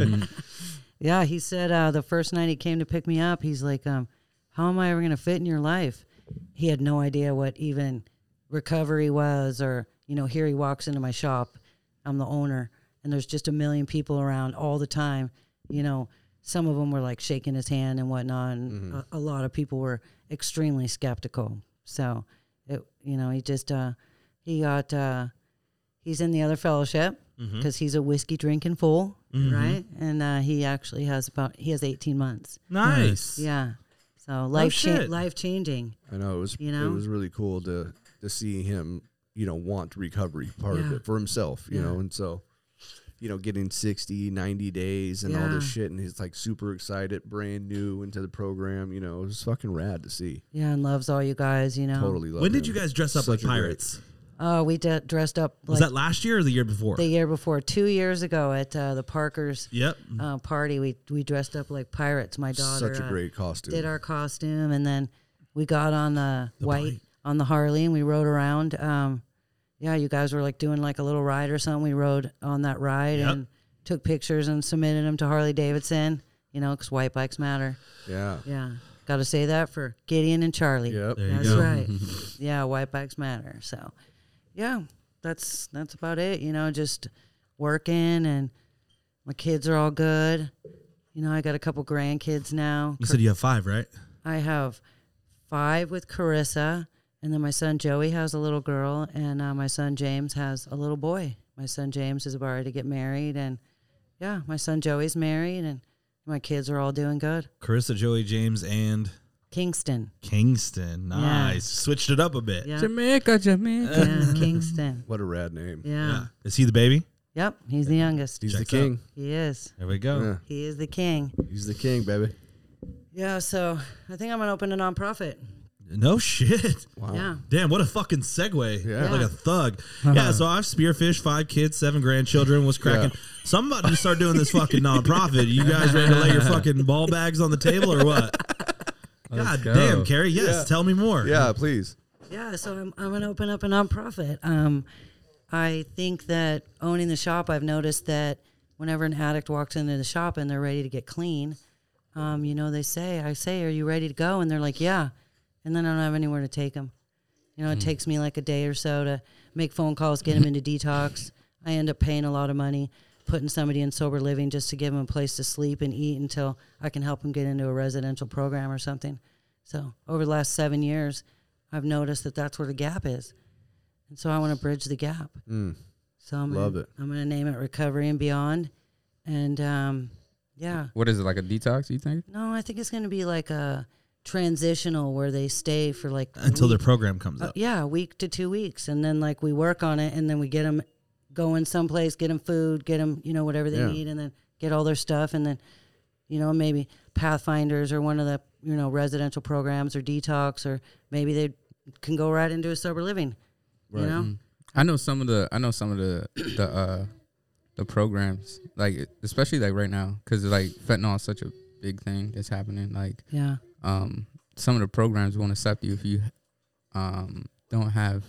S3: yeah, he said uh, the first night he came to pick me up, he's like, um, How am I ever going to fit in your life? He had no idea what even recovery was, or, you know, here he walks into my shop. I'm the owner, and there's just a million people around all the time. You know, some of them were like shaking his hand and whatnot, and a, a lot of people were extremely skeptical. So, it, you know, he just, uh, he got, uh, he's in the other fellowship
S2: Mm-hmm.
S3: because he's a whiskey drinking fool, right? And uh, he actually has about he has eighteen months.
S5: Nice.
S3: Yeah,
S2: Oh,
S3: so life cha-
S5: shit.
S3: life changing.
S2: I know it was
S3: You
S2: it
S3: know?
S2: was really cool to to see him, you know, want recovery part of
S3: Yeah.
S2: it for himself, you
S3: Yeah.
S2: know, and so you know, getting 60, 90 days and all this
S3: Yeah.
S2: shit and he's like super excited, brand new into the program, you know, it was fucking rad to see.
S3: Yeah, and loves all you guys. Oh. You know,
S2: Totally love
S5: When did you
S2: him.
S5: guys dress up
S2: Such
S5: like
S2: a great-
S5: pirates?
S3: Oh, we d- dressed up
S5: Was
S3: like
S5: that last year or the year before?
S3: the year before, two years ago at uh, the Parkers
S5: yep.
S3: uh, party. We we dressed up like pirates. My daughter
S2: such a
S3: uh,
S2: great costume.
S3: did our costume, and then we got on the, white
S5: bike.
S3: on the Harley, and we rode around. Um, yeah, you guys were like doing like a little ride or something. We rode on that ride
S5: Yep.
S3: and took pictures and submitted them to Harley Davidson. You know, because white bikes matter.
S2: yeah.
S3: Yeah, got to say that for Gideon and Charlie.
S2: Yep.
S5: There you
S3: That's
S5: go.
S3: right. yeah, white bikes matter. So, yeah, that's that's about it. You know, just working and my kids are all good. You know, I got a couple grandkids now.
S5: You said you have five, right?
S3: I have five with Carissa, and then my son Joey has a little girl, and uh, my son James has a little boy. My son James is about ready to get married, and yeah, my son Joey's married, and my kids are all doing good.
S5: Carissa, Joey, James, and
S3: Kingston,
S5: Kingston. Nice. Switched it up a bit.
S3: yeah,
S4: Jamaica, Jamaica.
S3: yeah Kingston,
S2: What a rad name.
S3: yeah.
S5: Yeah. Is he the baby?
S3: yep, he's the youngest.
S2: He's
S5: Checks
S2: the king.
S3: He is,
S5: There we go.
S2: Yeah.
S3: he is the king.
S2: He's the king, baby.
S3: Yeah, so I think I'm gonna open a nonprofit.
S5: No shit.
S2: Wow.
S3: Yeah,
S5: Damn, what a fucking segue.
S2: Yeah.
S5: Like a thug. Yeah, so I've spearfished five kids, seven grandchildren, was cracking.
S2: Yeah.
S5: So I'm about to start doing this fucking nonprofit. You guys ready to lay your fucking ball bags on the table or what? God
S4: go.
S5: damn, Carrie. Yes,
S2: Yeah.
S5: tell me more.
S2: Yeah, please.
S3: Yeah, so I'm, I'm going to open up a nonprofit. Um, I think that owning the shop, I've noticed that whenever an addict walks into the shop and they're ready to get clean, um, you know, they say, I say, are you ready to go? And they're like, yeah. And then I don't have anywhere to take them. You
S2: Hmm.
S3: know, it takes me like a day or so to make phone calls, get them
S2: Mm-hmm.
S3: into detox. I end up paying a lot of money, putting somebody in sober living just to give them a place to sleep and eat until I can help them get into a residential program or something. So over the last seven years, I've noticed that that's where the gap is, and so I want to bridge the gap. So I'm
S2: Mm. Love
S3: gonna,
S2: it.
S3: I'm going to name it Recovery and Beyond, and um, yeah,
S4: What is it like a detox? You think?
S3: no, I think it's going to be like a transitional where they stay for like a
S5: Until
S3: week.
S5: their program comes
S3: Uh,
S5: up.
S3: yeah, a week to two weeks, and then like we work on it, and then we get them going someplace, get them food, get them you know whatever they
S2: Yeah.
S3: need, and then get all their stuff, and then you know, maybe Pathfinders or one of the, you know, residential programs or detox, or maybe they can go right into a sober living, you know?
S4: I know some of the I know some of the the uh the programs like especially like right now because like fentanyl is such a big thing that's happening. Like
S3: Yeah.
S4: um some of the programs won't accept you if you um don't have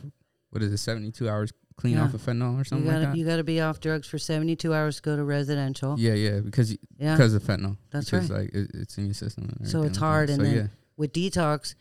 S4: what is it seventy two hours clean
S3: Yeah.
S4: off of fentanyl or something
S3: you gotta
S4: like that.
S3: you gotta be off drugs for seventy two hours to go to residential.
S4: yeah, yeah, because
S3: Yeah.
S4: because of fentanyl.
S3: That's
S4: because, Like it, it's in your system. and
S3: So it's
S4: everything like that.
S3: hard, and
S4: so,
S3: then-
S4: yeah,
S3: With detox,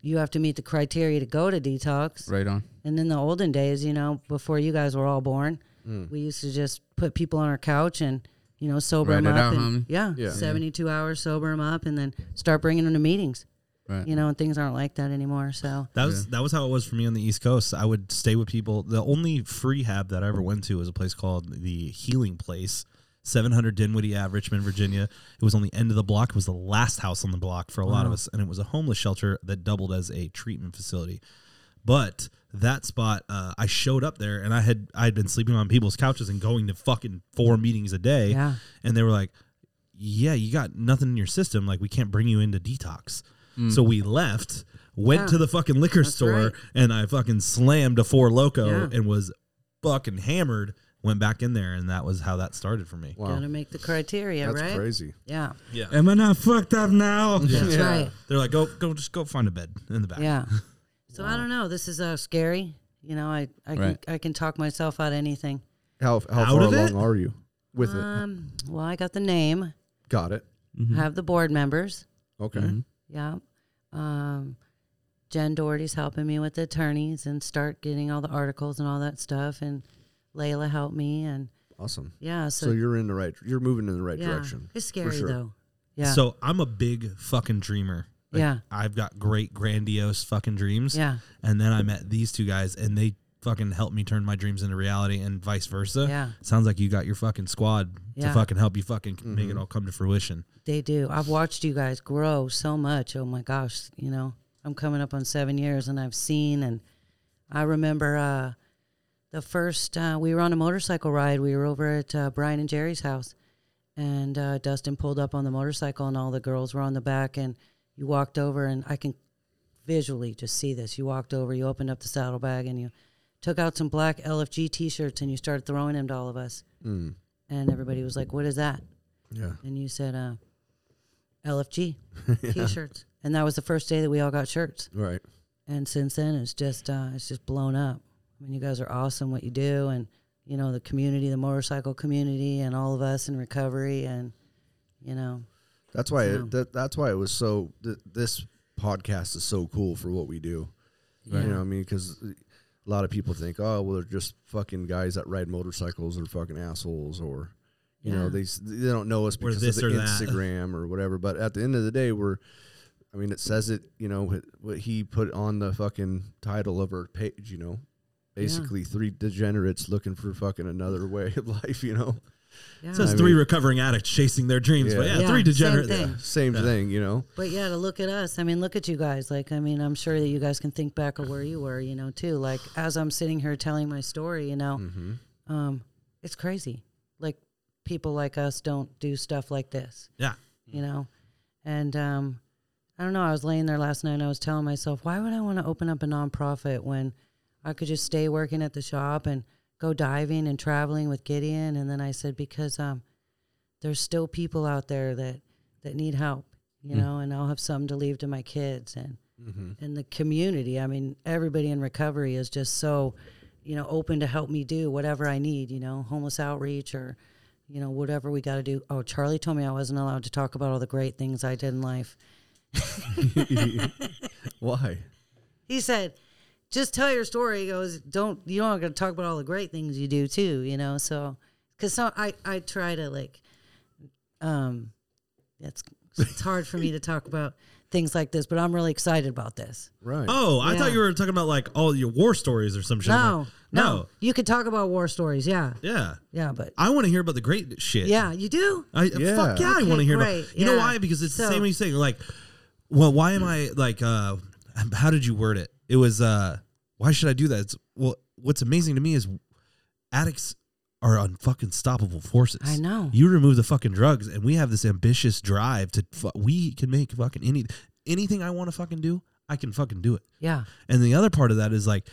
S3: you have to meet the criteria to go to detox.
S4: right on.
S3: And in the olden days, you know, before you guys were all born,
S2: Mm.
S3: we used to just put people on our couch and you know sober
S4: Write
S3: them
S4: it
S3: up.
S4: out,
S3: and,
S4: homie.
S3: yeah,
S2: Yeah.
S3: seventy two hours sober them up, and then start bringing them to meetings.
S4: Right.
S3: You know, and things aren't like that anymore. So
S5: That was that was how it was for me on the East Coast. I would stay with people. The only free hab that I ever went to was a place called the Healing Place, 700 Dinwiddie Ave, Richmond, Virginia. It was on the end of the block. It was the last house on the block for a lot of us, and it was a homeless shelter that doubled as a treatment facility. But that spot, uh, I showed up there, and I had I had been sleeping on people's couches and going to fucking four meetings a day,
S3: yeah,
S5: and they were like, "Yeah, you got nothing in your system. Like, we can't bring you into detox." So we left, went
S3: Yeah.
S5: to the fucking liquor
S3: That's
S5: store,
S3: right.
S5: and I fucking slammed a four loco
S3: Yeah.
S5: and was fucking hammered. Went back in there, and that was how that started for me.
S2: Wow,
S3: gotta make the criteria,
S2: that's
S3: right?
S2: crazy.
S3: Yeah,
S5: Am I not fucked up now?
S3: that's
S2: Yeah.
S3: right.
S5: They're like, "Go, go, just go find a bed in the back."
S3: Yeah. So I don't know. This is uh, scary. You know, I I
S4: Right.
S3: can I can talk myself out of anything.
S2: How how
S5: Out
S2: far
S5: of
S2: along
S5: it?
S2: are you with it?
S3: Um, well, I got the name.
S2: Got it.
S4: Mm-hmm.
S3: I have the board members.
S2: Okay.
S4: Mhm.
S5: mm-hmm.
S3: Yeah. Um, Jen Doherty's helping me with the attorneys and start getting all the articles and all that stuff. And Layla helped me. And
S2: Awesome.
S3: yeah,
S2: So,
S3: so,
S2: you're in the right. You're moving in the right
S3: yeah,
S2: direction.
S3: it's scary
S2: sure.
S3: though. Yeah.
S5: So I'm a big fucking dreamer.
S3: Yeah.
S5: I've got great grandiose fucking dreams.
S3: yeah.
S5: And then I met these two guys, and they fucking helped me turn my dreams into reality, and vice versa.
S3: Yeah.
S5: Sounds like you got your fucking squad to
S3: Yeah.
S5: fucking help you fucking make it all come to fruition.
S3: They do. I've watched you guys grow so much. Oh my gosh, you know, I'm coming up on seven years, and I've seen and I remember uh, the first uh, we were on a motorcycle ride. We were over at uh, Brian and Jerry's house, and uh, Dustin pulled up on the motorcycle, and all the girls were on the back, and you walked over, and I can visually just see this. You walked over, you opened up the saddlebag, and you took out some black LFG T-shirts, and you started throwing them to all of us,
S2: Mm.
S3: and everybody was like, "What is that?"
S2: Yeah.
S3: and you said uh, LFG T-shirts, and that was the first day that we all got shirts.
S2: Right.
S3: And since then, it's just uh, it's just blown up. I mean, you guys are awesome what you do, and you know the community, the motorcycle community, and all of us in recovery, and you know,
S2: That's why.
S3: So-
S2: It, that, that's why it was so. Th- this podcast is so cool for what we do.
S3: yeah,
S2: You know, what I mean, because a lot of people think, oh, well, they're just fucking guys that ride motorcycles or fucking assholes or. You know
S3: Yeah.
S2: they s- they don't know us
S5: Or
S2: because
S5: this
S2: of the
S5: or that.
S2: Instagram or whatever. But at the end of the day, we're, I mean, it says it. You know what- what he put on the fucking title of our page. You know, basically three degenerates looking for fucking another way of life. You know,
S3: yeah.
S5: It says
S2: I
S5: three
S2: mean-
S5: recovering addicts chasing their dreams, but
S2: Yeah.
S5: yeah,
S3: Yeah,
S5: three
S3: same
S5: degenerate.
S3: thing.
S2: same thing. You know,
S3: But yeah, to look at us. I mean, look at you guys. Like, I mean, I'm sure that you guys can think back of where you were, you know, too. Like, as I'm sitting here telling my story, you know,
S5: Mm-hmm.
S3: um, it's crazy. Like, people like us don't do stuff like this.
S5: Yeah.
S3: You know, and um, I don't know. I was laying there last night and I was telling myself, why would I want to open up a nonprofit when I could just stay working at the shop and go diving and traveling with Gideon? And then I said, because um, there's still people out there that that need help, you know, and I'll have something to leave to my kids and and the community. I mean, everybody in recovery is just so, you know, open to help me do whatever I need, you know, homeless outreach or, you know, whatever we got to do. Oh, Charlie told me I wasn't allowed to talk about all the great things I did in life.
S2: why?
S3: He said, just tell your story. He goes, don't, you don't got to talk about all the great things you do too, you know? So, cause so I, I try to like, um, that's, it's hard for me to talk about things like this, but I'm really excited about this.
S2: Right.
S5: Oh, I
S3: Yeah.
S5: thought you were talking about like all your war stories or some shit. I'm
S3: No,
S5: like,
S3: no,
S5: no,
S3: You could talk about war stories. Yeah.
S5: yeah.
S3: Yeah, but
S5: I want to hear about the great shit.
S3: yeah, you do.
S5: I,
S2: Yeah.
S5: Fuck yeah, I
S3: Okay,
S5: want to hear
S3: great,
S5: about. You know
S3: yeah.
S5: why? Because it's the
S3: So-
S5: same as you say. Like, well, why am I like? uh How did you word it? It was. uh Why should I do that? It's well. What's amazing to me is addicts are unfucking stoppable forces.
S3: I know.
S5: You remove the fucking drugs, and we have this ambitious drive to. Fu- we can make fucking any anything I want to fucking do. I can fucking do it.
S3: Yeah.
S5: And the other part of that is like,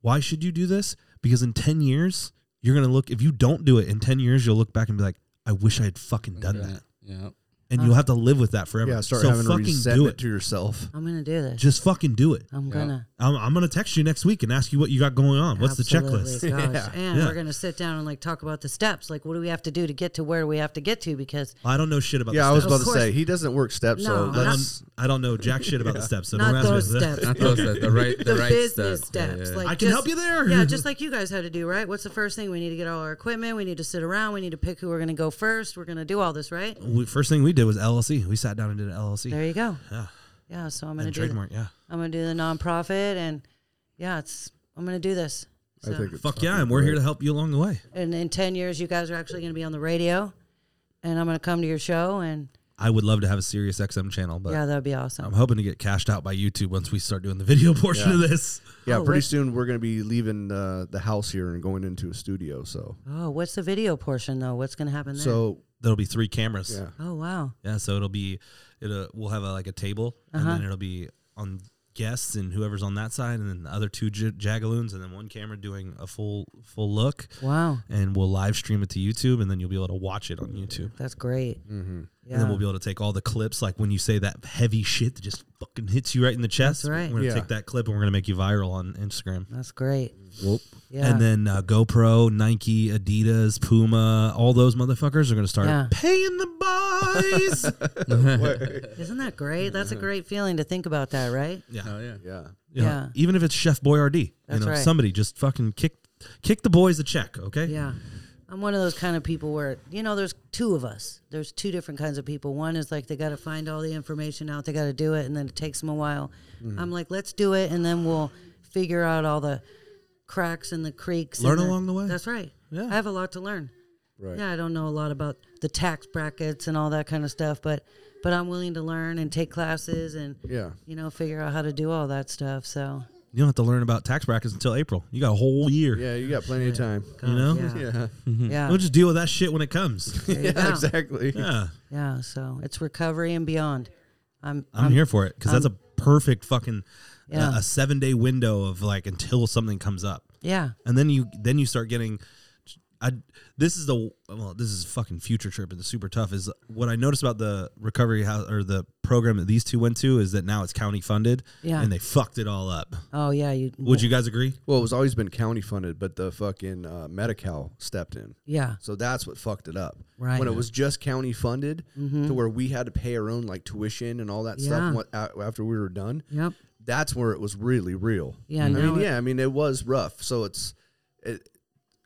S5: why should you do this? Because in ten years, you're gonna look. If you don't do it in ten years, you'll look back and be like, I wish I had fucking done that.
S4: Yeah.
S5: And you'll have to live with that forever.
S2: Yeah, start
S5: so
S2: having to
S5: fucking
S2: resent
S5: do
S2: it
S5: it.
S2: to yourself.
S3: I'm gonna do this.
S5: Just fucking do it.
S3: I'm
S4: Yeah.
S3: gonna.
S5: I'm, I'm gonna text you next week and ask you what you got going on. What's
S3: Absolutely,
S5: the checklist?
S3: gosh.
S2: Yeah.
S3: And
S5: Yeah.
S3: we're gonna sit down and like talk about the steps. Like, what do we have to do to get to where we have to get to? Because
S5: I don't know shit about.
S2: Yeah, I
S5: the
S2: was
S5: steps.
S2: about
S3: Of
S2: to say he doesn't work steps, so
S3: No,
S5: I
S2: let's
S5: don't, I don't know jack shit about the steps. So
S3: not
S5: don't ask
S3: those
S5: me.
S3: steps.
S4: Not those that- the right, the,
S3: the
S4: right
S3: business
S4: stuff.
S3: steps.
S4: Yeah, yeah.
S3: Like
S5: I can
S3: just-
S5: help you there.
S3: yeah, just like you guys had to do, right? What's the first thing? We need to get all our equipment. We need to sit around. We need to pick who we're going to go first. We're going to do all this, right?
S5: we, first thing we did was LLC. We sat down and did an LLC
S3: There you go.
S5: Yeah.
S3: Yeah. So I'm going
S5: and
S3: to do. The,
S5: trademark. Yeah.
S3: I'm going to do the nonprofit, and yeah, it's. I'm going to do this. So,
S2: it's
S5: Fuck
S2: fucking
S5: yeah, and we're here
S2: great.
S5: to help you along the way.
S3: and in ten years, you guys are actually going to be on the radio, and I'm going to come to your show, and
S5: I would love to have a Sirius XM channel, but
S3: yeah, that'd be awesome.
S5: I'm hoping to get cashed out by YouTube once we start doing the video portion
S2: Yeah.
S5: of this.
S2: Yeah,
S3: Oh,
S2: pretty
S3: wait.
S2: soon we're gonna be leaving uh, the house here and going into a studio. So,
S3: Oh, what's the video portion though? What's going to happen there?
S2: so
S5: There'll be three cameras.
S2: yeah,
S3: oh wow,
S5: Yeah, so it'll be it'll we'll have a, like a table,
S3: Uh-huh.
S5: and then it'll be on guests and whoever's on that side, and then the other two j- jagaloons, and then one camera doing a full full look,
S3: wow,
S5: and we'll live stream it to YouTube, and then you'll be able to watch it on YouTube,
S3: that's great.
S2: mm-hmm.
S3: Yeah.
S5: and then we'll be able to take all the clips, like when you say that heavy shit that just fucking hits you right in the chest.
S3: right.
S5: We're gonna
S2: Yeah.
S5: take that clip and we're gonna make you viral on Instagram.
S3: that's great. Yeah.
S5: Mm. And then uh, GoPro, Nike, Adidas, Puma, all those motherfuckers are going to start
S3: Yeah.
S5: paying the boys.
S3: Isn't that great? That's
S5: Mm-hmm.
S3: a great feeling to think about that, right?
S4: Oh, yeah.
S2: yeah,
S5: You know,
S3: Yeah.
S5: Even if it's Chef Boyardee, you
S3: That's
S5: know,
S3: right.
S5: somebody just fucking kick kick the boys a check, okay?
S3: Yeah. I'm one of those kind of people where, you know, there's two of us. There's two different kinds of people. One is like they got to find all the information out, they got to do it, and then it takes them a while.
S5: Mm-hmm.
S3: I'm like, let's do it, and then we'll figure out all the cracks and the creeks. and
S5: Learn along the way.
S3: That's right.
S5: Yeah.
S3: I have a lot to learn.
S2: right.
S3: Yeah, I don't know a lot about the tax brackets and all that kind of stuff, but but I'm willing to learn and take classes and
S2: Yeah.
S3: you know figure out how to do all that stuff. So
S5: You don't have to learn about tax brackets until April. You got a whole year.
S2: Yeah, you got plenty of time.
S5: You know?
S3: yeah, yeah,
S2: Yeah,
S3: yeah.
S5: We'll just deal with that shit when it comes.
S3: There you
S2: yeah,
S3: go.
S2: exactly.
S5: yeah.
S3: Yeah, so it's recovery and beyond. I'm,
S5: I'm, here for it because that's a perfect fucking
S3: Yeah.
S5: uh, a seven day window of like until something comes up.
S3: Yeah,
S5: and then you then you start getting I, this is the well this is fucking future trip and the super tough is what i noticed about the recovery house or the program that these two went to is that now it's county funded
S3: Yeah.
S5: and they fucked it all up
S3: Oh yeah, you.
S5: would you guys agree
S2: Well, it's always been county funded, but the fucking uh, Medi-Cal stepped in,
S3: Yeah,
S2: so that's what fucked it up.
S3: Right. Mm-hmm.
S2: When it was just county funded, to where we had to pay our own like tuition and all that
S3: Yeah.
S2: stuff what- a- after we were done.
S3: yep.
S2: That's where it was really real.
S3: Yeah,
S2: I
S3: now
S2: mean,
S3: it-
S2: yeah, I mean, it was rough. So it's, it,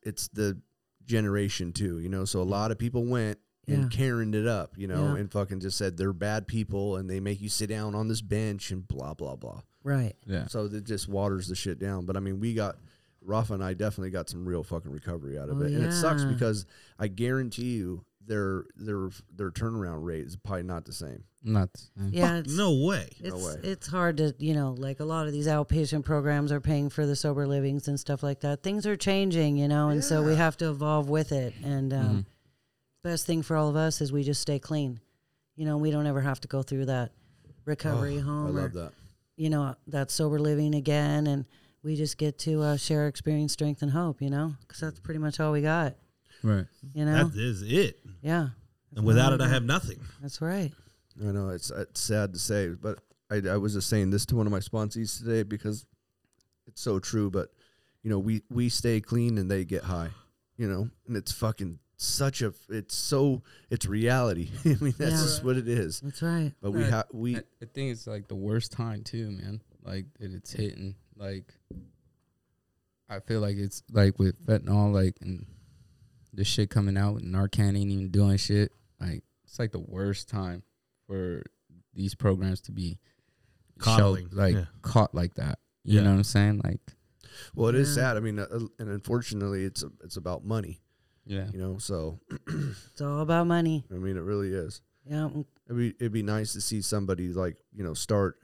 S2: it's the generation too, you know. So a lot of people went
S3: Yeah.
S2: and Karened it up, you know,
S3: Yeah.
S2: and fucking just said they're bad people and they make you sit down on this bench and blah blah blah.
S3: Right.
S4: Yeah.
S2: So it just waters the shit down. But I mean, we got Rafa and I definitely got some real fucking recovery out of
S3: Oh,
S2: it, and it sucks
S3: yeah.
S2: because I guarantee you their their their turnaround rate is probably not the same.
S4: Nuts. Yeah.
S3: Yeah.
S5: Fuck,
S3: It's,
S5: no way
S3: It's
S2: way.
S3: it's hard to you know like a lot of these outpatient programs are paying for the sober livings and stuff like that. Things are changing, you know, and so we have to evolve with it. And um,
S5: Mm-hmm.
S3: best thing for all of us is we just stay clean. You know, we don't ever have to go through that
S5: Oh,
S3: recovery
S2: I
S3: home or
S2: love that.
S3: you know that sober living again and we just get to uh, share experience strength and hope you know because that's pretty much all we got
S4: Right.
S3: you know
S5: that is it
S3: yeah
S5: and without it i have nothing
S3: that's right
S2: I know it's, it's sad to say, but I, I was just saying this to one of my sponsees today because it's so true. But you know, we we stay clean and they get high, you know, and it's fucking such a it's so it's reality. I mean, that's
S3: Yeah.
S2: just what it is.
S3: that's right
S2: But we
S4: Right.
S2: have we
S4: I, I think it's like the worst time too, man. Like that it's hitting. Like I feel like it's like with fentanyl, like and this shit coming out, and Narcan ain't even doing shit. Like it's like the worst time for these programs to be
S5: Coddling,
S4: showed, like
S5: yeah.
S4: caught like that. You
S5: Yeah.
S4: know what I'm saying? Like
S2: Well, it is
S3: Yeah.
S2: sad. I mean, uh, uh, and unfortunately, it's it's about money,
S4: yeah,
S2: you know. So
S3: it's all about money
S2: I mean, it really is.
S3: yeah mm,
S2: It'd be, it'd be nice to see somebody like you know start,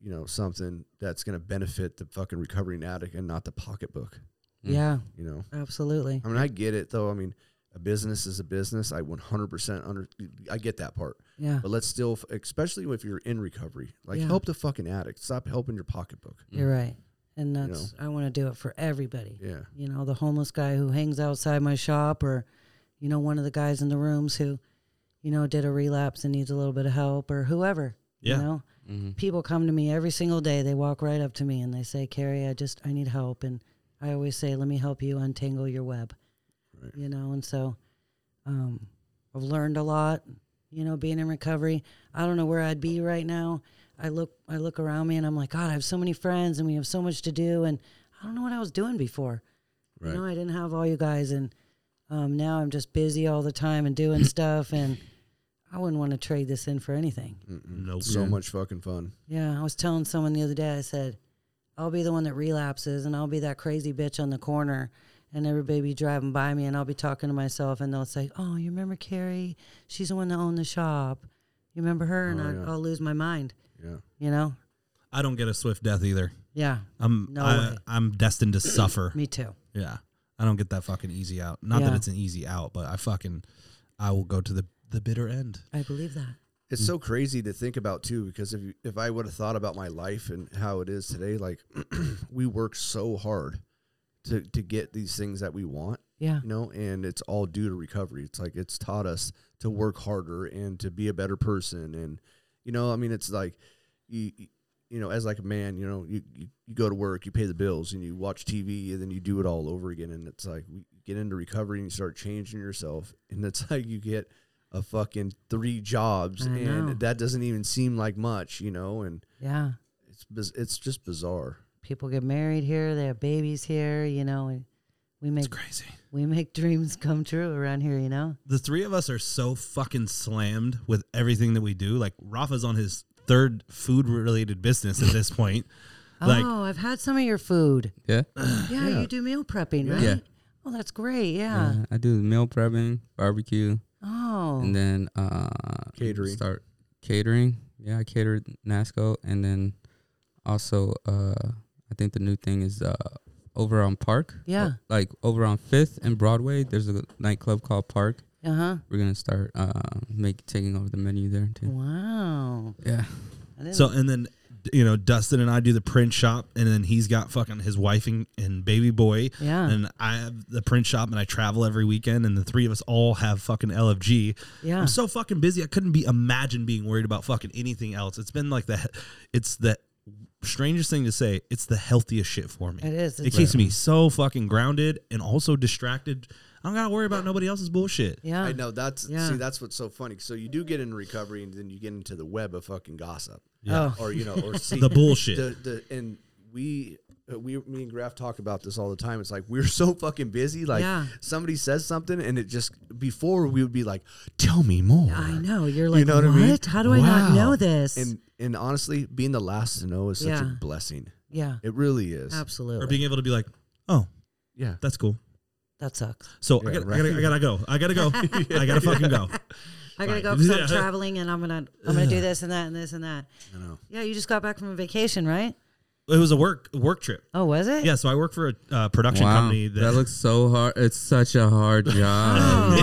S2: you know, something that's going to benefit the fucking recovering addict and not the pocketbook.
S4: Mm.
S3: Yeah,
S2: You know,
S3: absolutely.
S2: I mean, I get it though. I mean, a business is a business. I 100% under. I get that part.
S3: Yeah,
S2: But let's still, especially if you're in recovery, like
S3: Yeah.
S2: help the fucking addict. Stop helping your pocketbook.
S3: you're right. And
S2: You
S3: that's I want to do it for everybody.
S2: Yeah.
S3: You know, the homeless guy who hangs outside my shop, or you know, one of the guys in the rooms who, you know, did a relapse and needs a little bit of help, or whoever.
S5: Yeah.
S3: You know,
S4: Mhm.
S2: Mm-hmm.
S3: people come to me every single day. They walk right up to me and they say, "Carrie, I just I need help." And I always say, "Let me help you untangle your web."
S2: Right.
S3: You know, and so um, I've learned a lot. You know, being in recovery, I don't know where I'd be right now. I look I look around me and I'm like, God, I have so many friends and we have so much to do, and I don't know what I was doing before.
S2: Right.
S3: You know, I didn't have all you guys, and um, now I'm just busy all the time and doing stuff, and I wouldn't want to trade this in for anything.
S2: Mm-mm.
S5: Nope.
S2: So
S5: Yeah.
S2: much fucking fun.
S3: Yeah, I was telling someone the other day, I said, I'll be the one that relapses and I'll be that crazy bitch on the corner and everybody be driving by me and I'll be talking to myself and they'll say, Oh, you remember Carrie? She's the one that owned the shop. You remember her? And
S2: Oh,
S3: I,
S2: yeah.
S3: I'll lose my mind,
S2: Yeah.
S3: you know?
S5: I don't get a swift death either.
S3: Yeah,
S5: I'm
S3: No
S5: I,
S3: way.
S5: I'm destined to suffer.
S3: me too.
S5: Yeah. I don't get that fucking easy out. Not that
S3: Yeah.
S5: it's an easy out, but I fucking I will go to the the bitter end.
S3: I believe that.
S2: It's so crazy to think about too, because if you- if I would have thought about my life and how it is today, like we work so hard to to get these things that we want,
S3: Yeah,
S2: you know, and it's all due to recovery. It's like it's taught us to work harder and to be a better person, and you know, I mean, it's like you you- you know, as like a man, you know, you you, you go to work, you pay the bills, and you watch TV, and then you do it all over again, and it's like we get into recovery and you start changing yourself, and it's like you get a fucking three jobs,
S3: I
S2: and
S3: know.
S2: that doesn't even seem like much, you know, and
S3: yeah.
S2: it's biz- it's just bizarre.
S3: People get married here, they have babies here, you know? And we
S5: It's
S3: make
S5: crazy.
S3: we make dreams come true around here, you know?
S5: The three of us are so fucking slammed with everything that we do. Like Rafa's on his third food related business at this point. Like-
S3: oh, I've had some of your food.
S4: Yeah.
S3: Yeah, you do meal prepping, right?
S4: Yeah.
S3: Oh, that's great. Yeah.
S4: Uh, I do meal prepping, barbecue,
S3: Oh.
S4: and then uh,
S2: Catering.
S4: Start catering. Yeah, I catered NASCO, and then also uh, I think the new thing is uh, over on Park. Oh,
S3: Yeah.
S4: like over on Fifth and Broadway, there's a nightclub called Park.
S3: uh huh.
S4: We're gonna start uh, make taking over the menu there
S3: Mm.
S4: too.
S3: Wow.
S4: Yeah.
S3: I didn't-
S5: So and then you know Dustin and I do the print shop, and then he's got fucking his wife and, and baby boy,
S3: Yeah.
S5: and I have the print shop, and I travel every weekend, and the three of us all have fucking LFG.
S3: yeah.
S5: I'm so fucking busy. I couldn't be imagine being worried about fucking anything else. It's been like the, it's the strangest thing to say. It's the healthiest shit for me.
S3: it is.
S5: It
S3: It's-
S5: keeps me so fucking grounded and also distracted. I don't gotta worry about nobody else's bullshit.
S3: Yeah.
S2: I know that's
S3: Yeah.
S2: see that's what's so funny. So you do get in recovery, and then you get into the web of fucking gossip,
S3: Yeah.
S2: or you know, or see
S5: The bullshit.
S2: The, the, and we. uh, We, me and Graf talk about this all the time. It's like we're so fucking busy. Like
S3: Yeah.
S2: somebody says something, and it just before we would be like, "Tell me more."
S3: I know. You're like,
S2: know
S3: what?
S2: what I mean?
S3: How do I not know
S2: Wow.
S3: this?
S2: And and honestly, being the last to know is such
S3: Yeah.
S2: a blessing.
S3: yeah.
S2: It really is.
S3: Absolutely.
S5: Or being able to be like, oh,
S2: Yeah.
S5: that's cool.
S3: that sucks.
S5: So I,
S2: Yeah,
S5: gotta,
S2: right.
S5: I, gotta, I gotta go. I gotta go. I gotta fucking go.
S3: I gotta
S5: Right.
S3: go because
S5: Yeah.
S3: I'm traveling and I'm gonna I'm gonna do this and that and this and that.
S2: I know.
S3: Yeah, you just got back from a vacation, right?
S5: It was a work work trip.
S3: Oh, was it?
S5: Yeah, so I work for a uh, production
S4: wow,
S5: company
S4: that,
S5: that,
S4: looks so hard. It's such a hard job.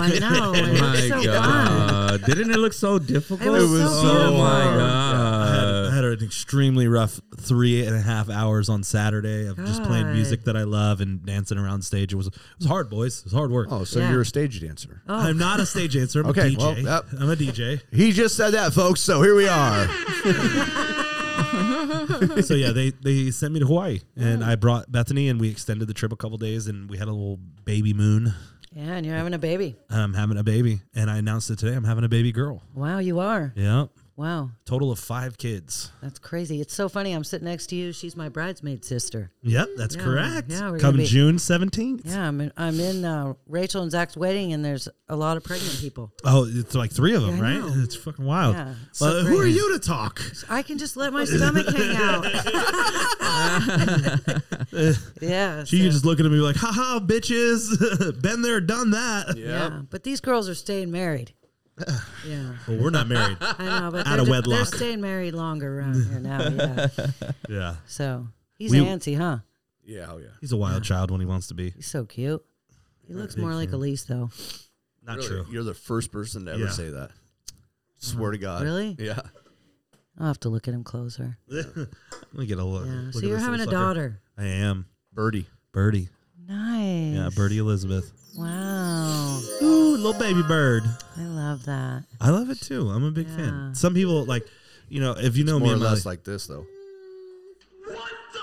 S3: Oh, I know.
S4: Oh
S3: It
S4: my
S3: was so fun.
S4: god! Didn't it look so difficult?
S3: It was It was so so
S4: oh
S3: beautiful.
S4: my
S3: hard.
S5: I had, I
S4: god!
S5: had an extremely rough three and a half hours on Saturday of just playing
S3: God.
S5: music that I love and dancing around stage. It was it was hard, boys. It was hard work.
S2: Oh, so
S3: Yeah.
S2: you're a stage dancer.
S5: I'm not a stage dancer. I'm a
S2: Okay,
S5: DJ.
S2: well, that-
S5: I'm a DJ.
S2: He just said that, folks. So here we are.
S5: so yeah, they they sent me to Hawaii, and I brought Bethany, and we extended the trip a couple days, and we had a little baby moon.
S3: Yeah, and you're having a baby.
S5: I'm having a baby, and I announced it today. I'm having a baby girl.
S3: Wow, you are.
S5: Yeah,
S3: Wow,
S5: total of five kids.
S3: that's crazy. It's so funny. I'm sitting next to you. She's my bridesmaid sister.
S5: Yep, that's
S3: Yeah,
S5: correct.
S3: yeah, we're gonna
S5: Come
S3: be-
S5: June seventeenth.
S3: Yeah, I'm in, I'm in uh, Rachel and Zach's wedding, and there's a lot of pregnant people.
S5: Oh, it's like three of them,
S3: Yeah, I
S5: right?
S3: know.
S5: It's fucking wild.
S3: Yeah, it's
S5: Well,
S3: so
S5: who are
S3: crazy.
S5: you to talk?
S3: I can just let my stomach hang out. yeah.
S5: She
S3: so-
S5: just looking at me like, haha, bitches. Been there, done that.
S3: yeah, but these girls are staying married. Yeah,
S5: Well, we're not married.
S3: I know, but
S5: Out
S3: they're,
S5: of
S3: ju-
S5: wedlock.
S3: they're staying married longer around here now. Yeah.
S5: yeah.
S3: So he's
S5: We-
S3: antsy, huh?
S2: Yeah, oh yeah.
S5: He's a wild child when he wants to be.
S3: He's so cute. He looks
S5: big
S3: more like
S5: fan.
S3: Elise though.
S5: Not
S2: Really,
S5: true.
S2: You're the first person to ever
S5: Yeah.
S2: say that. Swear to God.
S3: Really?
S2: Yeah.
S3: I'll have to look at him closer.
S5: Let me get a look.
S3: Yeah.
S5: look
S3: so
S5: at
S3: you're
S5: this
S3: having a
S5: little sucker.
S3: daughter.
S5: I am
S2: Birdie.
S5: Birdie.
S3: Nice.
S5: Yeah, Birdie Elizabeth.
S3: Wow.
S5: Ooh, little baby bird.
S3: I love that.
S5: I love it too. I'm a big
S3: Yeah.
S5: fan. Some people like, you know, if you know me,
S2: More or
S5: and Molly-
S2: less like this though.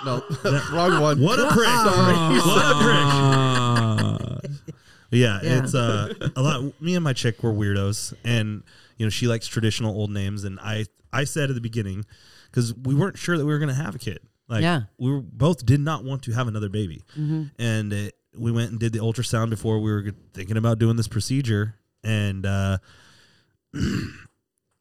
S2: No, wrong one.
S5: what a prick. What a prick.
S4: Ah.
S5: Yeah,
S3: Yeah.
S5: it's uh, a lot. Me and my chick were weirdos, and you know she likes traditional old names, and I I said at the beginning because we weren't sure that we were gonna have a kid. Like,
S3: Yeah.
S5: we were, both did not want to have another baby, and it, we went and did the ultrasound before we were g- thinking about doing this procedure, and uh,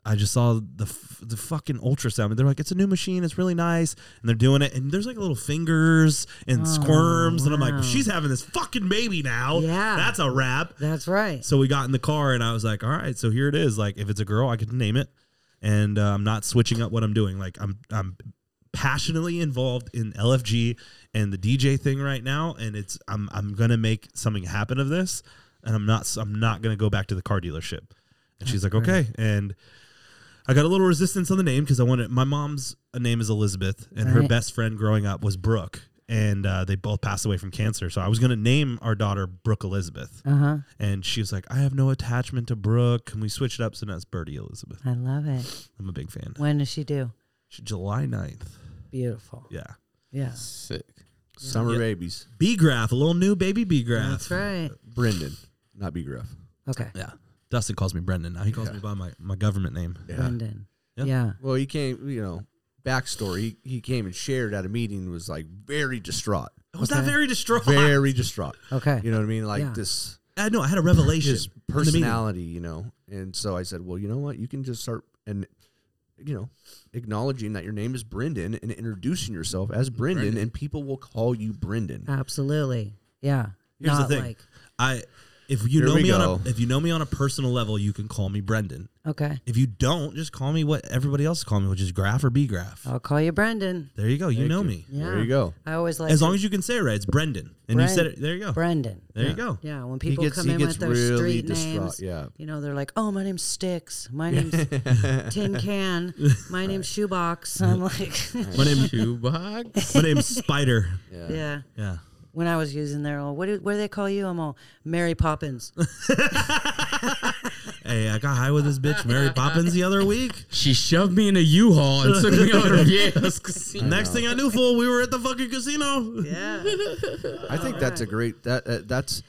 S5: I just saw the f- the fucking ultrasound. And they're like, it's a new machine. It's really nice. And they're doing it. And there's like little fingers and
S3: Oh,
S5: squirms. And I'm like,
S3: wow.
S5: well, she's having this fucking baby now.
S3: Yeah.
S5: That's a wrap.
S3: That's right.
S5: So we got in the car and I was like, all right, so here it is. Like, if it's a girl, I could name it. And uh, I'm not switching up what I'm doing. Like, I'm, I'm passionately involved in LFG and the DJ thing right now. And it's, I'm, I'm going to make something happen of this. And I'm not, I'm not going to go back to the car dealership. And she's like, okay. And I got a little resistance on the name because I wanted my mom's name is Elizabeth, and her
S3: Right.
S5: best friend growing up was Brooke, and uh, they both passed away from cancer. So I was going to name our daughter Brooke Elizabeth,
S3: Uh huh.
S5: and she was like, "I have no attachment to Brooke. Can we switch it up?" So now it's Birdie Elizabeth.
S3: I love it.
S5: I'm a big fan.
S3: When does she do?
S5: She- July 9th.
S3: Beautiful.
S5: Yeah.
S3: Yeah.
S4: Sick.
S2: Summer babies.
S5: B graph, a little new baby B graph.
S3: That's right.
S2: Brendan, not B Griff.
S3: Okay.
S5: Yeah. Dustin calls me Brendan now. He calls
S2: Yeah.
S5: me by my, my government name.
S3: Brendan.
S5: Yeah.
S3: Yeah.
S2: Well, he came, you know, backstory. He, he came and shared at a meeting and was like very distraught.
S5: I was that
S3: Okay.
S5: very distraught.
S2: Very distraught.
S3: Okay.
S2: You know what I mean? Like
S3: Yeah.
S2: this
S5: I know. I had a revelation.
S2: his
S5: in the meeting.
S2: personality, you know. And so I said, Well, you know what? You can just start and you know, acknowledging that your name is Brendan and introducing yourself as Brendan, and people will call you Brendan.
S3: Absolutely. Yeah.
S5: Here's the
S3: Not
S5: thing.
S3: like
S5: I if you
S2: Here
S5: know
S2: we
S5: me
S2: go.
S5: on a if you know me on a personal level, you can call me Brendan.
S3: okay.
S5: If you don't, just call me what everybody else call me, which is Graph or B Graph.
S3: I'll call you Brendan.
S5: There you go. You
S2: Oh. Thank
S5: know
S2: you.
S5: me.
S3: Yeah.
S2: There you go.
S3: I always like
S5: As long as you can say it right, it's Brendan, and you said
S3: Bren-
S5: it. There you go.
S3: Brendan.
S5: There you go.
S3: Yeah, when
S2: He
S3: people
S2: gets-
S3: come
S2: he
S3: in
S2: gets
S3: with their
S2: really
S3: street
S2: distraught,
S3: names,
S2: yeah.
S3: you know, they're like, "Oh, my name's Sticks. My name's Tin Can. My name's Shoebox." I'm like,
S5: My name,
S4: Shoebox.
S5: my name's Spider.
S3: yeah.
S5: Yeah.
S3: When I was using their, all, what do, what do they call you? I'm all Mary Poppins.
S5: Hey, I got high with this bitch Mary Poppins the other week.
S4: She shoved me in a U-Haul and took me over to Viejo's casino.
S5: Next thing I knew, fool, we were at the fucking casino.
S3: Yeah,
S2: I think that's a great that uh, that's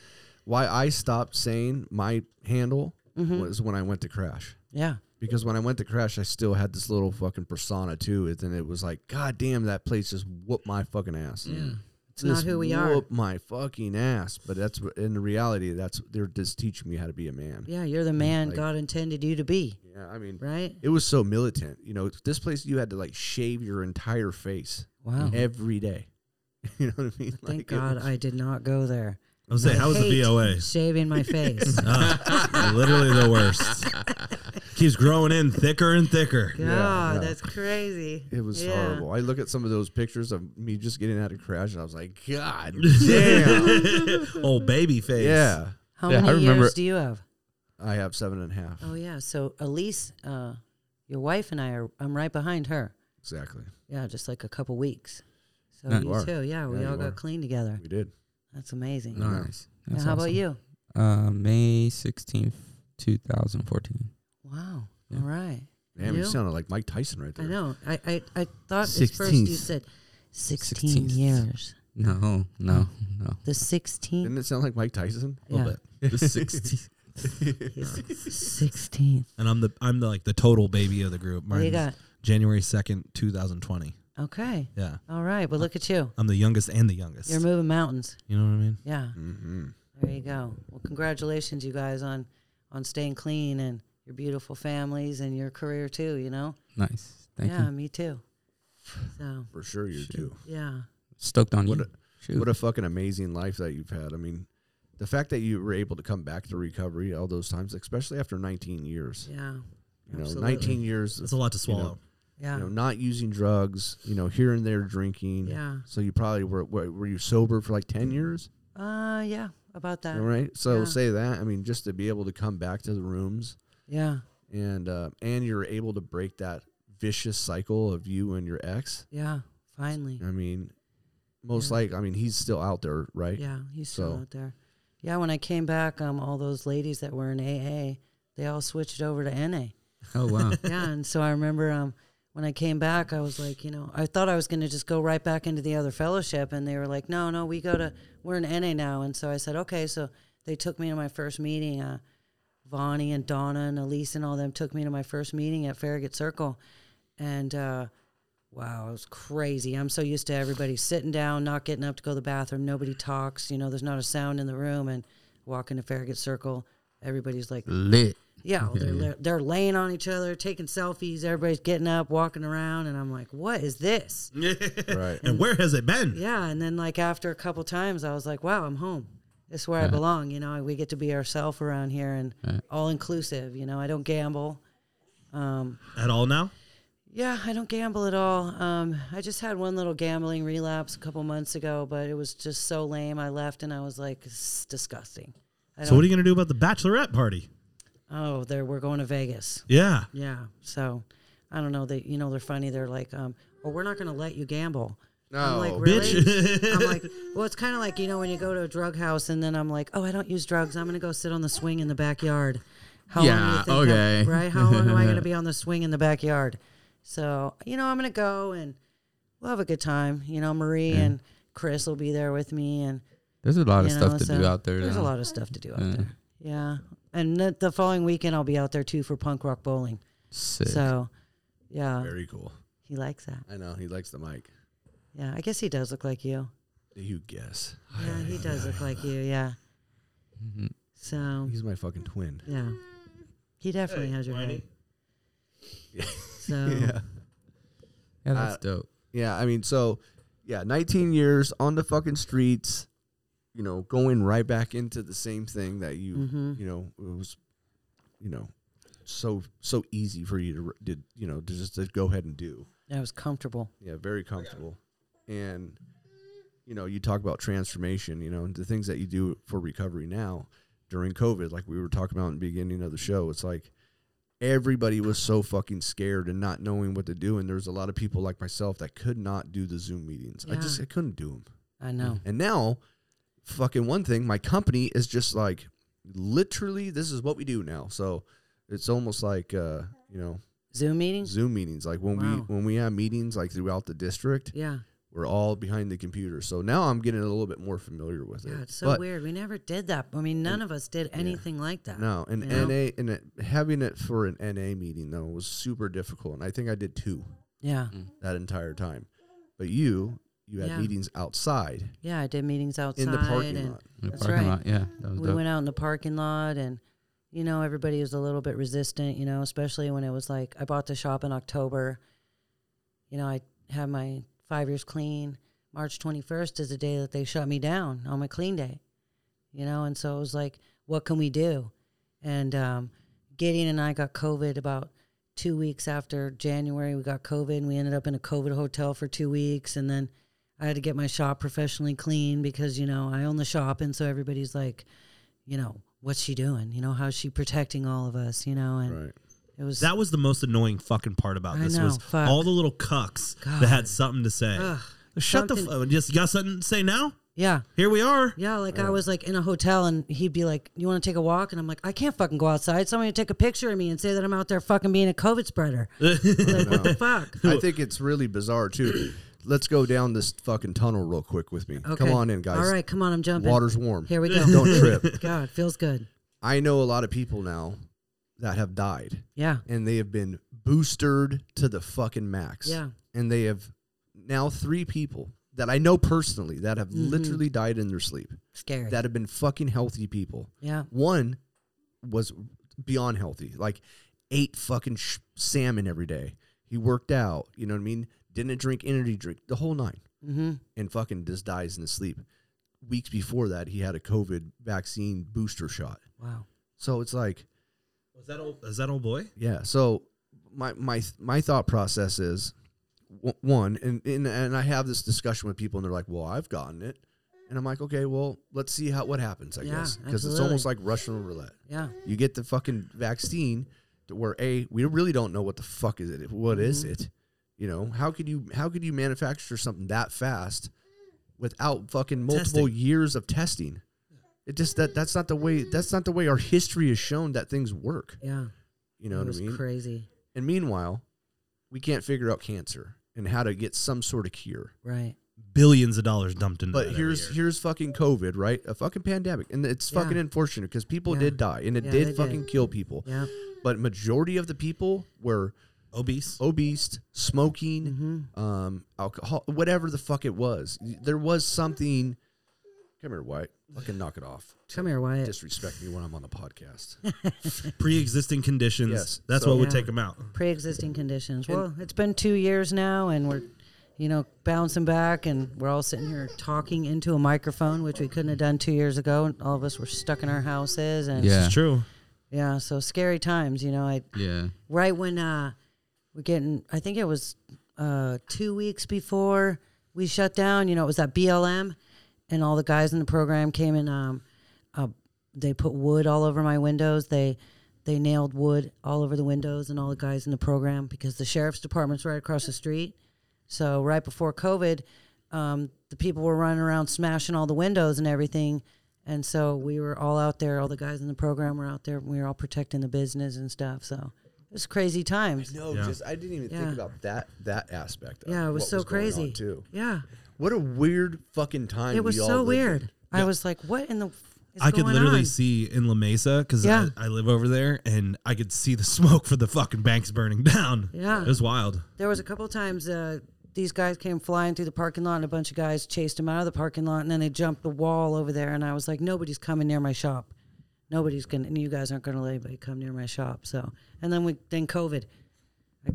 S2: why I stopped saying my handle
S3: Mm-hmm.
S2: was when I went to crash
S3: yeah,
S2: because when I went to crash I still had this little fucking persona too it- and it was like god damn that place just whooped my fucking ass. Yeah.
S3: it's not who we are.
S2: Whoop my fucking ass, but that's what- in reality that's they're just teaching me how to be a man.
S3: Yeah, you're the man God intended you to be,
S2: Yeah, I mean,
S3: right?
S2: it was so militant. You know, this place you had to like shave your entire face
S3: Wow.
S2: every day. You know what I mean?
S3: Thank
S2: Like, it
S3: God
S2: was-
S3: I did not go there.
S5: I was saying, how was the
S3: Hate
S5: BOA?
S3: Shaving my face. Oh,
S5: Ah, literally the worst. Keeps growing in thicker and thicker.
S3: God, that's crazy.
S2: It was
S3: Yeah.
S2: horrible. I look at some of those pictures of me just getting out of crash, and I was like, God damn.
S5: Old baby face.
S2: yeah.
S3: How
S4: Yeah, I
S3: many
S4: remember-
S3: years do you have?
S2: I have seven and a half.
S3: Oh yeah. So Elise, uh, your wife and I are. I'm right behind her.
S2: Exactly.
S3: Yeah, just like a couple weeks. So
S4: Yeah,
S3: you,
S2: you are.
S3: too. Yeah, we
S2: Yeah,
S3: all
S2: you are.
S3: got clean together.
S2: We did.
S3: That's amazing. Now,
S4: Nice. That's
S3: how about
S4: awesome.
S3: you?
S4: Uh, May sixteenth, two thousand fourteen.
S3: Wow.
S4: Yeah.
S3: All right.
S2: Damn,
S3: You?
S2: you sounded like Mike Tyson right
S3: I
S2: there.
S3: know. I I, I thought at first you
S4: 16th.
S3: said 16
S4: 16th.
S3: years.
S4: No, no, no.
S3: The 16th.
S2: Didn't it sound like Mike Tyson?
S3: Yeah.
S4: The sixteenth.
S3: Sixteenth.
S5: And I'm the I'm the, like the total baby of the group.
S3: What do you got?
S5: Mine's January second, two thousand twenty.
S3: Okay.
S5: Yeah.
S3: All right. Well, look at you.
S5: I'm the youngest and the youngest.
S3: You're moving mountains.
S5: you know what I mean?
S3: Yeah.
S2: Mm-hmm.
S3: There you go. Well, congratulations, you guys, on on staying clean and your beautiful families and your career too. You know.
S4: nice. Thank
S3: yeah.
S4: you.
S3: Me too. So
S2: For sure you do.
S3: yeah.
S4: Stoked on
S2: What
S4: you.
S2: a-
S4: Shoot.
S2: What a fucking amazing life that you've had. I mean, the fact that you were able to come back to recovery all those times, especially after 19 years.
S3: Yeah.
S2: You know,
S3: absolutely.
S2: 19 years.
S5: That's a lot to
S2: you know,
S5: swallow.
S3: Yeah.
S2: you know, not using drugs, you know, here and there drinking.
S3: Yeah.
S2: So you probably were were, were you sober for like ten years,
S3: Uh, yeah. About that.
S2: all right? So
S3: yeah.
S2: say that. I mean, just to be able to come back to the rooms
S3: Yeah.
S2: and uh, and you're able to break that vicious cycle of you and your ex.
S3: Yeah. Finally.
S2: I mean, most
S3: Yeah.
S2: like I mean he's still out there, right?
S3: Yeah. He's still
S2: So-
S3: out there. Yeah. When I came back, um, all those ladies that were in AA, they all switched over to NA.
S4: Oh wow.
S3: yeah, and so I remember um, when I came back, I was like, you know, I thought I was going to just go right back into the other fellowship, and they were like, no, no, we go to we're in NA now, and so I said, okay, so they took me to my first meeting. Uh, Vonnie and Donna and Elise and all them took me to my first meeting at Farragut Circle, and uh, wow, it was crazy. I'm so used to everybody sitting down, not getting up to go to the bathroom. Nobody talks. You know, there's not a sound in the room, and walk into Farragut Circle. Everybody's like
S4: Lit.
S3: yeah,
S5: Mm-hmm.
S3: well, they're, they're laying on each other, taking selfies. Everybody's getting up, walking around, and I'm like, "What is this?"
S5: Mm.
S2: Right.
S5: and where has it been?
S3: Yeah, and then like after a couple times, I was like, "Wow, I'm home. This is where I belong." You know, we get to be ourselves around here and all inclusive. You know, I don't gamble. Um,
S5: At all now?
S3: yeah, I don't gamble at all. Um, I just had one little gambling relapse a couple months ago, but it was just so lame. I left, and I was like, "It's disgusting." I
S5: So what are you going to do about the bachelorette party?
S3: oh, there we're going to Vegas.
S5: Yeah.
S3: Yeah. So I don't know. They, you know, they're funny. They're like, um, "Oh, we're not going to let you gamble." I'm like,
S2: No,
S3: really? I'm like, well, it's kind of like you know when you go to a drug house and then I'm like, oh, I don't use drugs. I'm going to go sit on the swing in the backyard. How
S4: Yeah,
S3: long do you think I'm-
S4: okay.
S3: right? How long am I going to be on the swing in the backyard? So you know, I'm going to go and we'll have a good time. You know, Marie and Chris will be there with me, and
S4: There's a lot of
S3: you
S4: stuff
S3: know,
S4: to
S3: so
S4: do out there.
S3: There's a
S4: though.
S3: lot of stuff to do out
S4: Yeah.
S3: there. Yeah. And the, the following weekend, I'll be out there too for punk rock bowling.
S4: Sick.
S3: So, yeah,
S2: Very cool.
S3: he likes that.
S2: I know he likes the mic.
S3: Yeah, I guess he does look like you.
S2: You guess.
S3: Yeah, he does look like you. Yeah.
S4: Mhm.
S3: So,
S2: He's my fucking twin.
S3: yeah, he definitely has your height. So,
S4: Yeah, that's
S2: Uh,
S4: dope.
S2: Yeah, I mean, so yeah, 19 years on the fucking streets, you know, going right back into the same thing that you,
S3: Mhm.
S2: you know, it was, you know, so so easy for you to re- did you know to just to go ahead and do.
S3: I was comfortable.
S2: Yeah, very comfortable, and you know, you talk about transformation, you know, and the things that you do for recovery now during COVID, like we were talking about in the beginning of the show. It's like everybody was so fucking scared and not knowing what to do. And there's a lot of people like myself that could not do the Zoom meetings. I
S3: Yeah.
S2: just I couldn't do them.
S3: I know.
S2: And now, fucking one thing, my company is just like literally this is what we do now. So it's almost like uh, you know,
S3: Zoom meetings.
S2: Zoom meetings. Like when we
S3: Wow.
S2: when we have meetings like throughout the district,
S3: Yeah.
S2: we're all behind the computer. So now I'm getting a little bit more familiar with it.
S3: Yeah, it's so
S2: But-
S3: weird. We never did that. I mean, none of us did anything like that.
S2: No, an
S3: you know?
S2: NA and it, having it for an NA meeting though was super difficult, and I think I did two
S3: Yeah.
S2: that entire time. But you, you had
S3: Yeah.
S2: meetings outside
S3: Yeah, I did meetings outside
S2: in the parking
S3: and
S2: lot.
S4: In the
S3: that's
S4: parking
S3: right.
S4: lot, Yeah, that was
S3: we
S4: dope.
S3: went out in the parking lot and you know everybody was a little bit resistant you know especially when it was like i bought the shop in october you know i had my five years clean march 21st is the day that they shut me down on my clean day you know and so it was like what can we do and um, gideon and i got covid about two weeks after january we got covid and we ended up in a covid hotel for two weeks and then i had to get my shop professionally clean because you know i own the shop and so everybody's like you know what's she doing you know how's she protecting all of us you know and
S2: Right.
S3: it was
S5: That was the most annoying fucking part about
S3: I
S5: this
S3: know,
S5: was
S3: fuck.
S5: all the little cucks that had something to say.
S3: Ugh,
S5: Shut the
S3: something-
S5: fuck. Just you got something to say now?
S3: yeah
S5: Here we are.
S3: Yeah, like I was like in a hotel and he'd be like, You want to take a walk? And I'm like, I can't fucking go outside. Somebody take a picture of me and say that I'm out there fucking being a COVID spreader. like, what the fuck?
S2: I think it's really bizarre too. Let's go down this fucking tunnel real quick with me.
S3: Okay.
S2: Come on in, guys.
S3: All right, come on. I'm jumping.
S2: Water's warm.
S3: Here we go.
S2: Don't trip.
S3: God, feels good.
S2: I know a lot of people now that have died,
S3: Yeah.
S2: and they have been boostered to the fucking max.
S3: Yeah.
S2: And they have now three people that I know personally that have literally died in their sleep
S3: Scary.
S2: that have been fucking healthy people.
S3: yeah.
S2: One was beyond healthy, like ate fucking sh- salmon every day. He worked out, you know what I mean? Didn't drink energy drink, the whole nine,
S3: Mm-hmm.
S2: and fucking just dies in his sleep. Weeks before that, he had a COVID vaccine booster shot.
S3: Wow.
S2: So it's like,
S5: Was that old, is that old boy?
S2: yeah. So my my my thought process is w- one, and, and and I have this discussion with people, and they're like, "Well, I've gotten it," and I'm like, "Okay, well, let's see how what happens." I
S3: Yeah,
S2: guess because it's
S3: absolutely.
S2: almost like Russian roulette.
S3: Yeah.
S2: You get the fucking vaccine to where a we really don't know what the fuck is it. What is
S3: Mm-hmm.
S2: it? You know how could you how could you manufacture something that fast without fucking multiple
S5: Testing.
S2: years of testing? It just that that's not the way that's not the way our history has shown that things work.
S3: Yeah.
S2: You know
S3: it
S2: what I
S3: was
S2: mean?
S3: crazy.
S2: And meanwhile, we can't figure out cancer and how to get some sort of cure.
S3: Right.
S5: Billions of dollars dumped into that
S2: But
S5: every
S2: here's
S5: year.
S2: here's fucking COVID, right? A fucking pandemic, and it's
S3: Yeah.
S2: fucking unfortunate because people
S3: Yeah.
S2: did die, and it
S3: Yeah, they
S2: did
S3: did.
S2: fucking kill people.
S3: Yeah.
S2: But majority of the people were
S5: obese.
S2: Oh. obese, smoking,
S3: Mm-hmm.
S2: um, alcohol, whatever the fuck it was. There was something. Come here, White. Fucking knock it off.
S3: Come here, Wyatt.
S2: Disrespect me when I'm on the podcast.
S5: Pre-existing conditions.
S2: Yes.
S5: That's
S2: So-
S5: what would
S3: Yeah.
S5: take them out.
S3: Pre-existing conditions. Well, it's been two years now, and we're, you know, bouncing back, and we're all sitting here talking into a microphone, which we couldn't have done two years ago. And all of us were stuck in our houses, and
S4: Yeah.
S5: It's true.
S3: yeah, so scary times. You know, I
S4: Yeah.
S3: right when uh we're getting i think it was uh two weeks before we shut down you know it was that blm and all the guys in the program came and um uh, they put wood all over my windows they they nailed wood all over the windows and all the guys in the program because the sheriff's department's right across the street so right before covid um, the people were running around smashing all the windows and everything and so we were all out there all the guys in the program were out there and we were all protecting the business and stuff so it was crazy times
S2: No, just I didn't even
S3: Yeah.
S2: think about that that aspect. of
S3: yeah it was
S2: what
S3: so
S2: going on,
S3: crazy
S2: too.
S3: yeah
S2: What a weird fucking time.
S3: it was
S2: we all lived
S3: so
S2: in.
S3: weird i was like what in the f- is
S5: I could
S3: going
S5: literally
S3: on?
S5: see in La Mesa because
S3: Yeah.
S5: I, I live over there, and I could see the smoke for the fucking banks burning down.
S3: Yeah.
S5: it was wild.
S3: There was a couple times uh, these guys came flying through the parking lot, and a bunch of guys chased them out of the parking lot, and then they jumped the wall over there, and I was like, nobody's coming near my shop. Nobody's gonna, and you guys aren't gonna let anybody come near my shop. So, and then we, then COVID.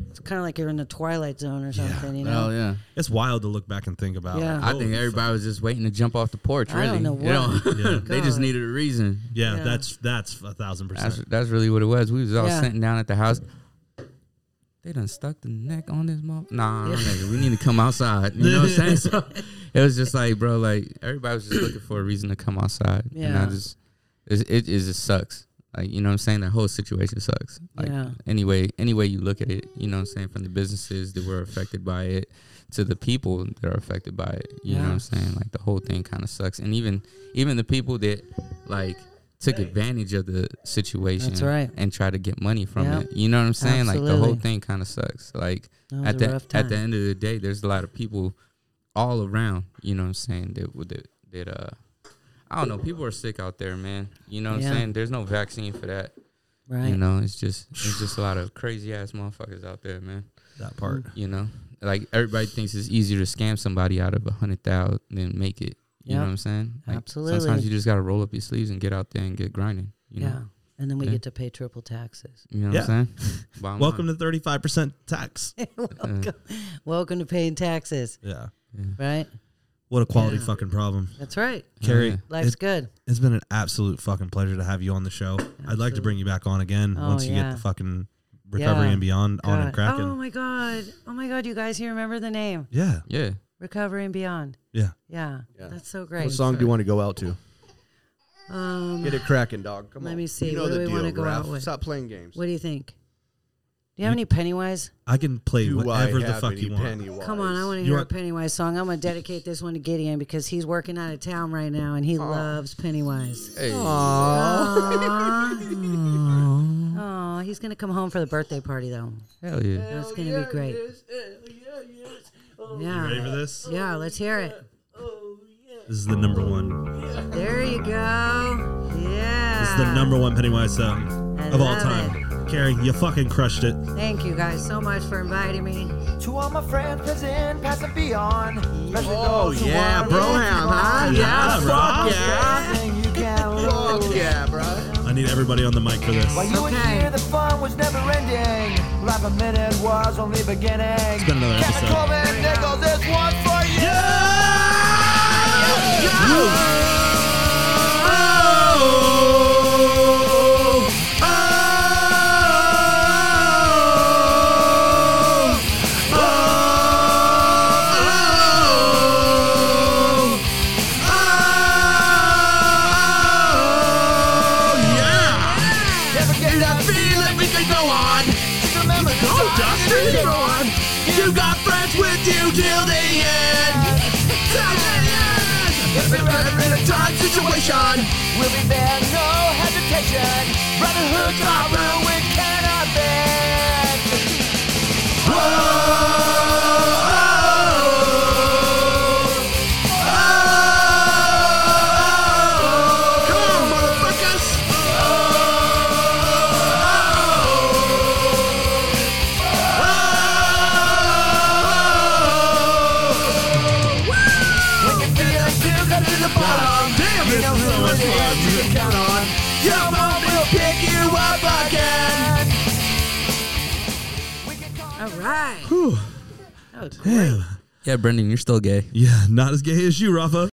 S3: It's kind of like you're in the twilight zone or something, you know.
S4: Oh yeah.
S5: It's wild to look back and think about.
S3: Yeah.
S5: like,
S4: I
S5: holy
S4: think everybody was just waiting to jump off the porch.
S3: I don't
S4: Really,
S3: know
S4: You
S3: what-
S4: know? they just
S3: God.
S4: needed a reason.
S5: Yeah,
S3: Yeah.
S5: that's that's a thousand percent.
S4: That's that's really what it was. We was all
S3: Yeah.
S4: sitting down at the house. They done stuck the neck on this mother. Nah, nigga, we need to come outside. You know what I'm saying? So it was just like, bro, like everybody was just looking for a reason to come outside. And I
S3: Yeah.
S4: just it, it it just sucks. Like you know what I'm saying? That whole situation sucks. Like
S3: Yeah.
S4: any way any way you look at it, you know what I'm saying, from the businesses that were affected by it to the people that are affected by it. You know
S3: Yeah.
S4: what I'm saying? Like the whole thing kinda sucks. And even even the people that like took advantage of the situation
S3: That's right.
S4: and try to get money from
S3: Yeah.
S4: it. You know what I'm saying? Like the whole
S3: Absolutely.
S4: thing kind of sucks. Like
S3: That was
S4: at
S3: a
S4: the
S3: rough
S4: at the
S3: time.
S4: end of the day, there's a lot of people all around. You know what I'm saying? That would- that, that uh, I don't know. People are sick out there, man. You know what
S3: Yeah.
S4: I'm saying? There's no vaccine for that.
S3: Right.
S4: You know, it's just it's just a lot of crazy ass motherfuckers out there, man.
S5: that part.
S4: You know, like everybody thinks it's easier to scam somebody out of a hundred thousand than make it. You know
S3: Yep.
S4: what I'm saying? Like, Sometimes
S3: Absolutely.
S4: you just gotta roll up your sleeves and get out there and get grinding. You
S3: yeah.
S4: know?
S3: And then we
S4: Yeah.
S3: get to pay triple taxes.
S4: You know what I'm saying? Bottom
S5: Welcome
S4: line.
S5: to thirty five percent tax.
S3: welcome, welcome to paying taxes,
S5: Yeah,
S3: right?
S5: what a quality
S3: Yeah.
S5: fucking problem,
S3: That's right.
S5: Carrie.
S4: yeah.
S3: Life's
S5: it-
S3: good.
S5: It's been an absolute fucking pleasure to have you on the show. I'd like to bring you back on again
S3: Oh,
S5: once you get
S3: yeah.
S5: the fucking recovery
S3: Yeah.
S5: and beyond on and
S3: God.
S5: cracking.
S3: Oh my god. Oh my god. You guys, you remember the name?
S5: yeah,
S4: Yeah.
S3: Recovery and Beyond.
S5: yeah.
S3: Yeah, that's so great.
S2: What song do you want to go out to?
S3: Um,
S2: Get it cracking, dog. Come
S3: Let
S2: on.
S3: me see.
S2: You know
S3: What do
S2: the
S3: we
S2: deal,
S3: wanna go
S2: Raph.
S3: out with?
S2: Stop playing games.
S3: what do you think? Do you have any Pennywise?
S5: I can play
S2: Do I
S5: whatever the
S2: have
S5: fuck
S2: any
S5: you want.
S2: Pennywise?
S3: Come on, I want to
S5: You
S3: hear a
S5: want-
S3: Pennywise song. I'm gonna dedicate this one to Gideon because he's working out of town right now and he loves Pennywise.
S4: Hey.
S3: Oh, he's gonna come home for the birthday party though.
S4: Hell yeah.
S3: That's gonna be great. yeah,
S5: Ready for this?
S3: yeah. Let's hear it.
S5: This is the number one.
S3: There you go. Yeah.
S5: This is the number one Pennywise song
S3: Ah. I
S5: of all
S3: love
S5: time. Carrie, you fucking crushed it.
S3: Thank you guys so much for inviting me.
S6: To all my friends present, pass it beyond. Especially
S2: Oh,
S6: those who
S2: yeah,
S6: wanna
S2: broham, huh?
S6: respond.
S2: Yeah,
S5: Yeah,
S2: fuck
S5: bro.
S2: yeah.
S6: Something you can lose.
S2: Fuck yeah, bro.
S5: I need everybody on the mic for this.
S6: While you were
S3: Okay.
S6: here, the fun was never ending. Life a minute was only beginning. It's
S5: been another
S6: Captain
S5: episode.
S6: Coleman Nichols, this one for you.
S2: Oh! friends with you till the end. Till the end. If you're ever in a tight situation,
S6: We'll be there, no hesitation. Brotherhood, our rule, we cannot bend.
S2: come on, motherfuckers.
S6: Oh. When you feel it, feel that to the bottom.
S2: Damn,
S6: You
S2: this
S6: know
S2: is so
S6: who
S2: much
S6: it
S2: fun.
S6: is you can count on. Your mom will pick you up again. We can call
S3: All right. That was great.
S4: Yeah, Brendan, you're still gay.
S5: Yeah, not as gay as you, Rafa.